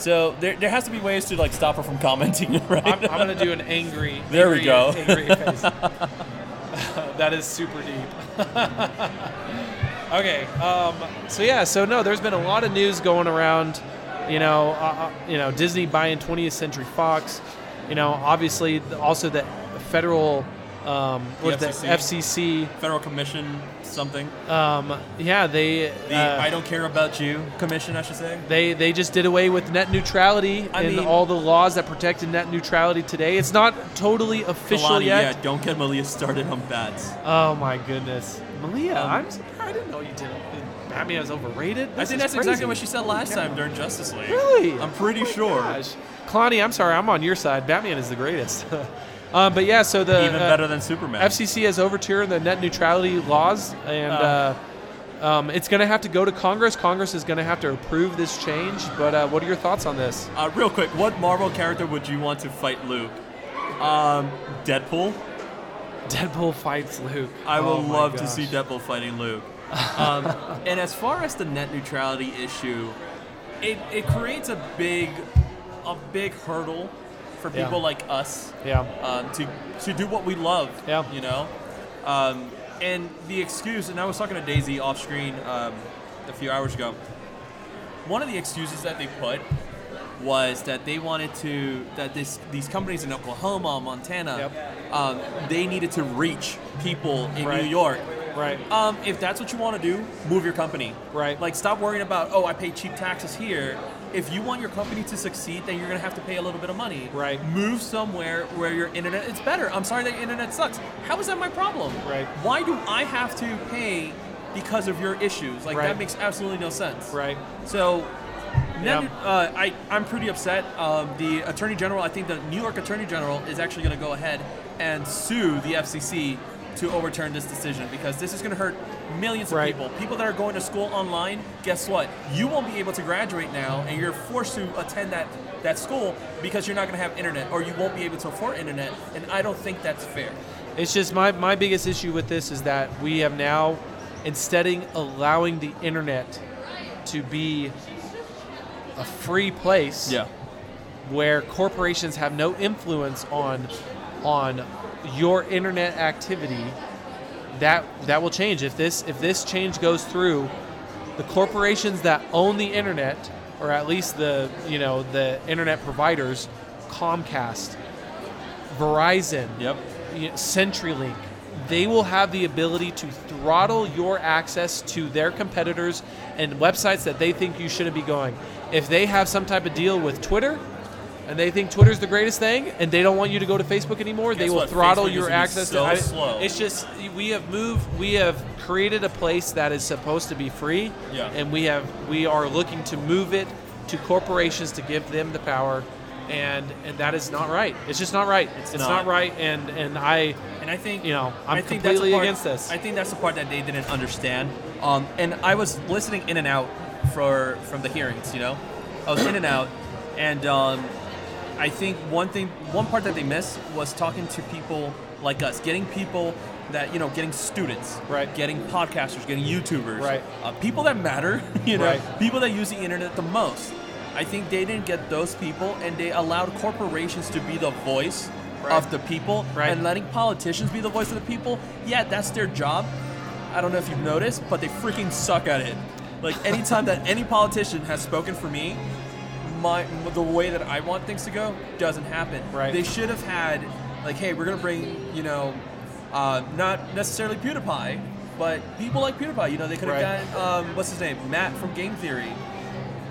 [SPEAKER 2] so there, there has to be ways to like stop her from commenting. Right.
[SPEAKER 3] I'm, I'm gonna do an angry.
[SPEAKER 2] There
[SPEAKER 3] angry-
[SPEAKER 2] we go.
[SPEAKER 3] Angry face.
[SPEAKER 2] Uh,
[SPEAKER 3] that is super deep. okay. Um, so yeah. So no, there's been a lot of news going around. You know, uh, uh, you know, Disney buying 20th Century Fox. You know, obviously th- also the federal. Um, what
[SPEAKER 2] The
[SPEAKER 3] is the FCC?
[SPEAKER 2] Federal Commission something.
[SPEAKER 3] Um, yeah, they
[SPEAKER 2] The
[SPEAKER 3] uh,
[SPEAKER 2] I don't care about you commission, I should say.
[SPEAKER 3] they they just did away with net neutrality
[SPEAKER 2] I
[SPEAKER 3] and
[SPEAKER 2] mean-
[SPEAKER 3] all the laws that protected net neutrality today. It's not totally official
[SPEAKER 2] Kalani,
[SPEAKER 3] yet.
[SPEAKER 2] yeah, don't get Malia started on bats. Um,
[SPEAKER 3] Oh my goodness, Malia! I'm surprised. I didn't know you did. Batman is overrated.
[SPEAKER 2] I think that's exactly what she said last time during Justice League.
[SPEAKER 3] Really? Oh
[SPEAKER 2] I'm pretty sure.
[SPEAKER 3] Kalani, I'm sorry, I'm on your side. Batman is the greatest. um, but yeah, so the
[SPEAKER 2] Even
[SPEAKER 3] uh,
[SPEAKER 2] better than Superman.
[SPEAKER 3] FCC has overturned the net neutrality laws, and
[SPEAKER 2] Oh.
[SPEAKER 3] uh, um, it's going to have to go to Congress. Congress is going to have to approve this change. But uh, what are your thoughts on this?
[SPEAKER 2] Uh, real quick, what Marvel character would you want to fight Luke? Um, Deadpool.
[SPEAKER 3] Deadpool fights Luke. Oh
[SPEAKER 2] I will love to see Deadpool fighting Luke. Um, and as far as the net neutrality issue, it, it creates a big a big hurdle for
[SPEAKER 3] Yeah.
[SPEAKER 2] people like us
[SPEAKER 3] Yeah,
[SPEAKER 2] um, to to do what we love.
[SPEAKER 3] Yeah.
[SPEAKER 2] You know, um, and the excuse, and I was talking to Daisy off screen um, a few hours ago. One of the excuses that they put was that they wanted to that this these companies in Oklahoma, Montana, um, they needed to reach people in
[SPEAKER 3] Right.
[SPEAKER 2] New York.
[SPEAKER 3] right.
[SPEAKER 2] Um, if that's what you want to do, move your company.
[SPEAKER 3] Right.
[SPEAKER 2] Like, stop worrying about oh, I pay cheap taxes here. if you want your company to succeed, then you're gonna have to pay a little bit of money.
[SPEAKER 3] Right.
[SPEAKER 2] Move somewhere where your internet is better. I'm sorry that your internet sucks. How is that my problem?
[SPEAKER 3] Right.
[SPEAKER 2] Why do I have to pay because of your issues? Like
[SPEAKER 3] Right.
[SPEAKER 2] that makes absolutely no sense.
[SPEAKER 3] Right.
[SPEAKER 2] So, now,
[SPEAKER 3] Yeah.
[SPEAKER 2] uh, I, I'm pretty upset. Um, the Attorney General, I think the New York Attorney General is actually going to go ahead and sue the FCC to overturn this decision because this is going to hurt millions
[SPEAKER 3] Right.
[SPEAKER 2] of people. People that are going to school online, guess what? You won't be able to graduate now and you're forced to attend that, that school because you're not going to have internet or you won't be able to afford internet. And I don't think that's fair.
[SPEAKER 3] It's just my, my biggest issue with this is that we have now, instead of allowing the internet to be a free place where corporations have no influence on on your internet activity, that that will change. If this if this change goes through, the corporations that own the internet, or at least the you know the internet providers, Comcast, Verizon,
[SPEAKER 2] Yep.
[SPEAKER 3] you know, CenturyLink, they will have the ability to throttle your access to their competitors and websites that they think you shouldn't be going. If they have some type of deal with Twitter and they think Twitter's the greatest thing and they don't want you to go to Facebook anymore, they
[SPEAKER 2] Guess
[SPEAKER 3] will
[SPEAKER 2] what?
[SPEAKER 3] throttle
[SPEAKER 2] Facebook
[SPEAKER 3] your
[SPEAKER 2] is gonna be
[SPEAKER 3] access
[SPEAKER 2] so
[SPEAKER 3] to I-
[SPEAKER 2] slow.
[SPEAKER 3] It's just we have moved we have created a place that is supposed to be free
[SPEAKER 2] Yeah.
[SPEAKER 3] and we have we are looking to move it to corporations to give them the power and and that is not right. It's just not right. It's,
[SPEAKER 2] not.
[SPEAKER 3] not right and and I
[SPEAKER 2] And I think
[SPEAKER 3] You know, I'm
[SPEAKER 2] I think that's the
[SPEAKER 3] completely
[SPEAKER 2] part-
[SPEAKER 3] against this.
[SPEAKER 2] I think that's the part that they didn't understand. Um, and I was listening in and out for from the hearings. You know, I was in and out, and um, I think one thing, one part that they missed was talking to people like us, getting people that you know, getting students,
[SPEAKER 3] Right.
[SPEAKER 2] Getting podcasters, getting YouTubers,
[SPEAKER 3] Right.
[SPEAKER 2] Uh, people that matter, you know,
[SPEAKER 3] Right.
[SPEAKER 2] people that use the internet the most. I think they didn't get those people, and they allowed corporations to be the voice of the people,
[SPEAKER 3] Right.
[SPEAKER 2] and letting politicians be the voice of the people. Yeah, that's their job. I don't know if you've noticed, but they freaking suck at it. Like anytime that any politician has spoken for me, my the way that I want things to go doesn't happen.
[SPEAKER 3] Right.
[SPEAKER 2] They should have had like, hey, we're gonna bring you know, uh, not necessarily PewDiePie, but people like PewDiePie. You know, they could have
[SPEAKER 3] Right.
[SPEAKER 2] gotten um, what's his name, Matt from Game Theory.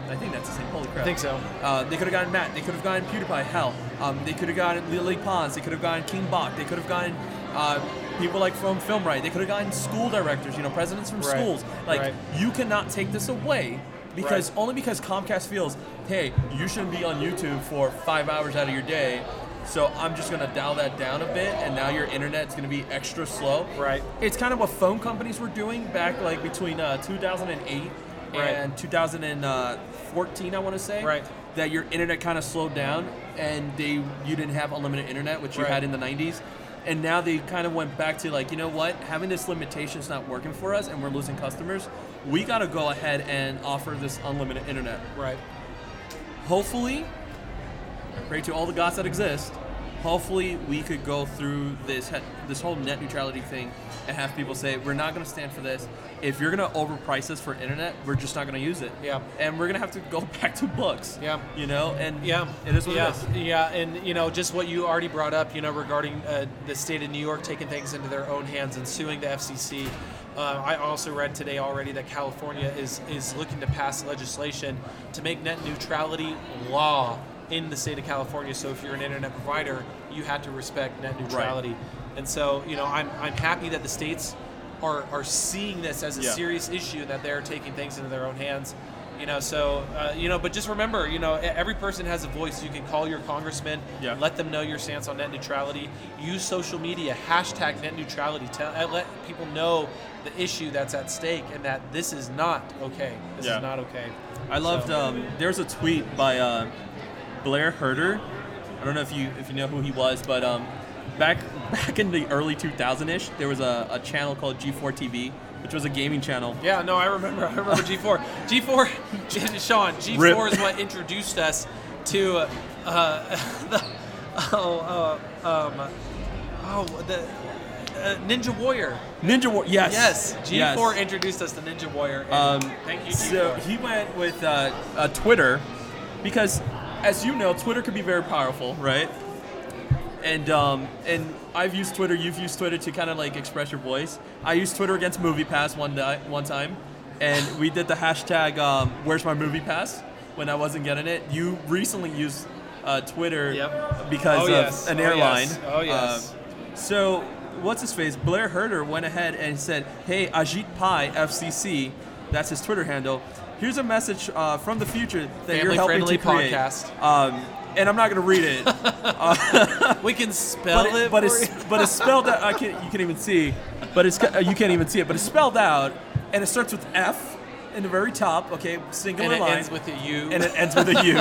[SPEAKER 2] I think that's his name. Holy crap!
[SPEAKER 3] think so.
[SPEAKER 2] Uh, they could have gotten Matt. They could have gotten PewDiePie. Hell, um, they could have gotten Lily Pons. They could have gotten King Bach. They could have gotten uh, people like from Film Right. They could have gotten school directors. You know, presidents from
[SPEAKER 3] Right.
[SPEAKER 2] schools. Like
[SPEAKER 3] Right.
[SPEAKER 2] you cannot take this away because only because Comcast feels, hey, you shouldn't be on YouTube for five hours out of your day. So I'm just gonna dial that down a bit, and now your internet's gonna be extra slow.
[SPEAKER 3] Right.
[SPEAKER 2] It's kind of what phone companies were doing back like between uh, 2008
[SPEAKER 3] Right.
[SPEAKER 2] and 2014, I want to say.
[SPEAKER 3] Right.
[SPEAKER 2] That your internet kind of slowed down, and they you didn't have unlimited internet, which you
[SPEAKER 3] Right.
[SPEAKER 2] had in the 90s, and now they kind of went back to like you know what, having this limitation is not working for us, and we're losing customers. We got to go ahead and offer this unlimited internet.
[SPEAKER 3] Right.
[SPEAKER 2] Hopefully, I pray to all the gods that exist. Hopefully, we could go through this he- this whole net neutrality thing and have people say we're not going to stand for this. If you're going to overprice us for internet, we're just not going to use it.
[SPEAKER 3] Yeah.
[SPEAKER 2] and we're going to have to go back to books.
[SPEAKER 3] Yeah.
[SPEAKER 2] you know, and
[SPEAKER 3] Yeah,
[SPEAKER 2] it is what
[SPEAKER 3] yeah,
[SPEAKER 2] it is.
[SPEAKER 3] Yeah, and you know, just what you already brought up, you know, regarding uh, the state of New York taking things into their own hands and suing the FCC. Uh, I also read today already that California is is looking to pass legislation to make net neutrality law in the state of California. So if you're an internet provider, you had to respect net neutrality. And so, you know, I'm I'm happy that the states are are seeing this as a
[SPEAKER 2] Yeah.
[SPEAKER 3] serious issue and that they're taking things into their own hands you know so uh, you know but just remember you know e- every person has a voice you can call your congressman
[SPEAKER 2] Yeah.
[SPEAKER 3] let them know your stance on net neutrality use social media hashtag net neutrality tell uh, let people know the issue that's at stake and that this is not okay this
[SPEAKER 2] Yeah.
[SPEAKER 3] is not okay
[SPEAKER 2] I loved. Um, there's a tweet by uh, Blair Herder. I don't know if you if you know who he was, but um, back back in the early 2000ish, there was a, a channel called G4 TV, which was a gaming channel.
[SPEAKER 3] yeah no i remember i remember g4 g4 sean g4
[SPEAKER 2] Rip.
[SPEAKER 3] is what introduced us to uh, uh, the oh uh, um oh the uh, ninja warrior
[SPEAKER 2] Ninja War. Yes.
[SPEAKER 3] Yes, G4
[SPEAKER 2] Yes.
[SPEAKER 3] introduced us to Ninja Warrior.
[SPEAKER 2] Um,
[SPEAKER 3] And thank you, G4.
[SPEAKER 2] So he went with uh, uh, Twitter because, as you know, Twitter can be very powerful, right? And um, and I've used Twitter. You've used Twitter to kind of like express your voice. I used Twitter against MoviePass one di- one time, and we did the hashtag um, Where's my MoviePass, when I wasn't getting it. You recently used uh, Twitter
[SPEAKER 3] Yep.
[SPEAKER 2] because
[SPEAKER 3] Oh,
[SPEAKER 2] of
[SPEAKER 3] yes.
[SPEAKER 2] an
[SPEAKER 3] Oh,
[SPEAKER 2] airline.
[SPEAKER 3] yes. Oh, yes.
[SPEAKER 2] Um, so what's his face? Blair Herder went ahead and said, "Hey, Ajit Pai FCC, that's his Twitter handle. Here's a message uh, from the future that you're helping
[SPEAKER 3] Family-friendly
[SPEAKER 2] to create."
[SPEAKER 3] podcast.
[SPEAKER 2] Um, and I'm not going to read it, Uh,
[SPEAKER 3] We can spell
[SPEAKER 2] but,
[SPEAKER 3] it.
[SPEAKER 2] it, but
[SPEAKER 3] for
[SPEAKER 2] it's
[SPEAKER 3] you.
[SPEAKER 2] but it's spelled out. I can't, you can't even see, but it's ca- you can't even see it. But it's spelled out, and it starts with F in the very top. Okay, singular
[SPEAKER 3] and it
[SPEAKER 2] line
[SPEAKER 3] ends with a U.
[SPEAKER 2] and it ends with a U.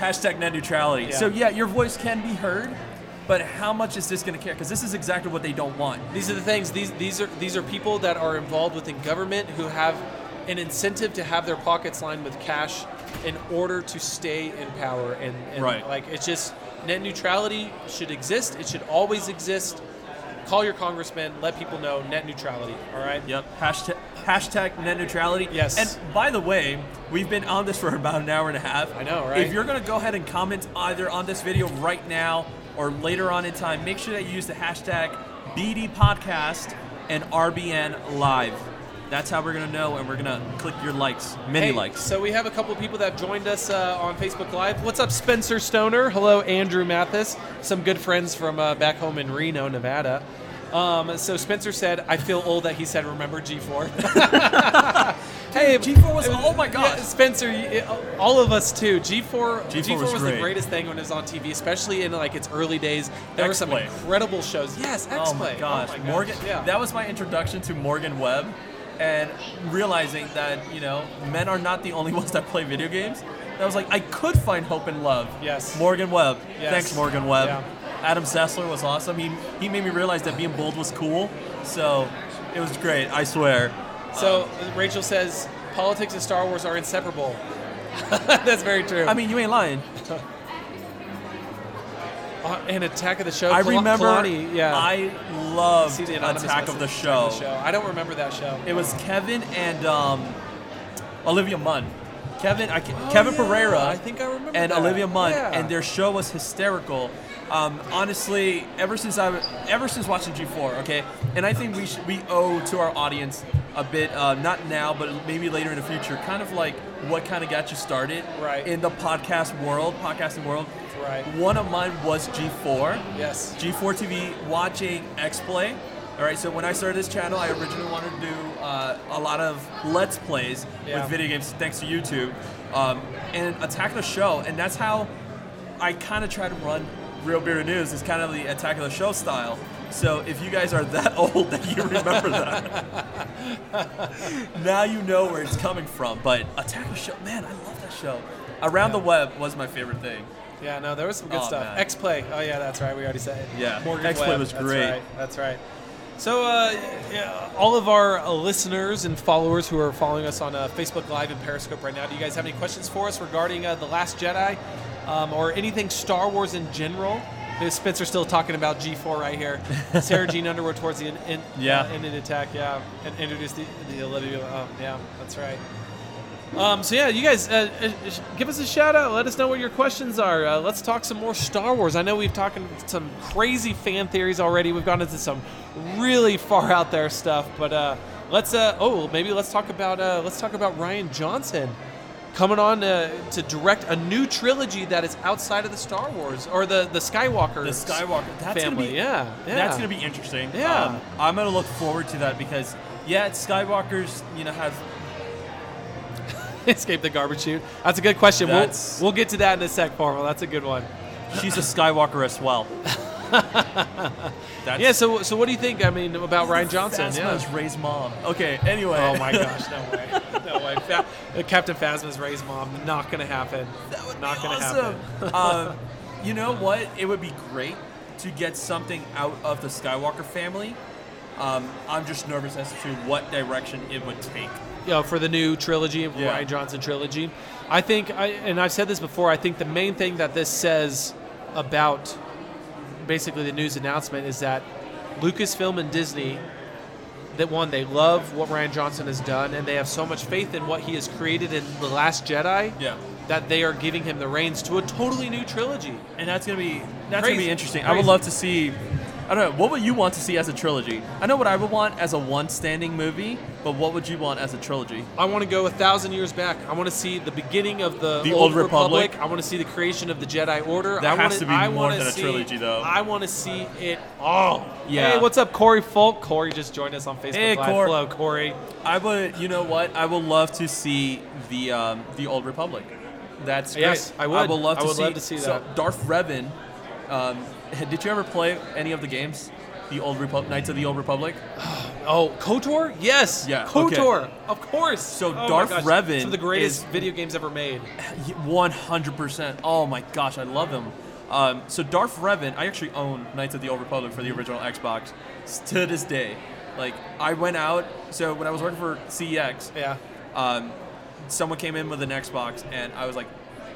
[SPEAKER 2] Hashtag net neutrality. So yeah, your voice can be heard, but how much is this going to care? Because this is exactly what they don't want.
[SPEAKER 3] These are the things. These these are these are people that are involved within government who have an incentive to have their pockets lined with cash in order to stay in power. And, and
[SPEAKER 2] Right.
[SPEAKER 3] like it's just net neutrality should exist. It should always exist. Call your congressman. Let people know net neutrality. All right.
[SPEAKER 2] Yep. Hashtag, hashtag net neutrality.
[SPEAKER 3] Yes.
[SPEAKER 2] And by the way, we've been on this for about an hour and a half.
[SPEAKER 3] I know, right?
[SPEAKER 2] If you're going to go ahead and comment either on this video right now or later on in time, make sure that you use the hashtag BD Podcast and RBN Live. That's how we're going to know, and we're going to click your likes, many
[SPEAKER 3] Hey,
[SPEAKER 2] likes.
[SPEAKER 3] So we have a couple people that have joined us uh, on Facebook Live. What's up, Spencer Stoner? Hello, Andrew Mathis. Some good friends from uh, back home in Reno, Nevada. Um, so Spencer said, "I feel old that he said remember G4." hey,
[SPEAKER 2] G4 was- oh my gosh.
[SPEAKER 3] yeah, Spencer, you- it- all of us too. G4, G4,
[SPEAKER 2] was
[SPEAKER 3] was,
[SPEAKER 2] great.
[SPEAKER 3] the greatest thing when it was on TV, especially in like its early days. There were some
[SPEAKER 2] X-Play.
[SPEAKER 3] incredible shows. Yes, X-Play.
[SPEAKER 2] Oh my gosh, Morgan!
[SPEAKER 3] Yeah.
[SPEAKER 2] That was my introduction to Morgan Webb, and realizing that you know men are not the only ones that play video games. And I was like, I could find hope and love.
[SPEAKER 3] Yes.
[SPEAKER 2] Morgan Webb.
[SPEAKER 3] Yes.
[SPEAKER 2] Thanks, Morgan Webb.
[SPEAKER 3] Yeah.
[SPEAKER 2] Adam Sessler was awesome. He he made me realize that being bold was cool. So it was great. I swear.
[SPEAKER 3] So Rachel says politics and Star Wars are inseparable. That's very true.
[SPEAKER 2] Um, I mean, you ain't lying.
[SPEAKER 3] uh, an Attack of the Show.
[SPEAKER 2] I
[SPEAKER 3] Kal-
[SPEAKER 2] remember.
[SPEAKER 3] Kalani, yeah.
[SPEAKER 2] I loved
[SPEAKER 3] See the
[SPEAKER 2] Attack
[SPEAKER 3] anonymous
[SPEAKER 2] of the
[SPEAKER 3] message.
[SPEAKER 2] Show.
[SPEAKER 3] Attack of the Show. I don't remember that show.
[SPEAKER 2] It was Kevin and um, Olivia Munn. Kevin, I, ca- Kevin
[SPEAKER 3] Oh, yeah.
[SPEAKER 2] Pereira.
[SPEAKER 3] I think I remember
[SPEAKER 2] And
[SPEAKER 3] that.
[SPEAKER 2] Olivia Munn,
[SPEAKER 3] Yeah.
[SPEAKER 2] and their show was hysterical. Um, honestly, ever since I, ever since watching G4, okay, and I think we sh- we owe to our audience a bit, uh, not now, but maybe later in the future, kind of like what kind of got you started,
[SPEAKER 3] Right.
[SPEAKER 2] in the podcast world, podcasting world.
[SPEAKER 3] Right.
[SPEAKER 2] One of mine was G4.
[SPEAKER 3] yes.
[SPEAKER 2] G4 TV watching X Play. All right, so when I started this channel, I originally wanted to do uh, a lot of Let's Plays
[SPEAKER 3] Yeah.
[SPEAKER 2] with video games, thanks to YouTube, um, and Attack the Show, and that's how I kind of try to run Real Beer News. It's kind of the Attack of the Show style. So if you guys are that old that you remember that, now you know where it's coming from. But Attack the Show, man, I love that show. Around the Web was my favorite thing.
[SPEAKER 3] Yeah. No, there was some good
[SPEAKER 2] Oh,
[SPEAKER 3] stuff.
[SPEAKER 2] man.
[SPEAKER 3] X Play. Oh yeah, that's right. We already said it.
[SPEAKER 2] Yeah.
[SPEAKER 3] Morgan
[SPEAKER 2] X-Play
[SPEAKER 3] Webb.
[SPEAKER 2] was
[SPEAKER 3] That's
[SPEAKER 2] great.
[SPEAKER 3] right, That's right. So, uh, yeah, all of our uh, listeners and followers who are following us on uh, Facebook Live and Periscope right now, do you guys have any questions for us regarding uh, The Last Jedi um, or anything Star Wars in general? There's Spencer still talking about G4 right here. Sarah Jean Underwood towards the end, end,
[SPEAKER 2] Yeah.
[SPEAKER 3] uh, end of the attack, yeah. And introduced the, the Olivia.
[SPEAKER 2] Oh,
[SPEAKER 3] Um, yeah, that's right. Um, so yeah, you guys, uh, uh, sh- give us a shout out. Let us know what your questions are. Uh, let's talk some more Star Wars. I know we've talked some crazy fan theories already. We've gone into some really far out there stuff, but uh, let's. Uh, oh, maybe let's talk about uh, let's talk about Ryan Johnson coming on uh, to direct a new trilogy that is outside of the Star Wars or the the Skywalker.
[SPEAKER 2] The Skywalker, that's gonna
[SPEAKER 3] family.
[SPEAKER 2] be
[SPEAKER 3] yeah, yeah,
[SPEAKER 2] That's gonna be interesting. Um,
[SPEAKER 3] Yeah.
[SPEAKER 2] I'm gonna look forward to that because yeah, Skywalker's you know has
[SPEAKER 3] escape the garbage chute. That's a good question. We'll,
[SPEAKER 2] That's-
[SPEAKER 3] we'll get to that in a sec, Formal. That's a good one.
[SPEAKER 2] she's a Skywalker as well. that's,
[SPEAKER 3] Yeah, so so what do you think? I mean, about Ryan Johnson?
[SPEAKER 2] Phasma's
[SPEAKER 3] Yeah.
[SPEAKER 2] Ray's mom. Okay. Anyway.
[SPEAKER 3] Oh my gosh, no way, no way. Fa- uh, Captain Phasma's Ray's mom, not gonna happen. That would not gonna
[SPEAKER 2] awesome.
[SPEAKER 3] happen.
[SPEAKER 2] um, you know what? It would be great to get something out of the Skywalker family. Um, I'm just nervous as to what direction it would take.
[SPEAKER 3] You know, for the new trilogy,
[SPEAKER 2] Yeah.
[SPEAKER 3] Ryan Johnson trilogy, I think, I and I've said this before. I think the main thing that this says about basically the news announcement is that Lucasfilm and Disney that one they love what Ryan Johnson has done and they have so much faith in what he has created in The Last Jedi
[SPEAKER 2] Yeah.
[SPEAKER 3] that they are giving him the reins to a totally new trilogy.
[SPEAKER 2] and that's gonna be that's
[SPEAKER 3] Crazy.
[SPEAKER 2] gonna be interesting. I would
[SPEAKER 3] Crazy.
[SPEAKER 2] love to see I don't know. What would you want to see as a trilogy? I know what I would want as a one-standing movie, but what would you want as a trilogy?
[SPEAKER 3] I want to go a thousand years back. I want to see the beginning of the,
[SPEAKER 2] The Old Republic.
[SPEAKER 3] I want to see the creation of the Jedi Order.
[SPEAKER 2] That
[SPEAKER 3] I
[SPEAKER 2] has
[SPEAKER 3] wanna,
[SPEAKER 2] to be
[SPEAKER 3] I
[SPEAKER 2] more
[SPEAKER 3] wanna
[SPEAKER 2] than a
[SPEAKER 3] see-
[SPEAKER 2] trilogy, though.
[SPEAKER 3] I want to see it all. Oh.
[SPEAKER 2] Yeah.
[SPEAKER 3] Hey, what's up, Corey Folk? Corey just joined us on Facebook
[SPEAKER 2] Hey,
[SPEAKER 3] Live.
[SPEAKER 2] Cor-
[SPEAKER 3] Hello, Corey.
[SPEAKER 2] I would. You know what? I would love to see the um, the Old Republic. That's
[SPEAKER 3] Yes,
[SPEAKER 2] great.
[SPEAKER 3] I would.
[SPEAKER 2] would love
[SPEAKER 3] I
[SPEAKER 2] to
[SPEAKER 3] would
[SPEAKER 2] see.
[SPEAKER 3] love to see
[SPEAKER 2] so
[SPEAKER 3] that.
[SPEAKER 2] Darth Revan. Um, did you ever play any of the games? The Old Republic, Knights of the Old Republic.
[SPEAKER 3] Oh, KOTOR? Yes.
[SPEAKER 2] Yeah, okay.
[SPEAKER 3] KOTOR. Of course.
[SPEAKER 2] So
[SPEAKER 3] Oh my
[SPEAKER 2] Darth
[SPEAKER 3] gosh,
[SPEAKER 2] Revan
[SPEAKER 3] Some of the greatest
[SPEAKER 2] is-
[SPEAKER 3] video games ever made.
[SPEAKER 2] One hundred percent. Oh my gosh, I love them. Um, so Darth Revan, I actually own Knights of the Old Republic for the original Xbox s- to this day. Like I went out, so when I was working for CEX,
[SPEAKER 3] Yeah.
[SPEAKER 2] um, someone came in with an Xbox, and I was like,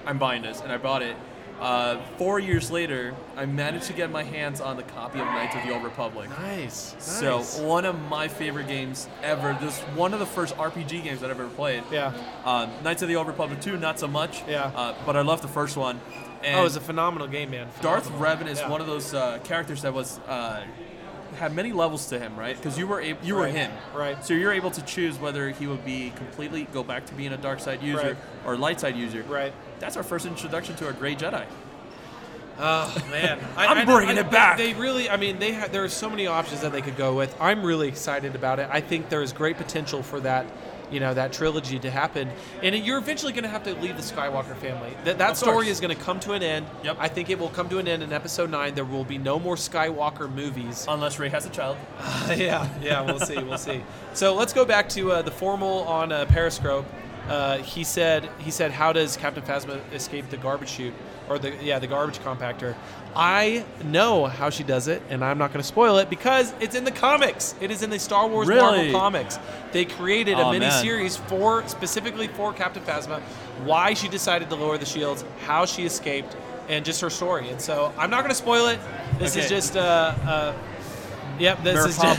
[SPEAKER 2] I'm buying this, and I bought it. Uh, four years later, I managed to get my hands on the copy of Knights of the Old Republic.
[SPEAKER 3] Nice.
[SPEAKER 2] So
[SPEAKER 3] nice.
[SPEAKER 2] one of my favorite games ever. This one of the first RPG games that I've ever played.
[SPEAKER 3] Yeah.
[SPEAKER 2] Um, Knights of the Old Republic 2, not so much.
[SPEAKER 3] Yeah.
[SPEAKER 2] Uh, but I love the first one. And
[SPEAKER 3] Oh, it was a phenomenal game, man.
[SPEAKER 2] Darth Revan is
[SPEAKER 3] Yeah.
[SPEAKER 2] one of those uh, characters that was uh, had many levels to him, right? Because you were ab- you were
[SPEAKER 3] Right.
[SPEAKER 2] him,
[SPEAKER 3] Right.
[SPEAKER 2] So you're able to choose whether he would be completely go back to being a dark side user
[SPEAKER 3] Right.
[SPEAKER 2] or light side user.
[SPEAKER 3] Right.
[SPEAKER 2] That's our first introduction to a gray Jedi.
[SPEAKER 3] Oh man,
[SPEAKER 2] I'm bringing it back.
[SPEAKER 3] They really, I mean, they ha- there are so many options that they could go with. I'm really excited about it. I think there is great potential for that, you know, that trilogy to happen. And you're eventually going to have to leave the Skywalker family. That that story is going to come to an end.
[SPEAKER 2] Yep.
[SPEAKER 3] I think it will come to an end in Episode Nine. There will be no more Skywalker movies.
[SPEAKER 2] Unless Ray has a child.
[SPEAKER 3] yeah, yeah, we'll see, we'll see. So let's go back to uh, the formal on uh, Periscope. Uh, he said, he said, how does Captain Phasma escape the garbage chute or the yeah the garbage compactor? I know how she does it, and I'm not going to spoil it because it's in the comics. It is in the Star Wars
[SPEAKER 2] Really?
[SPEAKER 3] Marvel comics. They created a
[SPEAKER 2] Aw,
[SPEAKER 3] mini
[SPEAKER 2] man.
[SPEAKER 3] series for specifically for Captain Phasma, why she decided to lower the shields, how she escaped, and just her story. And so I'm not going to spoil it. This is
[SPEAKER 2] Okay.
[SPEAKER 3] just uh, uh, yep. This is just,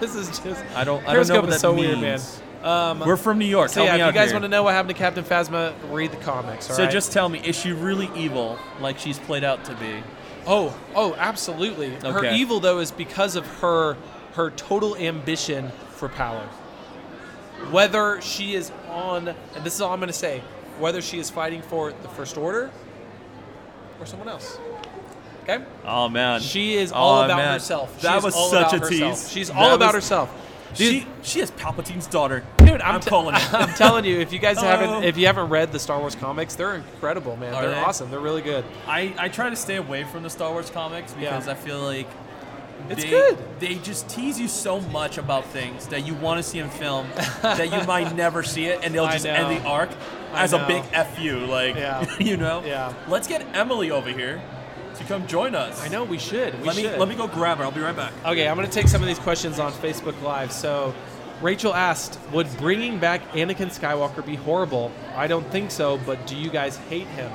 [SPEAKER 3] this is just.
[SPEAKER 2] I don't. I don't know
[SPEAKER 3] Periscope
[SPEAKER 2] what
[SPEAKER 3] is
[SPEAKER 2] that
[SPEAKER 3] so
[SPEAKER 2] means.
[SPEAKER 3] weird, man. Um,
[SPEAKER 2] We're from New York.
[SPEAKER 3] so
[SPEAKER 2] Help
[SPEAKER 3] yeah,
[SPEAKER 2] me
[SPEAKER 3] if
[SPEAKER 2] out
[SPEAKER 3] you guys
[SPEAKER 2] here.
[SPEAKER 3] want to know what happened to Captain Phasma, read the comics. all
[SPEAKER 2] So
[SPEAKER 3] right?
[SPEAKER 2] just tell me, is she really evil, like she's played out to be?
[SPEAKER 3] oh, oh, absolutely. Her
[SPEAKER 2] Okay.
[SPEAKER 3] evil though is because of her her total ambition for power. Whether she is on, and this is all I'm going to say, whether she is fighting for the First Order or someone else. Okay.
[SPEAKER 2] Oh man,
[SPEAKER 3] She is all
[SPEAKER 2] Oh,
[SPEAKER 3] about
[SPEAKER 2] man.
[SPEAKER 3] herself. She
[SPEAKER 2] That
[SPEAKER 3] is
[SPEAKER 2] was
[SPEAKER 3] all
[SPEAKER 2] such
[SPEAKER 3] about
[SPEAKER 2] a
[SPEAKER 3] herself.
[SPEAKER 2] tease.
[SPEAKER 3] She's
[SPEAKER 2] That
[SPEAKER 3] all about
[SPEAKER 2] was-
[SPEAKER 3] herself.
[SPEAKER 2] She she is Palpatine's daughter.
[SPEAKER 3] Dude, I'm,
[SPEAKER 2] I'm
[SPEAKER 3] t-
[SPEAKER 2] calling it.
[SPEAKER 3] I'm telling you, if you guys
[SPEAKER 2] Oh.
[SPEAKER 3] haven't, if you haven't read the Star Wars comics, they're incredible, man.
[SPEAKER 2] Are
[SPEAKER 3] they're
[SPEAKER 2] they?
[SPEAKER 3] awesome. They're really good.
[SPEAKER 2] I, I try to stay away from the Star Wars comics because
[SPEAKER 3] Yeah.
[SPEAKER 2] I feel like
[SPEAKER 3] It's
[SPEAKER 2] they,
[SPEAKER 3] good.
[SPEAKER 2] They just tease you so much about things that you want to see in film that you might never see it, and they'll
[SPEAKER 3] I
[SPEAKER 2] just
[SPEAKER 3] know.
[SPEAKER 2] end the arc
[SPEAKER 3] I
[SPEAKER 2] as a big
[SPEAKER 3] know.
[SPEAKER 2] f you, like
[SPEAKER 3] Yeah.
[SPEAKER 2] you know.
[SPEAKER 3] Yeah.
[SPEAKER 2] Let's get Emily over here to come join us.
[SPEAKER 3] I know we should. We
[SPEAKER 2] Let me
[SPEAKER 3] should. Oh,
[SPEAKER 2] let me go grab her. I'll be right back.
[SPEAKER 3] Okay, I'm gonna take some of these questions on Facebook Live. So, Rachel asked, "Would bringing back Anakin Skywalker be horrible?" I don't think so, but do you guys hate him?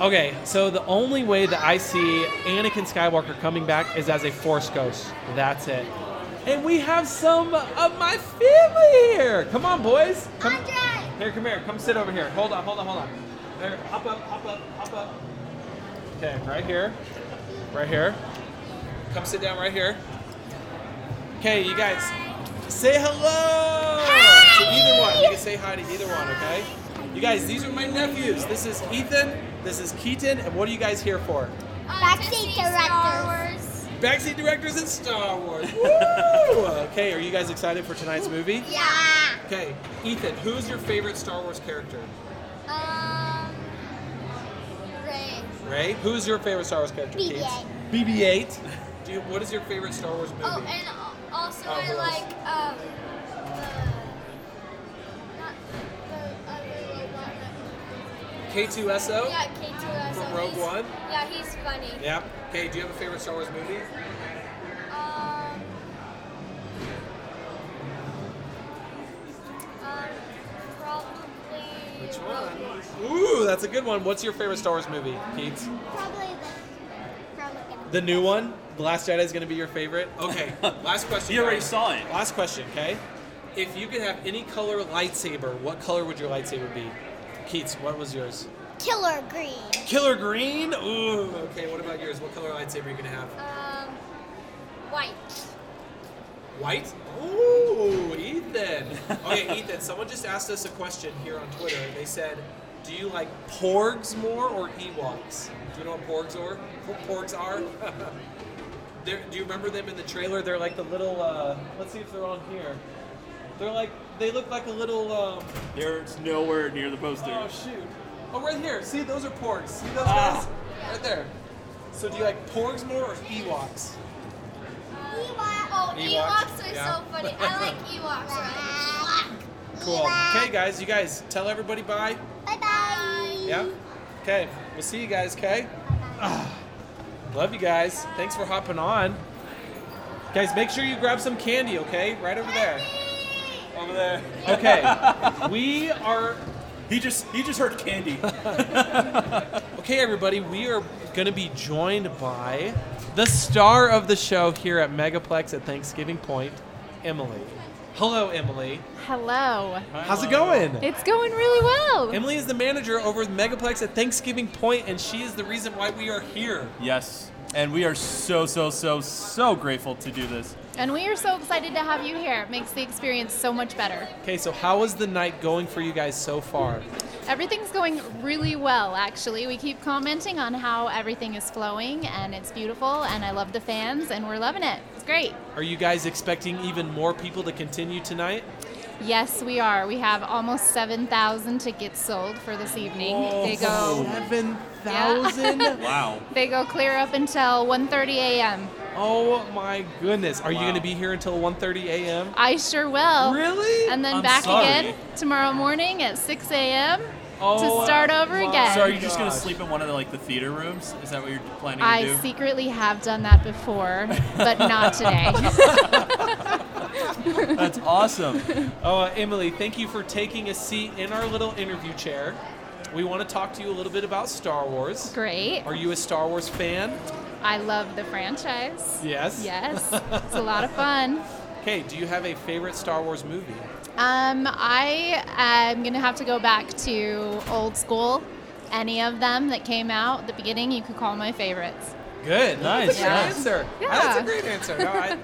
[SPEAKER 3] Okay, so the only way that I see Anakin Skywalker coming back is as a Force ghost. That's it. And we have some of my family here. Come on, boys. Come, here, come here. Come sit over here. Hold on, hold on, hold on. There, hop up, hop up, hop up. Okay, right here. Right here. Come sit down right here. Okay, you guys, say hello to either one. You can say hi to either one, okay? You guys, these are my nephews. This is Ethan, this is Keaton, and what are you guys here for?
[SPEAKER 5] Backseat directors.
[SPEAKER 3] Backseat directors in Star Wars. Woo! okay, are you guys excited for tonight's movie?
[SPEAKER 5] Yeah.
[SPEAKER 3] Okay, Ethan, who's your favorite Star Wars character?
[SPEAKER 5] Um. Ray.
[SPEAKER 3] Ray? Who's your favorite Star Wars character?
[SPEAKER 5] BB-8.
[SPEAKER 3] Keats? BB-8. Do you, what is your favorite Star Wars movie?
[SPEAKER 5] Oh, and al- also
[SPEAKER 3] Oh,
[SPEAKER 5] I
[SPEAKER 3] who else?
[SPEAKER 5] like um. the- not the other robot,
[SPEAKER 3] K2SO.
[SPEAKER 5] but- Yeah, K2SO.
[SPEAKER 3] From Rogue
[SPEAKER 5] He's-
[SPEAKER 3] One?
[SPEAKER 5] Yeah, he's funny.
[SPEAKER 3] Yeah. Okay, do you have a favorite Star Wars movie?
[SPEAKER 5] Um. Um. Probably.
[SPEAKER 3] Which
[SPEAKER 5] Rogue One.
[SPEAKER 3] one? Ooh, that's a good one. What's your favorite Star Wars movie, Keats?
[SPEAKER 5] Probably the. Probably
[SPEAKER 3] The new one? The Last Jedi is going to be your favorite? Okay, last question.
[SPEAKER 2] He already
[SPEAKER 3] guys.
[SPEAKER 2] saw it.
[SPEAKER 3] Last question, okay? If you could have any color lightsaber, what color would your lightsaber be? Keats, what was yours?
[SPEAKER 5] Killer Green.
[SPEAKER 3] Killer green? Ooh, okay, what about yours? What color lightsaber are you going to have?
[SPEAKER 5] Um. White.
[SPEAKER 3] White? Ooh, Ethan. Okay, Ethan, someone just asked us a question here on Twitter. They said, Do you like porgs more or Ewoks? Do you know what porgs are? Por- Porgs are? They're- do you remember them in the trailer? They're like the little, uh, let's see if they're on here. They're like, they look like a little, um,
[SPEAKER 6] There's nowhere near the poster.
[SPEAKER 3] oh shoot. Oh, right here. See, those are porgs. See those
[SPEAKER 6] Ah.
[SPEAKER 3] guys? Right there. So do you like porgs more or Ewoks?
[SPEAKER 5] Ewok. Oh,
[SPEAKER 3] Ewoks,
[SPEAKER 5] Ewoks are
[SPEAKER 3] yeah.
[SPEAKER 5] so funny. I like Ewoks. I like Ewok.
[SPEAKER 3] Cool. Okay, guys, you guys, tell everybody bye.
[SPEAKER 5] Bye bye.
[SPEAKER 3] Yeah. Okay. We'll see you guys. Okay. Love you guys. Thanks for hopping on. Guys, make sure you grab some candy. Okay, right over there. Over there. Okay. we are.
[SPEAKER 6] He just he just heard candy.
[SPEAKER 3] Okay, everybody. We are gonna be joined by the star of the show here at Megaplex at Thanksgiving Point, Emily. Hello, Emily.
[SPEAKER 14] Hello.
[SPEAKER 3] How's it going?
[SPEAKER 14] It's going really well.
[SPEAKER 3] Emily is the manager over at Megaplex at Thanksgiving Point, and she is the reason why we are here.
[SPEAKER 6] yes. And we are so so so so grateful to do this.
[SPEAKER 14] And we are so excited to have you here. It makes the experience so much better.
[SPEAKER 3] Okay, so how is the night going for you guys so far?
[SPEAKER 14] Everything's going really well, actually. We keep commenting on how everything is flowing and it's beautiful, and I love the fans, and we're loving it. It's great.
[SPEAKER 3] Are you guys expecting even more people to continue tonight?
[SPEAKER 14] Yes, we are. We have almost 7,000 tickets sold for this evening. They go.
[SPEAKER 3] Seven
[SPEAKER 14] thousand?
[SPEAKER 6] Wow.
[SPEAKER 14] They go clear up until 1:30 a.m.
[SPEAKER 3] Oh my goodness. Are you going to be here until 1:30 a.m.?
[SPEAKER 14] I sure will.
[SPEAKER 3] Really?
[SPEAKER 14] And then
[SPEAKER 3] I'm
[SPEAKER 14] back
[SPEAKER 3] sorry.
[SPEAKER 14] again tomorrow morning at 6 a.m.
[SPEAKER 6] Oh,
[SPEAKER 14] to start over again.
[SPEAKER 6] So are you just gonna sleep in one of the like the theater rooms? Is that what you're planning to
[SPEAKER 14] I
[SPEAKER 6] do?
[SPEAKER 14] secretly have done that before, but not today.
[SPEAKER 6] That's awesome.
[SPEAKER 3] Oh, uh, Emily, thank you for taking a seat in our little interview chair. We want to talk to you a little bit about Star Wars.
[SPEAKER 14] Great.
[SPEAKER 3] Are you a Star Wars fan?
[SPEAKER 14] I love the franchise.
[SPEAKER 3] Yes.
[SPEAKER 14] Yes. It's a lot of fun.
[SPEAKER 3] Okay, do you have a favorite Star Wars movie?
[SPEAKER 14] Um, I am going to have to go back to old school. Any of them that came out at the beginning, you could call my favorites.
[SPEAKER 3] Good. That's a
[SPEAKER 14] Nice,
[SPEAKER 3] great
[SPEAKER 14] nice.
[SPEAKER 3] answer. That's a
[SPEAKER 14] Yeah.
[SPEAKER 3] great answer. No, I-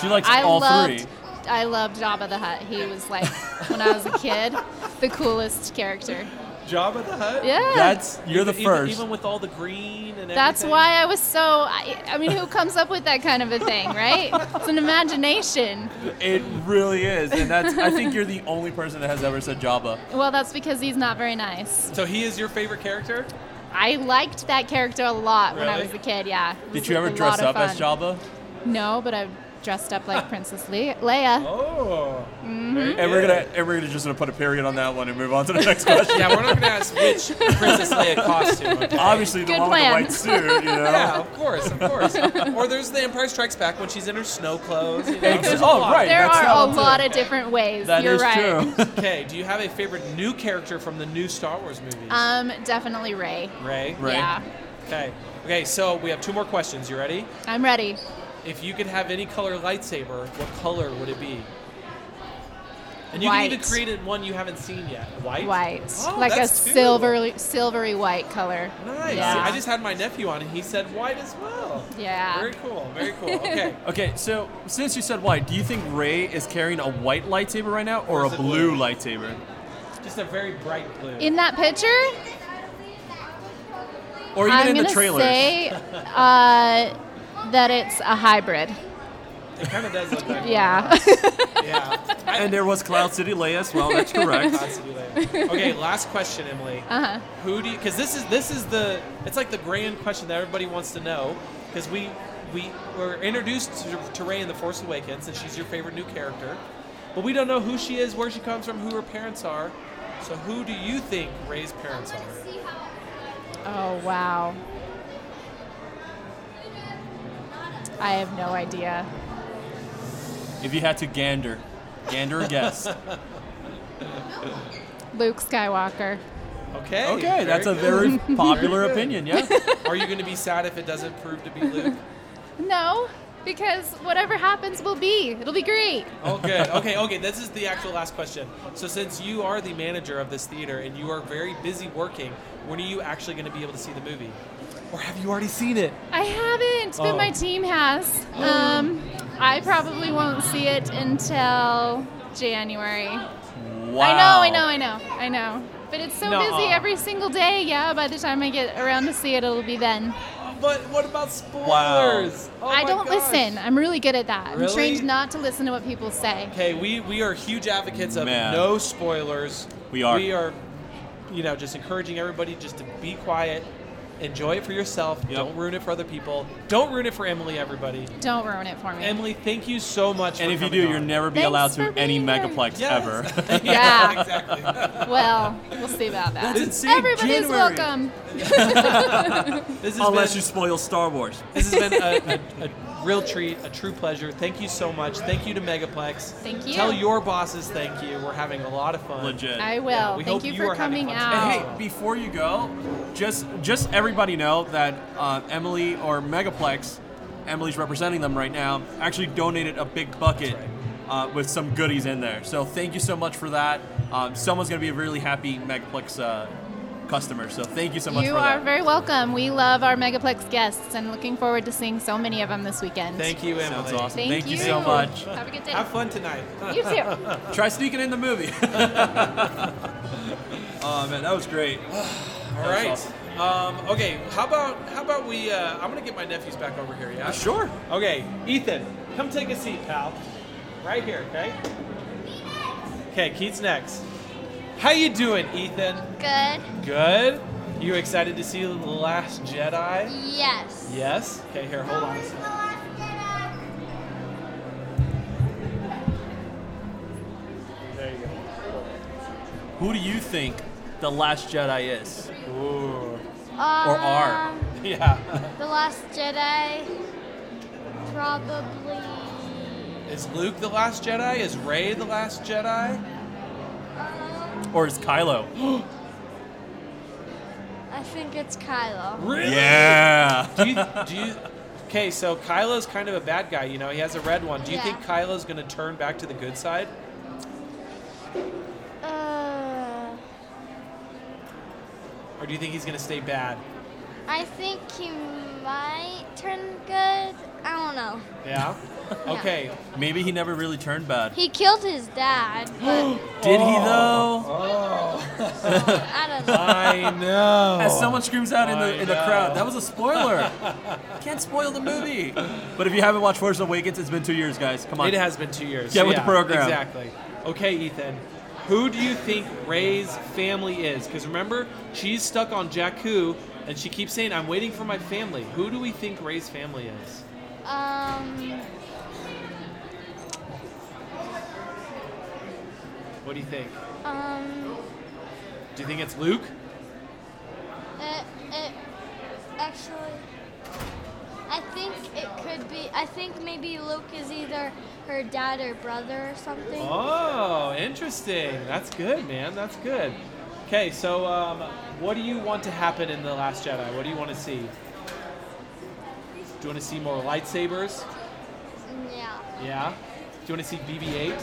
[SPEAKER 6] She likes
[SPEAKER 14] I
[SPEAKER 6] all
[SPEAKER 14] loved,
[SPEAKER 6] three.
[SPEAKER 14] I loved Jabba the Hutt. He was like, when I was a kid, the coolest character.
[SPEAKER 3] Jabba the Hutt?
[SPEAKER 14] Yeah.
[SPEAKER 6] That's you're the
[SPEAKER 3] Even- even-
[SPEAKER 6] first.
[SPEAKER 3] Even with all the green and
[SPEAKER 14] That's
[SPEAKER 3] everything.
[SPEAKER 14] why I was so. I, I mean, who comes up with that kind of a thing, right? It's an imagination.
[SPEAKER 6] It really is, and that's. I think you're the only person that has ever said Jabba.
[SPEAKER 14] Well, that's because he's not very nice.
[SPEAKER 3] So he is your favorite character?
[SPEAKER 14] I liked that character a lot when I
[SPEAKER 6] Really?
[SPEAKER 14] was a kid. Yeah. It
[SPEAKER 6] Did
[SPEAKER 14] was
[SPEAKER 6] you
[SPEAKER 14] a
[SPEAKER 6] ever
[SPEAKER 14] lot
[SPEAKER 6] dress
[SPEAKER 14] of
[SPEAKER 6] up as
[SPEAKER 14] fun.
[SPEAKER 6] Jabba?
[SPEAKER 14] No, but I dressed up like Princess Le- Leia.
[SPEAKER 3] Oh.
[SPEAKER 14] Mhm.
[SPEAKER 6] And we're gonna, and we're gonna just gonna put a period on that one and move on to the next question.
[SPEAKER 3] Yeah, we're not gonna ask which Princess Leia costume. okay?
[SPEAKER 6] Obviously, the
[SPEAKER 14] Good
[SPEAKER 6] one
[SPEAKER 14] plan.
[SPEAKER 6] with the white suit, you know.
[SPEAKER 3] Yeah, of course, of course. or there's the Empire Strikes Back when she's in her snow clothes. you know?
[SPEAKER 6] Ex-
[SPEAKER 3] There's a
[SPEAKER 6] oh,
[SPEAKER 3] lot.
[SPEAKER 6] right.
[SPEAKER 14] There
[SPEAKER 6] that's
[SPEAKER 14] are
[SPEAKER 6] how
[SPEAKER 14] a
[SPEAKER 6] it's-
[SPEAKER 14] lot of different ways.
[SPEAKER 6] That
[SPEAKER 14] You're
[SPEAKER 6] is
[SPEAKER 14] right.
[SPEAKER 6] true.
[SPEAKER 3] Okay, do you have a favorite new character from the new Star Wars movies?
[SPEAKER 14] Um, definitely Ray.
[SPEAKER 3] Ray.
[SPEAKER 6] Ray.
[SPEAKER 14] Yeah.
[SPEAKER 3] Okay. Okay, so we have two more questions. You ready?
[SPEAKER 14] I'm ready.
[SPEAKER 3] If you could have any color lightsaber, what color would it be? And you can
[SPEAKER 14] White.
[SPEAKER 3] even create it one you haven't seen yet. White.
[SPEAKER 14] White,
[SPEAKER 3] Oh,
[SPEAKER 14] like a
[SPEAKER 3] that's two.
[SPEAKER 14] silvery, silvery white color.
[SPEAKER 3] Nice.
[SPEAKER 14] Yeah.
[SPEAKER 3] I just had my nephew on, and he said white as well.
[SPEAKER 14] Yeah.
[SPEAKER 3] Very cool. Very cool. Okay.
[SPEAKER 6] Okay, so since you said white, do you think Ray is carrying a white lightsaber right now or, a
[SPEAKER 3] is it
[SPEAKER 6] blue,
[SPEAKER 3] blue?
[SPEAKER 6] lightsaber?
[SPEAKER 3] Just a very bright blue.
[SPEAKER 14] In that picture,
[SPEAKER 6] Or even
[SPEAKER 14] I'm
[SPEAKER 6] in the
[SPEAKER 14] gonna
[SPEAKER 6] trailers?
[SPEAKER 14] say uh, that it's a hybrid.
[SPEAKER 3] it kind of does look like.
[SPEAKER 14] Yeah.
[SPEAKER 3] Yeah.
[SPEAKER 6] and there was Cloud City Leia as well, that's correct.
[SPEAKER 3] Lots to do later. okay. Last question, Emily.
[SPEAKER 14] uh huh.
[SPEAKER 3] Who do you? Because this is this is the it's like the grand question that everybody wants to know. Because we we were introduced to, to Ray in the Force Awakens, and she's your favorite new character, but we don't know who she is, where she comes from, who her parents are. So who do you think Ray's parents are?
[SPEAKER 5] See how
[SPEAKER 14] Oh wow. I have no idea.
[SPEAKER 6] if you had to gander, gander a guess.
[SPEAKER 14] Luke Skywalker.
[SPEAKER 3] Okay.
[SPEAKER 6] Okay, that's a very popular opinion, yeah?
[SPEAKER 3] good. Are you going to be sad if it doesn't prove to be Luke?
[SPEAKER 14] No, because whatever happens will be. It'll be great.
[SPEAKER 3] Oh, good. Okay, okay. This is the actual last question. So, since you are the manager of this theater and you are very busy working, when are you actually going to be able to see the movie? Or have you already seen it?
[SPEAKER 14] I haven't, but
[SPEAKER 3] Oh.
[SPEAKER 14] my team has.
[SPEAKER 6] Mm.
[SPEAKER 14] Um, I probably won't see it until January. I know, I know, I know, I know. But it's so
[SPEAKER 3] Nuh-uh.
[SPEAKER 14] busy every single day. Yeah, by the time I get around to see it, it'll be then.
[SPEAKER 3] But what about spoilers? Oh
[SPEAKER 14] I don't listen. I'm really good at that. I'm
[SPEAKER 3] Really?
[SPEAKER 14] trained not to listen to what people say.
[SPEAKER 3] Okay, we, we are huge advocates of
[SPEAKER 11] Man.
[SPEAKER 3] no spoilers.
[SPEAKER 11] We are.
[SPEAKER 3] We are, you know, just encouraging everybody just to be quiet, enjoy it for yourself. Don't ruin it for other people. Don't ruin it for Emily, everybody.
[SPEAKER 14] Don't ruin it for me.
[SPEAKER 3] Emily, thank you so much.
[SPEAKER 11] And
[SPEAKER 3] for
[SPEAKER 11] if you
[SPEAKER 3] coming
[SPEAKER 11] do,
[SPEAKER 3] on.
[SPEAKER 11] you're never be allowed through any megaplex ever.
[SPEAKER 14] Yeah. Well, we'll see about that.
[SPEAKER 11] That's insane.
[SPEAKER 14] Everybody's
[SPEAKER 11] January.
[SPEAKER 14] welcome.
[SPEAKER 3] This has
[SPEAKER 11] Unless
[SPEAKER 3] been-
[SPEAKER 11] you spoil Star Wars.
[SPEAKER 3] This has been a, a, a real treat, a true pleasure. Thank you so much. Thank you to Megaplex.
[SPEAKER 14] Thank you.
[SPEAKER 3] Tell your bosses thank you. We're having a lot of fun.
[SPEAKER 11] Legit.
[SPEAKER 14] I will.
[SPEAKER 3] Yeah, we
[SPEAKER 14] Thank
[SPEAKER 3] hope
[SPEAKER 14] you,
[SPEAKER 3] you
[SPEAKER 14] for
[SPEAKER 3] are having
[SPEAKER 14] coming
[SPEAKER 3] fun.
[SPEAKER 14] out.
[SPEAKER 2] Hey, before you go, just just everybody know that uh, Emily or Megaplex, Emily's representing them right now, actually donated a big bucket uh, with some goodies in there. So thank you so much for that. Um, someone's gonna be a really happy Megaplex uh, customer. So thank you so much
[SPEAKER 14] you
[SPEAKER 2] for
[SPEAKER 14] are
[SPEAKER 2] that.
[SPEAKER 14] very welcome. We love our Megaplex guests and looking forward to seeing so many of them this weekend.
[SPEAKER 3] Thank you, Emily.
[SPEAKER 2] Sounds awesome.
[SPEAKER 14] Thank
[SPEAKER 2] Thank, you.
[SPEAKER 14] you.
[SPEAKER 2] so much.
[SPEAKER 14] Have a good day.
[SPEAKER 3] Have fun tonight.
[SPEAKER 14] You too.
[SPEAKER 2] Try sneaking in the movie. oh man, that was great.
[SPEAKER 3] All right. Um, okay. How about how about we? Uh, I'm gonna get my nephews back over here. Yeah.
[SPEAKER 2] Sure.
[SPEAKER 3] Okay, Ethan, come take a seat, pal. Right here. Okay. Okay. Keith's next. How you doing, Ethan?
[SPEAKER 5] Good.
[SPEAKER 3] Good. You excited to see the Last Jedi?
[SPEAKER 5] Yes.
[SPEAKER 3] Yes. Okay. Here, hold on. a second. There you go.
[SPEAKER 11] Who do you think the Last Jedi is?
[SPEAKER 3] Ooh.
[SPEAKER 5] Um, Uh,
[SPEAKER 11] Or are?
[SPEAKER 3] Yeah.
[SPEAKER 5] The Last Jedi. Probably.
[SPEAKER 3] Is Luke the Last Jedi? Is Ray the Last Jedi?
[SPEAKER 11] Or is Kylo?
[SPEAKER 5] I think it's Kylo.
[SPEAKER 3] Really?
[SPEAKER 11] Yeah.
[SPEAKER 3] do you, do you, okay, so Kylo's kind of a bad guy, you know? He has a red one. Do you
[SPEAKER 5] Yeah.
[SPEAKER 3] think Kylo's going to turn back to the good side?
[SPEAKER 5] Uh,
[SPEAKER 3] Or do you think he's going to stay bad?
[SPEAKER 5] I think he might turn good. I don't know.
[SPEAKER 3] Yeah? Okay.
[SPEAKER 11] Maybe he never really turned bad.
[SPEAKER 5] He killed his dad, but
[SPEAKER 11] Did he though?
[SPEAKER 5] I don't know.
[SPEAKER 3] I know.
[SPEAKER 2] As someone screams out in
[SPEAKER 3] I
[SPEAKER 2] the in the
[SPEAKER 3] know.
[SPEAKER 2] crowd, that was a spoiler. Can't spoil the movie. But if you haven't watched Force Awakens, it's been two years, guys. Come on.
[SPEAKER 3] It has been two years.
[SPEAKER 2] Get with the program.
[SPEAKER 3] Exactly. Okay, Ethan. Who do you think Ray's family is? Because remember, she's stuck on Jakku, and she keeps saying, "I'm waiting for my family." Who do we think Ray's family is?
[SPEAKER 5] Um,
[SPEAKER 3] What do you think?
[SPEAKER 5] um,
[SPEAKER 3] Do you think it's Luke?
[SPEAKER 5] it, it, Uh, actually, I think it could be. I think maybe Luke is either her dad or brother or something.
[SPEAKER 3] Oh, interesting. That's good, man. That's good. Okay, so um, what do you want to happen in The Last Jedi? What do you want to see? Do you want to see more lightsabers?
[SPEAKER 5] Yeah.
[SPEAKER 3] Yeah. Do you want to see BB 8?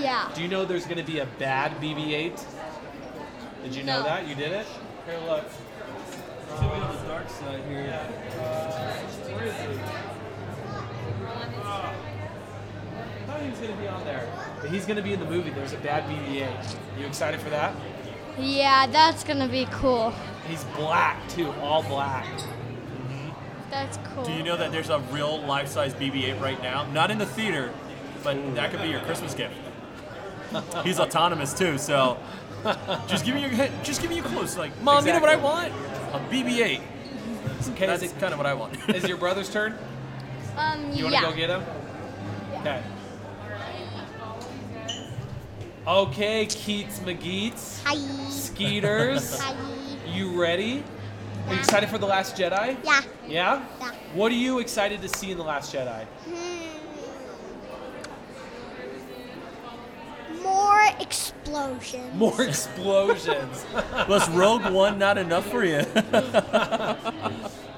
[SPEAKER 5] Yeah.
[SPEAKER 3] Do you know there's going to be a bad BB 8? Did you know
[SPEAKER 5] No.
[SPEAKER 3] that? You did it? Here, look. I thought he was going to be on there. But he's going to be in the movie. There's a bad BB 8. You excited for that?
[SPEAKER 5] Yeah, that's gonna be cool.
[SPEAKER 3] He's black, too. All black.
[SPEAKER 5] That's cool.
[SPEAKER 2] Do you know that there's a real life-size BB-8 right now? Not in the theater, but that could be your Christmas gift. He's autonomous too, so just give me your hint. Just give me your clues. Like, mom, you know what I want? A BB-8.
[SPEAKER 3] Okay,
[SPEAKER 2] That's
[SPEAKER 3] is, it,
[SPEAKER 2] kind of what I want.
[SPEAKER 3] is your brother's turn?
[SPEAKER 5] Um,
[SPEAKER 3] You want to
[SPEAKER 5] yeah.
[SPEAKER 3] go get him? Okay. Okay, Keats McGeats,
[SPEAKER 5] Hi.
[SPEAKER 3] Skeeters,
[SPEAKER 5] Hi.
[SPEAKER 3] you ready? Are you excited for The Last Jedi?
[SPEAKER 5] Yeah.
[SPEAKER 3] Yeah?
[SPEAKER 5] Yeah.
[SPEAKER 3] What are you excited to see in The Last Jedi?
[SPEAKER 5] Hmm. More explosions.
[SPEAKER 3] More explosions.
[SPEAKER 11] Was Rogue One not enough for you?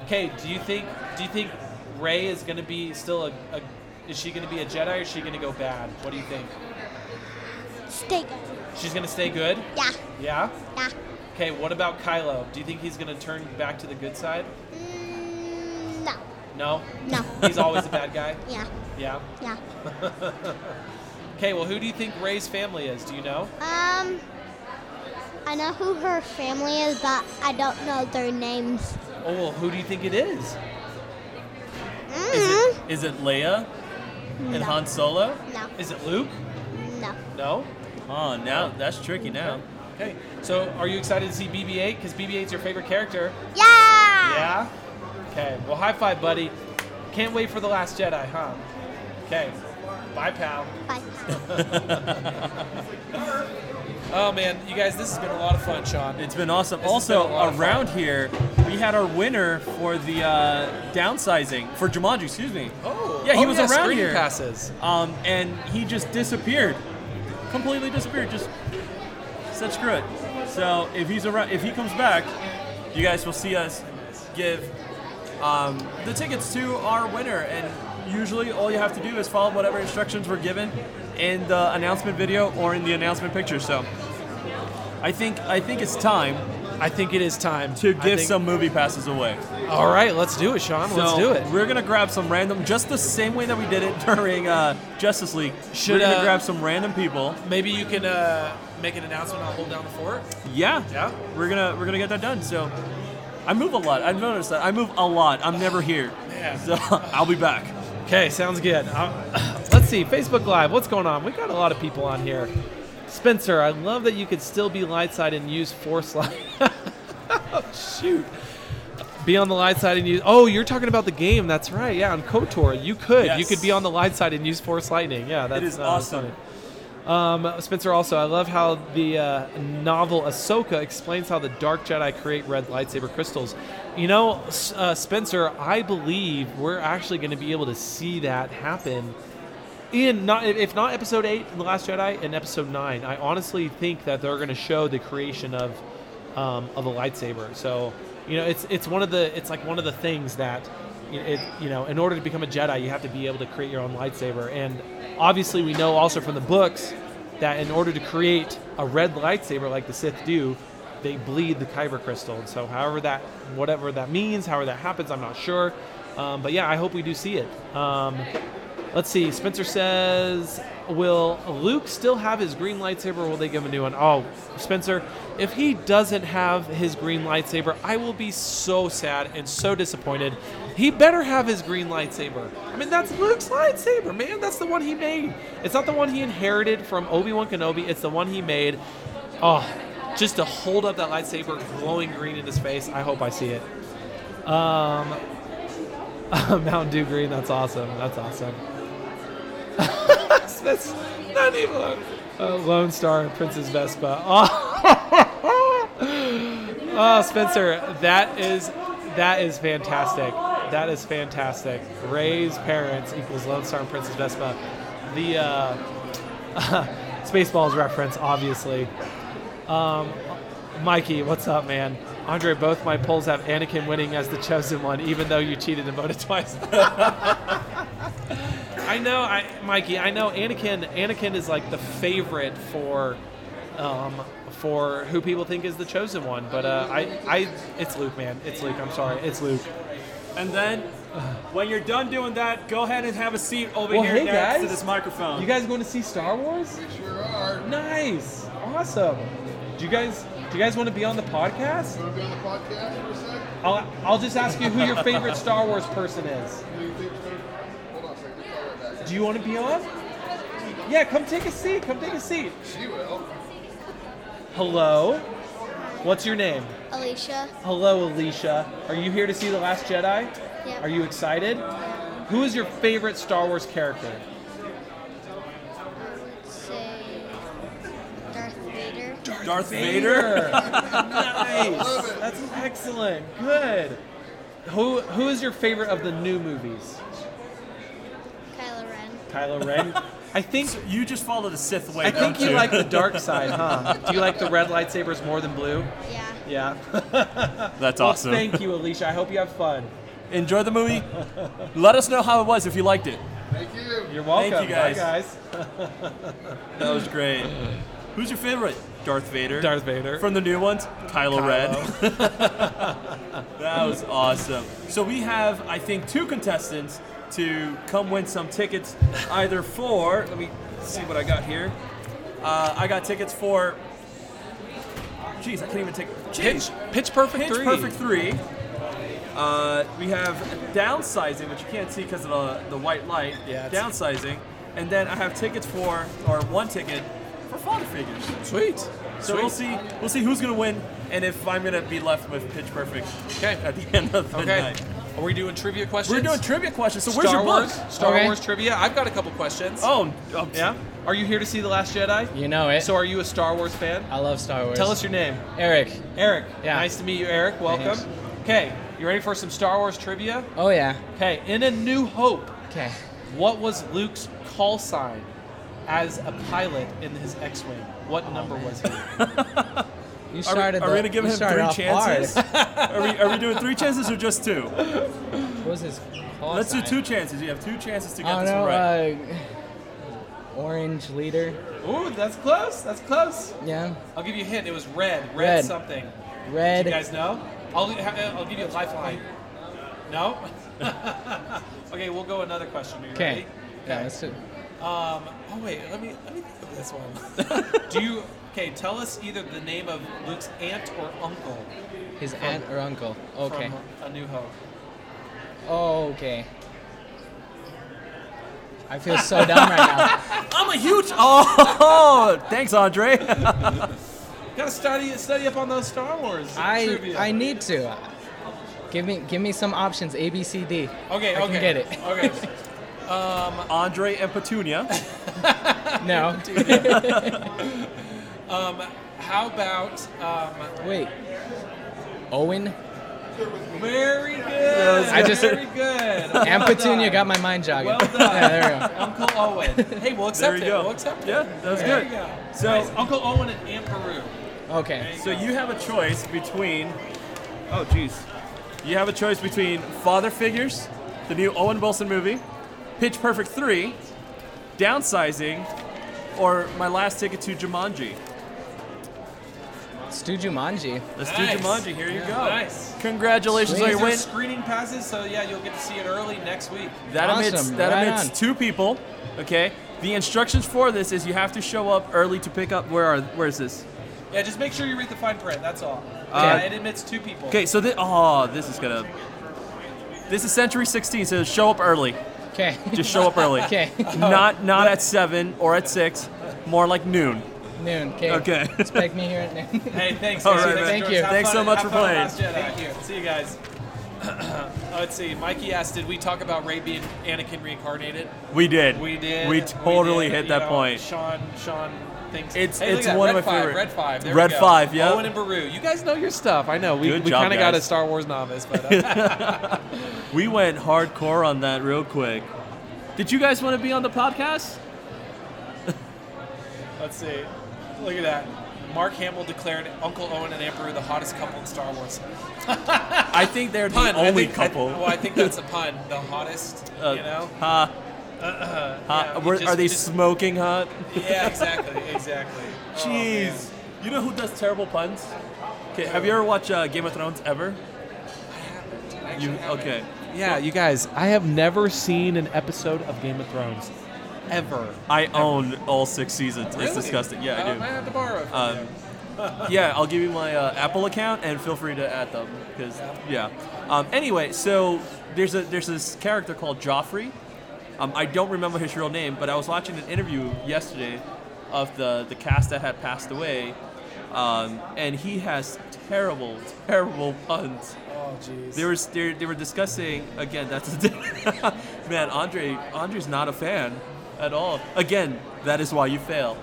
[SPEAKER 3] okay, do you think do you think Rey is gonna be still a, a is she gonna be a Jedi or is she gonna go bad? What do you think?
[SPEAKER 5] Stay good.
[SPEAKER 3] She's gonna stay good?
[SPEAKER 5] Yeah.
[SPEAKER 3] Yeah?
[SPEAKER 5] Yeah.
[SPEAKER 3] Okay, what about Kylo? Do you think he's gonna turn back to the good side?
[SPEAKER 5] Mm,
[SPEAKER 3] No.
[SPEAKER 5] No.
[SPEAKER 3] He's always a bad guy.
[SPEAKER 5] Yeah.
[SPEAKER 3] Yeah.
[SPEAKER 5] Yeah.
[SPEAKER 3] okay. Well, who do you think Ray's family is? Do you know?
[SPEAKER 5] Um, I know who her family is, but I don't know their names.
[SPEAKER 3] Oh, well, who do you think it is?
[SPEAKER 5] Mm.
[SPEAKER 2] Is it Leia and
[SPEAKER 5] No.
[SPEAKER 2] Han Solo?
[SPEAKER 5] No.
[SPEAKER 3] Is it Luke?
[SPEAKER 5] No.
[SPEAKER 3] No.
[SPEAKER 2] Oh, now that's tricky. Now.
[SPEAKER 3] Okay. So, are you excited to see BB-8? Because BB-8 is your favorite character.
[SPEAKER 5] Yeah.
[SPEAKER 3] Yeah. Okay. Well, high five, buddy. Can't wait for the Last Jedi, huh? Okay. Bye, pal.
[SPEAKER 5] Bye.
[SPEAKER 3] oh man, you guys, this has been a lot of fun, Sean.
[SPEAKER 2] It's been awesome.
[SPEAKER 3] This has
[SPEAKER 2] also,
[SPEAKER 3] been a lot of fun.
[SPEAKER 2] around here, we had our winner for the uh, downsizing for Jumanji. Excuse me.
[SPEAKER 3] Oh.
[SPEAKER 2] yeah, he
[SPEAKER 3] Oh,
[SPEAKER 2] was
[SPEAKER 3] yeah,
[SPEAKER 2] around
[SPEAKER 3] screening
[SPEAKER 2] here.
[SPEAKER 3] passes.
[SPEAKER 2] Um, and he just disappeared, completely disappeared. Just said screw it. So if he's around, if he comes back, you guys will see us give um, the tickets to our winner. And usually, all you have to do is follow whatever instructions were given in the announcement video or in the announcement picture. So I think I think it's time.
[SPEAKER 3] I think it is time
[SPEAKER 2] to
[SPEAKER 3] I
[SPEAKER 2] give
[SPEAKER 3] think-
[SPEAKER 2] some movie passes away.
[SPEAKER 3] All right, let's do it, Sean. Let's
[SPEAKER 2] So,
[SPEAKER 3] do it.
[SPEAKER 2] We're gonna grab some random, just the same way that we did it during uh, Justice League.
[SPEAKER 3] Should,
[SPEAKER 2] we're gonna
[SPEAKER 3] uh,
[SPEAKER 2] grab some random people.
[SPEAKER 3] Maybe you can uh, make an announcement. I'll hold down the fort.
[SPEAKER 2] Yeah. Yeah. We're gonna we're gonna get that done. So I move a lot. I've noticed that I move a lot. I'm never here.
[SPEAKER 3] Yeah.
[SPEAKER 2] So I'll be back.
[SPEAKER 3] Okay, sounds good. Uh, let's see, Facebook Live, what's going on? We got a lot of people on here. Spencer, I love that you could still be light side and use force light. Shoot. Be on the light side and use. Oh, you're talking about the game. That's right. Yeah, on Kotor, you could. You
[SPEAKER 2] Yes.
[SPEAKER 3] could be on the light side and use force lightning. Yeah, that's
[SPEAKER 2] is
[SPEAKER 3] uh, that's
[SPEAKER 2] awesome.
[SPEAKER 3] funny. Um, Spencer, also, I love how the uh, novel Ahsoka explains how the Dark Jedi create red lightsaber crystals. You know, S- uh, Spencer, I believe we're actually going to be able to see that happen in not if not episode 8 in the last jedi and episode 9 i honestly think that they're going to show the creation of um, of a lightsaber so you know it's it's one of the it's like one of the things that you know, it, you know in order to become a jedi you have to be able to create your own lightsaber and obviously we know also from the books that in order to create a red lightsaber like the sith do they bleed the kyber crystal and so however that whatever that means however that happens i'm not sure um, but yeah i hope we do see it um, Let's see. Spencer says, "Will Luke still have his green lightsaber, or will they give him a new one?" Oh, Spencer, if he doesn't have his green lightsaber, I will be so sad and so disappointed. He better have his green lightsaber. I mean, that's Luke's lightsaber, man. That's the one he made. It's not the one he inherited from Obi Wan Kenobi. It's the one he made. Oh, just to hold up that lightsaber glowing green in his face. I hope I see it. Um, Mountain Dew green. That's awesome. That's awesome. That's not even. Uh, Lone Star and Princess Vespa. Oh. Oh, Spencer, that is that is fantastic. That is fantastic. Ray's parents equals Lone Star and Princess Vespa. The uh, Spaceballs reference, obviously. Um, Mikey, what's up, man? Andre, both my polls have Anakin winning as the chosen one, even though you cheated and voted twice. I know, I, Mikey. I know Anakin. Anakin is like the favorite for, um, for who people think is the chosen one. But uh, I, I, it's Luke, man. It's Luke. I'm sorry, it's Luke.
[SPEAKER 2] And then when you're done doing that, go ahead and have a seat over
[SPEAKER 3] Well,
[SPEAKER 2] here
[SPEAKER 3] hey,
[SPEAKER 2] next to
[SPEAKER 3] guys.
[SPEAKER 2] this microphone.
[SPEAKER 3] You guys going to see Star Wars? sure are. Nice, awesome. Do you guys, do you guys want to be on the podcast?
[SPEAKER 7] Want to be on the podcast for a sec?
[SPEAKER 3] I'll, I'll just ask you who your favorite Star Wars person is.
[SPEAKER 7] Who do you think's gonna- Hold on a second. Call her back.
[SPEAKER 3] Do you want to be on? Yeah, come take a seat. Come take a seat.
[SPEAKER 7] She will.
[SPEAKER 3] Hello. What's your name?
[SPEAKER 5] Alicia.
[SPEAKER 3] Hello, Alicia. Are you here to see The Last Jedi?
[SPEAKER 5] Yeah.
[SPEAKER 3] Are you excited? Who is your favorite Star Wars character?
[SPEAKER 5] Say Darth Vader.
[SPEAKER 2] Darth
[SPEAKER 3] Vader. nice. That's excellent. Good. Who Who is your favorite of the new movies?
[SPEAKER 5] Kylo Ren.
[SPEAKER 3] Kylo Ren. I think
[SPEAKER 2] you just follow the Sith way.
[SPEAKER 3] I think
[SPEAKER 2] don't
[SPEAKER 3] you like the dark side, huh? Do you like the red lightsabers more than blue? Yeah. Yeah.
[SPEAKER 2] That's
[SPEAKER 3] Well,
[SPEAKER 2] awesome.
[SPEAKER 3] Thank you, Alicia. I hope you have fun.
[SPEAKER 2] Enjoy the movie. Let us know how it was if you liked it.
[SPEAKER 7] Thank you.
[SPEAKER 3] You're welcome.
[SPEAKER 2] Thank you guys.
[SPEAKER 3] Bye, guys.
[SPEAKER 2] That was great. Who's your favorite? Darth Vader.
[SPEAKER 3] Darth Vader.
[SPEAKER 2] From the new ones, Kylo, Ren.
[SPEAKER 3] Kylo.
[SPEAKER 2] that was awesome. So we have, I think, two contestants to come win some tickets, either for, let me see what I got here. Uh, I got tickets for, jeez, I can't even take,
[SPEAKER 3] Pitch-
[SPEAKER 2] jeez.
[SPEAKER 3] Pitch Perfect
[SPEAKER 2] Pitch
[SPEAKER 3] 3.
[SPEAKER 2] Perfect 3. Uh, we have downsizing, which you can't see because of the, the white light. Yeah. Downsizing, and then I have tickets for or one ticket for father figures.
[SPEAKER 3] Sweet.
[SPEAKER 2] So
[SPEAKER 3] Sweet.
[SPEAKER 2] we'll see we'll see who's gonna win and if I'm gonna be left with pitch perfect. Okay. At the end of the
[SPEAKER 3] Okay.
[SPEAKER 2] night.
[SPEAKER 3] Are we doing trivia questions?
[SPEAKER 2] We're doing trivia questions. So where's
[SPEAKER 3] Star
[SPEAKER 2] your book?
[SPEAKER 3] Wars, Star Wars trivia. I've got a couple questions.
[SPEAKER 2] Oh, yeah.
[SPEAKER 3] um, Are you here to see the Last Jedi?
[SPEAKER 9] You know it.
[SPEAKER 3] So are you a Star Wars fan?
[SPEAKER 9] I love Star Wars.
[SPEAKER 3] Tell us your name.
[SPEAKER 9] Eric.
[SPEAKER 3] Eric. Yeah. Nice to meet you, Eric. Welcome.
[SPEAKER 9] Thanks.
[SPEAKER 3] Okay. You ready for some Star Wars trivia?
[SPEAKER 9] Oh yeah.
[SPEAKER 3] Okay. In A New Hope.
[SPEAKER 9] Okay.
[SPEAKER 3] What was Luke's call sign as a pilot in his X-wing? What
[SPEAKER 9] Oh,
[SPEAKER 3] number was he?
[SPEAKER 9] You
[SPEAKER 2] are we, are we gonna give him three chances? are we are we doing three chances or just two? What
[SPEAKER 9] was his
[SPEAKER 2] Let's do
[SPEAKER 9] sign?
[SPEAKER 2] two chances. You have two chances to get
[SPEAKER 9] Oh
[SPEAKER 2] this
[SPEAKER 9] no.
[SPEAKER 2] one right.
[SPEAKER 9] Uh, orange leader.
[SPEAKER 3] Ooh, that's close. That's close.
[SPEAKER 9] Yeah.
[SPEAKER 3] I'll give you a hint. It was red. Red,
[SPEAKER 9] Red.
[SPEAKER 3] something.
[SPEAKER 9] Red.
[SPEAKER 3] Do you guys know? I'll, I'll give you a lifeline. No? okay, we'll go another question. Are you
[SPEAKER 9] Okay.
[SPEAKER 3] ready?
[SPEAKER 9] Yeah, let's do.
[SPEAKER 3] Um, oh wait, let me let me think of this one. Do you okay? Tell us either the name of Luke's aunt or uncle.
[SPEAKER 9] His aunt or uncle. Okay.
[SPEAKER 3] From A New Hope.
[SPEAKER 9] Oh, okay. I feel so dumb right now.
[SPEAKER 2] I'm a huge. Oh, thanks, Andre.
[SPEAKER 3] Gotta study study up on those Star Wars
[SPEAKER 9] I
[SPEAKER 3] trivia.
[SPEAKER 9] I need to. Give me give me some options. A B C D.
[SPEAKER 3] Okay,
[SPEAKER 9] I
[SPEAKER 3] okay.
[SPEAKER 9] Can get it.
[SPEAKER 3] okay. Um,
[SPEAKER 2] Andre and Petunia.
[SPEAKER 9] No.
[SPEAKER 3] um, how about um,
[SPEAKER 9] Wait. Owen.
[SPEAKER 3] Very good.
[SPEAKER 9] I just-
[SPEAKER 3] very good.
[SPEAKER 9] And
[SPEAKER 3] Well
[SPEAKER 9] Petunia
[SPEAKER 3] done.
[SPEAKER 9] got my mind jogging.
[SPEAKER 3] Well done.
[SPEAKER 9] Yeah, there we go.
[SPEAKER 3] Uncle Owen. Hey, we'll
[SPEAKER 2] There
[SPEAKER 3] accept
[SPEAKER 2] you
[SPEAKER 3] it.
[SPEAKER 2] go.
[SPEAKER 3] We'll accept it.
[SPEAKER 2] Yeah, that was
[SPEAKER 3] there
[SPEAKER 2] good.
[SPEAKER 3] You go.
[SPEAKER 2] So-
[SPEAKER 3] nice. Uncle Owen and Aunt Peru.
[SPEAKER 9] Okay.
[SPEAKER 2] So you have a choice between. Oh, jeez. You have a choice between Father Figures, the new Owen Wilson movie, Pitch Perfect 3, Downsizing, or my last ticket to Jumanji.
[SPEAKER 9] Let's do Jumanji.
[SPEAKER 2] Let's
[SPEAKER 3] Nice.
[SPEAKER 2] do Jumanji. Here you
[SPEAKER 3] Yeah.
[SPEAKER 2] go.
[SPEAKER 3] Nice.
[SPEAKER 2] Congratulations on
[SPEAKER 3] These
[SPEAKER 2] your
[SPEAKER 3] are
[SPEAKER 2] win.
[SPEAKER 3] screening passes, so yeah, you'll get to see it early next week.
[SPEAKER 2] That admits
[SPEAKER 9] Awesome.
[SPEAKER 2] that
[SPEAKER 9] Right
[SPEAKER 2] admits
[SPEAKER 9] on.
[SPEAKER 2] two people. Okay. The instructions for this is you have to show up early to pick up. Where are? Where is this?
[SPEAKER 3] Yeah, just make sure you read the fine print. That's all.
[SPEAKER 2] Uh,
[SPEAKER 3] yeah, it admits two people.
[SPEAKER 2] Okay. So this. Oh, this is gonna. This is Century 16. So show up early.
[SPEAKER 9] Okay.
[SPEAKER 2] Just show up early.
[SPEAKER 9] Okay.
[SPEAKER 2] Not not at seven or at six. More like noon.
[SPEAKER 9] Noon. Okay.
[SPEAKER 2] Okay.
[SPEAKER 9] Expect me here at noon.
[SPEAKER 3] Hey, thanks.
[SPEAKER 2] All
[SPEAKER 3] guys.
[SPEAKER 2] right,
[SPEAKER 3] Thanks,
[SPEAKER 2] man.
[SPEAKER 9] Thank
[SPEAKER 3] George.
[SPEAKER 9] you.
[SPEAKER 3] Have
[SPEAKER 2] Thanks
[SPEAKER 3] fun-
[SPEAKER 2] so much
[SPEAKER 3] have
[SPEAKER 2] for
[SPEAKER 3] fun on Last
[SPEAKER 2] playing.
[SPEAKER 3] Jedi. Thank you. See you guys. Oh, Let's see. Mikey asked, did we talk about Ray being Anakin reincarnated?
[SPEAKER 2] We did.
[SPEAKER 3] We did.
[SPEAKER 2] We totally
[SPEAKER 3] did.
[SPEAKER 2] hit
[SPEAKER 3] You
[SPEAKER 2] that
[SPEAKER 3] know,
[SPEAKER 2] point.
[SPEAKER 3] Sean, Sean thinks
[SPEAKER 2] It's-
[SPEAKER 3] Hey, look
[SPEAKER 2] it's
[SPEAKER 3] at that.
[SPEAKER 2] one of
[SPEAKER 3] Red
[SPEAKER 2] my
[SPEAKER 3] five,
[SPEAKER 2] favorite.
[SPEAKER 3] Red five. There
[SPEAKER 2] Red
[SPEAKER 3] we go.
[SPEAKER 2] five, yeah.
[SPEAKER 3] Owen and Baru. You guys know your stuff. I know. We,
[SPEAKER 2] Good
[SPEAKER 3] we
[SPEAKER 2] job,
[SPEAKER 3] kind of got a
[SPEAKER 2] guys.
[SPEAKER 3] Star Wars novice, but uh,
[SPEAKER 2] We went hardcore on that real quick. Did you guys want to be on the podcast?
[SPEAKER 3] let's see. Look at that. Mark Hamill declared Uncle Owen and Aunt Beru the hottest couple in Star Wars.
[SPEAKER 2] I think they're the
[SPEAKER 3] Pun. I
[SPEAKER 2] only
[SPEAKER 3] think- I-
[SPEAKER 2] couple.
[SPEAKER 3] well, I think that's a pun. The hottest,
[SPEAKER 2] Uh,
[SPEAKER 3] you know.
[SPEAKER 2] huh?
[SPEAKER 3] Uh,
[SPEAKER 2] Huh?
[SPEAKER 3] yeah, we
[SPEAKER 2] Were-
[SPEAKER 3] just-
[SPEAKER 2] are they
[SPEAKER 3] we just-
[SPEAKER 2] smoking hot?
[SPEAKER 3] Yeah, exactly, exactly. Oh,
[SPEAKER 2] Jeez. you know who does terrible puns? Okay, have you ever watched uh, Game of Thrones ever? I haven't. You, okay.
[SPEAKER 3] man. Yeah, you guys. I have never seen an episode of Game of Thrones, ever.
[SPEAKER 2] I own all six seasons.
[SPEAKER 3] Really?
[SPEAKER 2] It's disgusting. Yeah,
[SPEAKER 3] Oh,
[SPEAKER 2] I do.
[SPEAKER 3] might have to borrow it from
[SPEAKER 2] Um, yeah, I'll give you my uh, Apple account and feel free to add them because yeah. Um, anyway, so there's a there's this character called Joffrey. Um, I don't remember his real name, but I was watching an interview yesterday of the the cast that had passed away, um, and he has terrible terrible puns.
[SPEAKER 3] Oh, jeez.
[SPEAKER 2] They were they, they were discussing again. That's man, Andre Andre's not a fan at all. Again, that is why you fail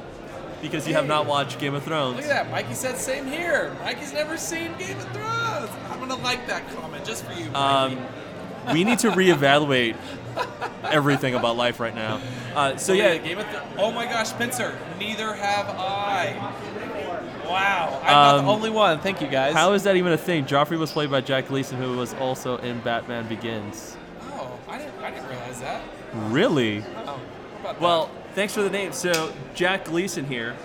[SPEAKER 2] because you have not watched Game of Thrones.
[SPEAKER 3] Look at that. Mikey said same here. Mikey's never seen Game of Thrones. I'm gonna like that comment just for you. Mikey.
[SPEAKER 2] Um, we need to reevaluate everything about life right now. Uh, so
[SPEAKER 3] Oh,
[SPEAKER 2] yeah,
[SPEAKER 3] Game of Thrones. Oh my gosh, Spencer. Neither have I. Wow. I'm
[SPEAKER 2] Um,
[SPEAKER 3] not the only one. Thank you guys.
[SPEAKER 2] how is that even a thing? Joffrey was played by Jack Gleason, who was also in Batman Begins.
[SPEAKER 3] Oh, I didn't. I didn't realize that.
[SPEAKER 2] Really?
[SPEAKER 3] Oh, what about that?
[SPEAKER 2] Well, thanks for the name. So Jack Gleason here.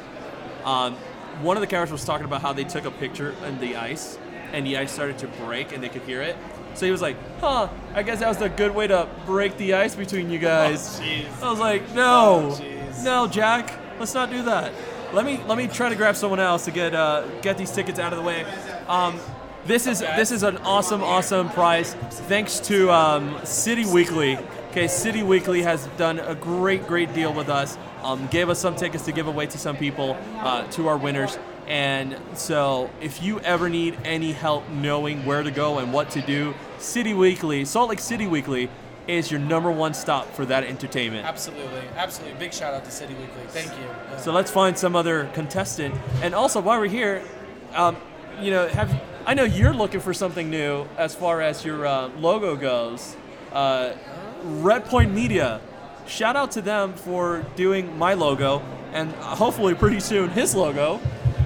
[SPEAKER 2] Um, one of the characters was talking about how they took a picture in the ice and the ice started to break and they could hear it. So he was like, huh, I guess that was a good way to break the ice between you guys. I was like, no, no, Jack, let's not do that. Let me let me try to grab someone else to get uh, get these tickets out of the way. Um, this is this is an awesome awesome prize. Thanks to um, City Weekly. Okay, City Weekly has done a great great deal with us. Um, gave us some tickets to give away to some people uh, to our winners. And so, if you ever need any help knowing where to go and what to do, City Weekly, Salt Lake City Weekly, is your number one stop for that entertainment.
[SPEAKER 3] Absolutely, absolutely. Big shout out to City Weekly. Thank you. Yeah.
[SPEAKER 2] So let's find some other contestant. And also, while we're here, um, you know, have I know you're looking for something new as far as your uh, logo goes. Uh, Red Point Media, shout out to them for doing my logo, and hopefully pretty soon his logo.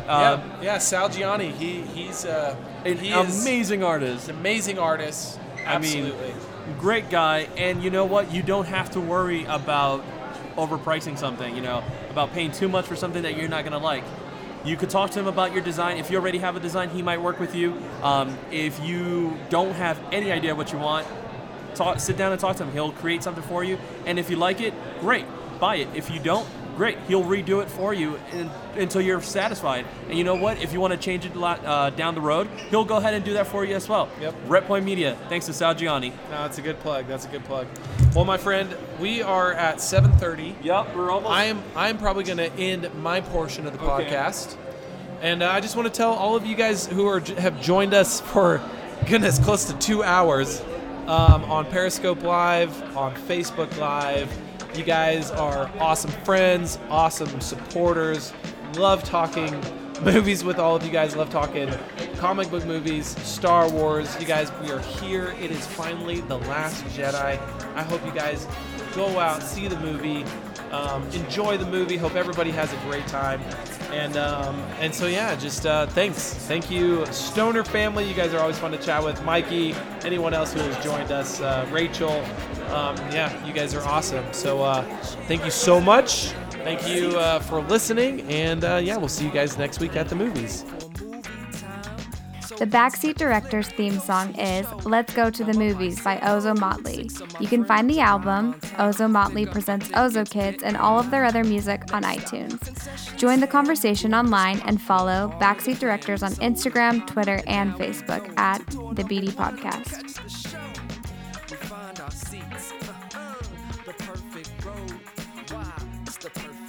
[SPEAKER 2] Uh,
[SPEAKER 3] yeah, yeah, Sal Gianni. He he's uh,
[SPEAKER 2] An
[SPEAKER 3] he is
[SPEAKER 2] amazing artist.
[SPEAKER 3] an amazing artist.
[SPEAKER 2] I mean,
[SPEAKER 3] Absolutely.
[SPEAKER 2] great guy. And you know what? You don't have to worry about overpricing something, you know, about paying too much for something that you're not going to like. You could talk to him about your design. If you already have a design, he might work with you. Um, if you don't have any idea what you want, talk, sit down and talk to him. He'll create something for you. And if you like it, great, buy it. If you don't, great, he'll redo it for you in, until you're satisfied. And you know what? If you want to change it a lot, uh, down the road, he'll go ahead and do that for you as well.
[SPEAKER 3] Yep.
[SPEAKER 2] Red Point Media. Thanks to Sal Gianni.
[SPEAKER 3] No, that's a good plug. That's a good plug. Well, my friend, we are at 7:30.
[SPEAKER 2] Yep, we're almost.
[SPEAKER 3] I'm I'm probably going to end my portion of the
[SPEAKER 2] Okay.
[SPEAKER 3] podcast, and uh, I just want to tell all of you guys who are have joined us for goodness close to two hours um, on Periscope Live, on Facebook Live. You guys are awesome friends, awesome supporters. Love talking movies with all of you guys. Love talking comic book movies, Star Wars. You guys, we are here. It is finally The Last Jedi. I hope you guys go out, see the movie, um, enjoy the movie. Hope everybody has a great time. And um, and so yeah, just uh, thanks, thank you, Stoner family. You guys are always fun to chat with. Mikey, anyone else who has joined us, uh, Rachel. Um, yeah, you guys are awesome. So uh, thank you so much. Thank you uh, for listening, and uh, yeah, we'll see you guys next week at the movies.
[SPEAKER 15] The Backseat Director's theme song is Let's Go to the Movies by Ozo Motley. You can find the album, Ozo Motley Presents Ozo Kids, and all of their other music on iTunes. Join the conversation online and follow Backseat Directors on Instagram, Twitter, and Facebook at The BD Podcast.
[SPEAKER 16] Uh-uh. We find our seats. Uh, uh, the perfect road. Why? It's the perfect.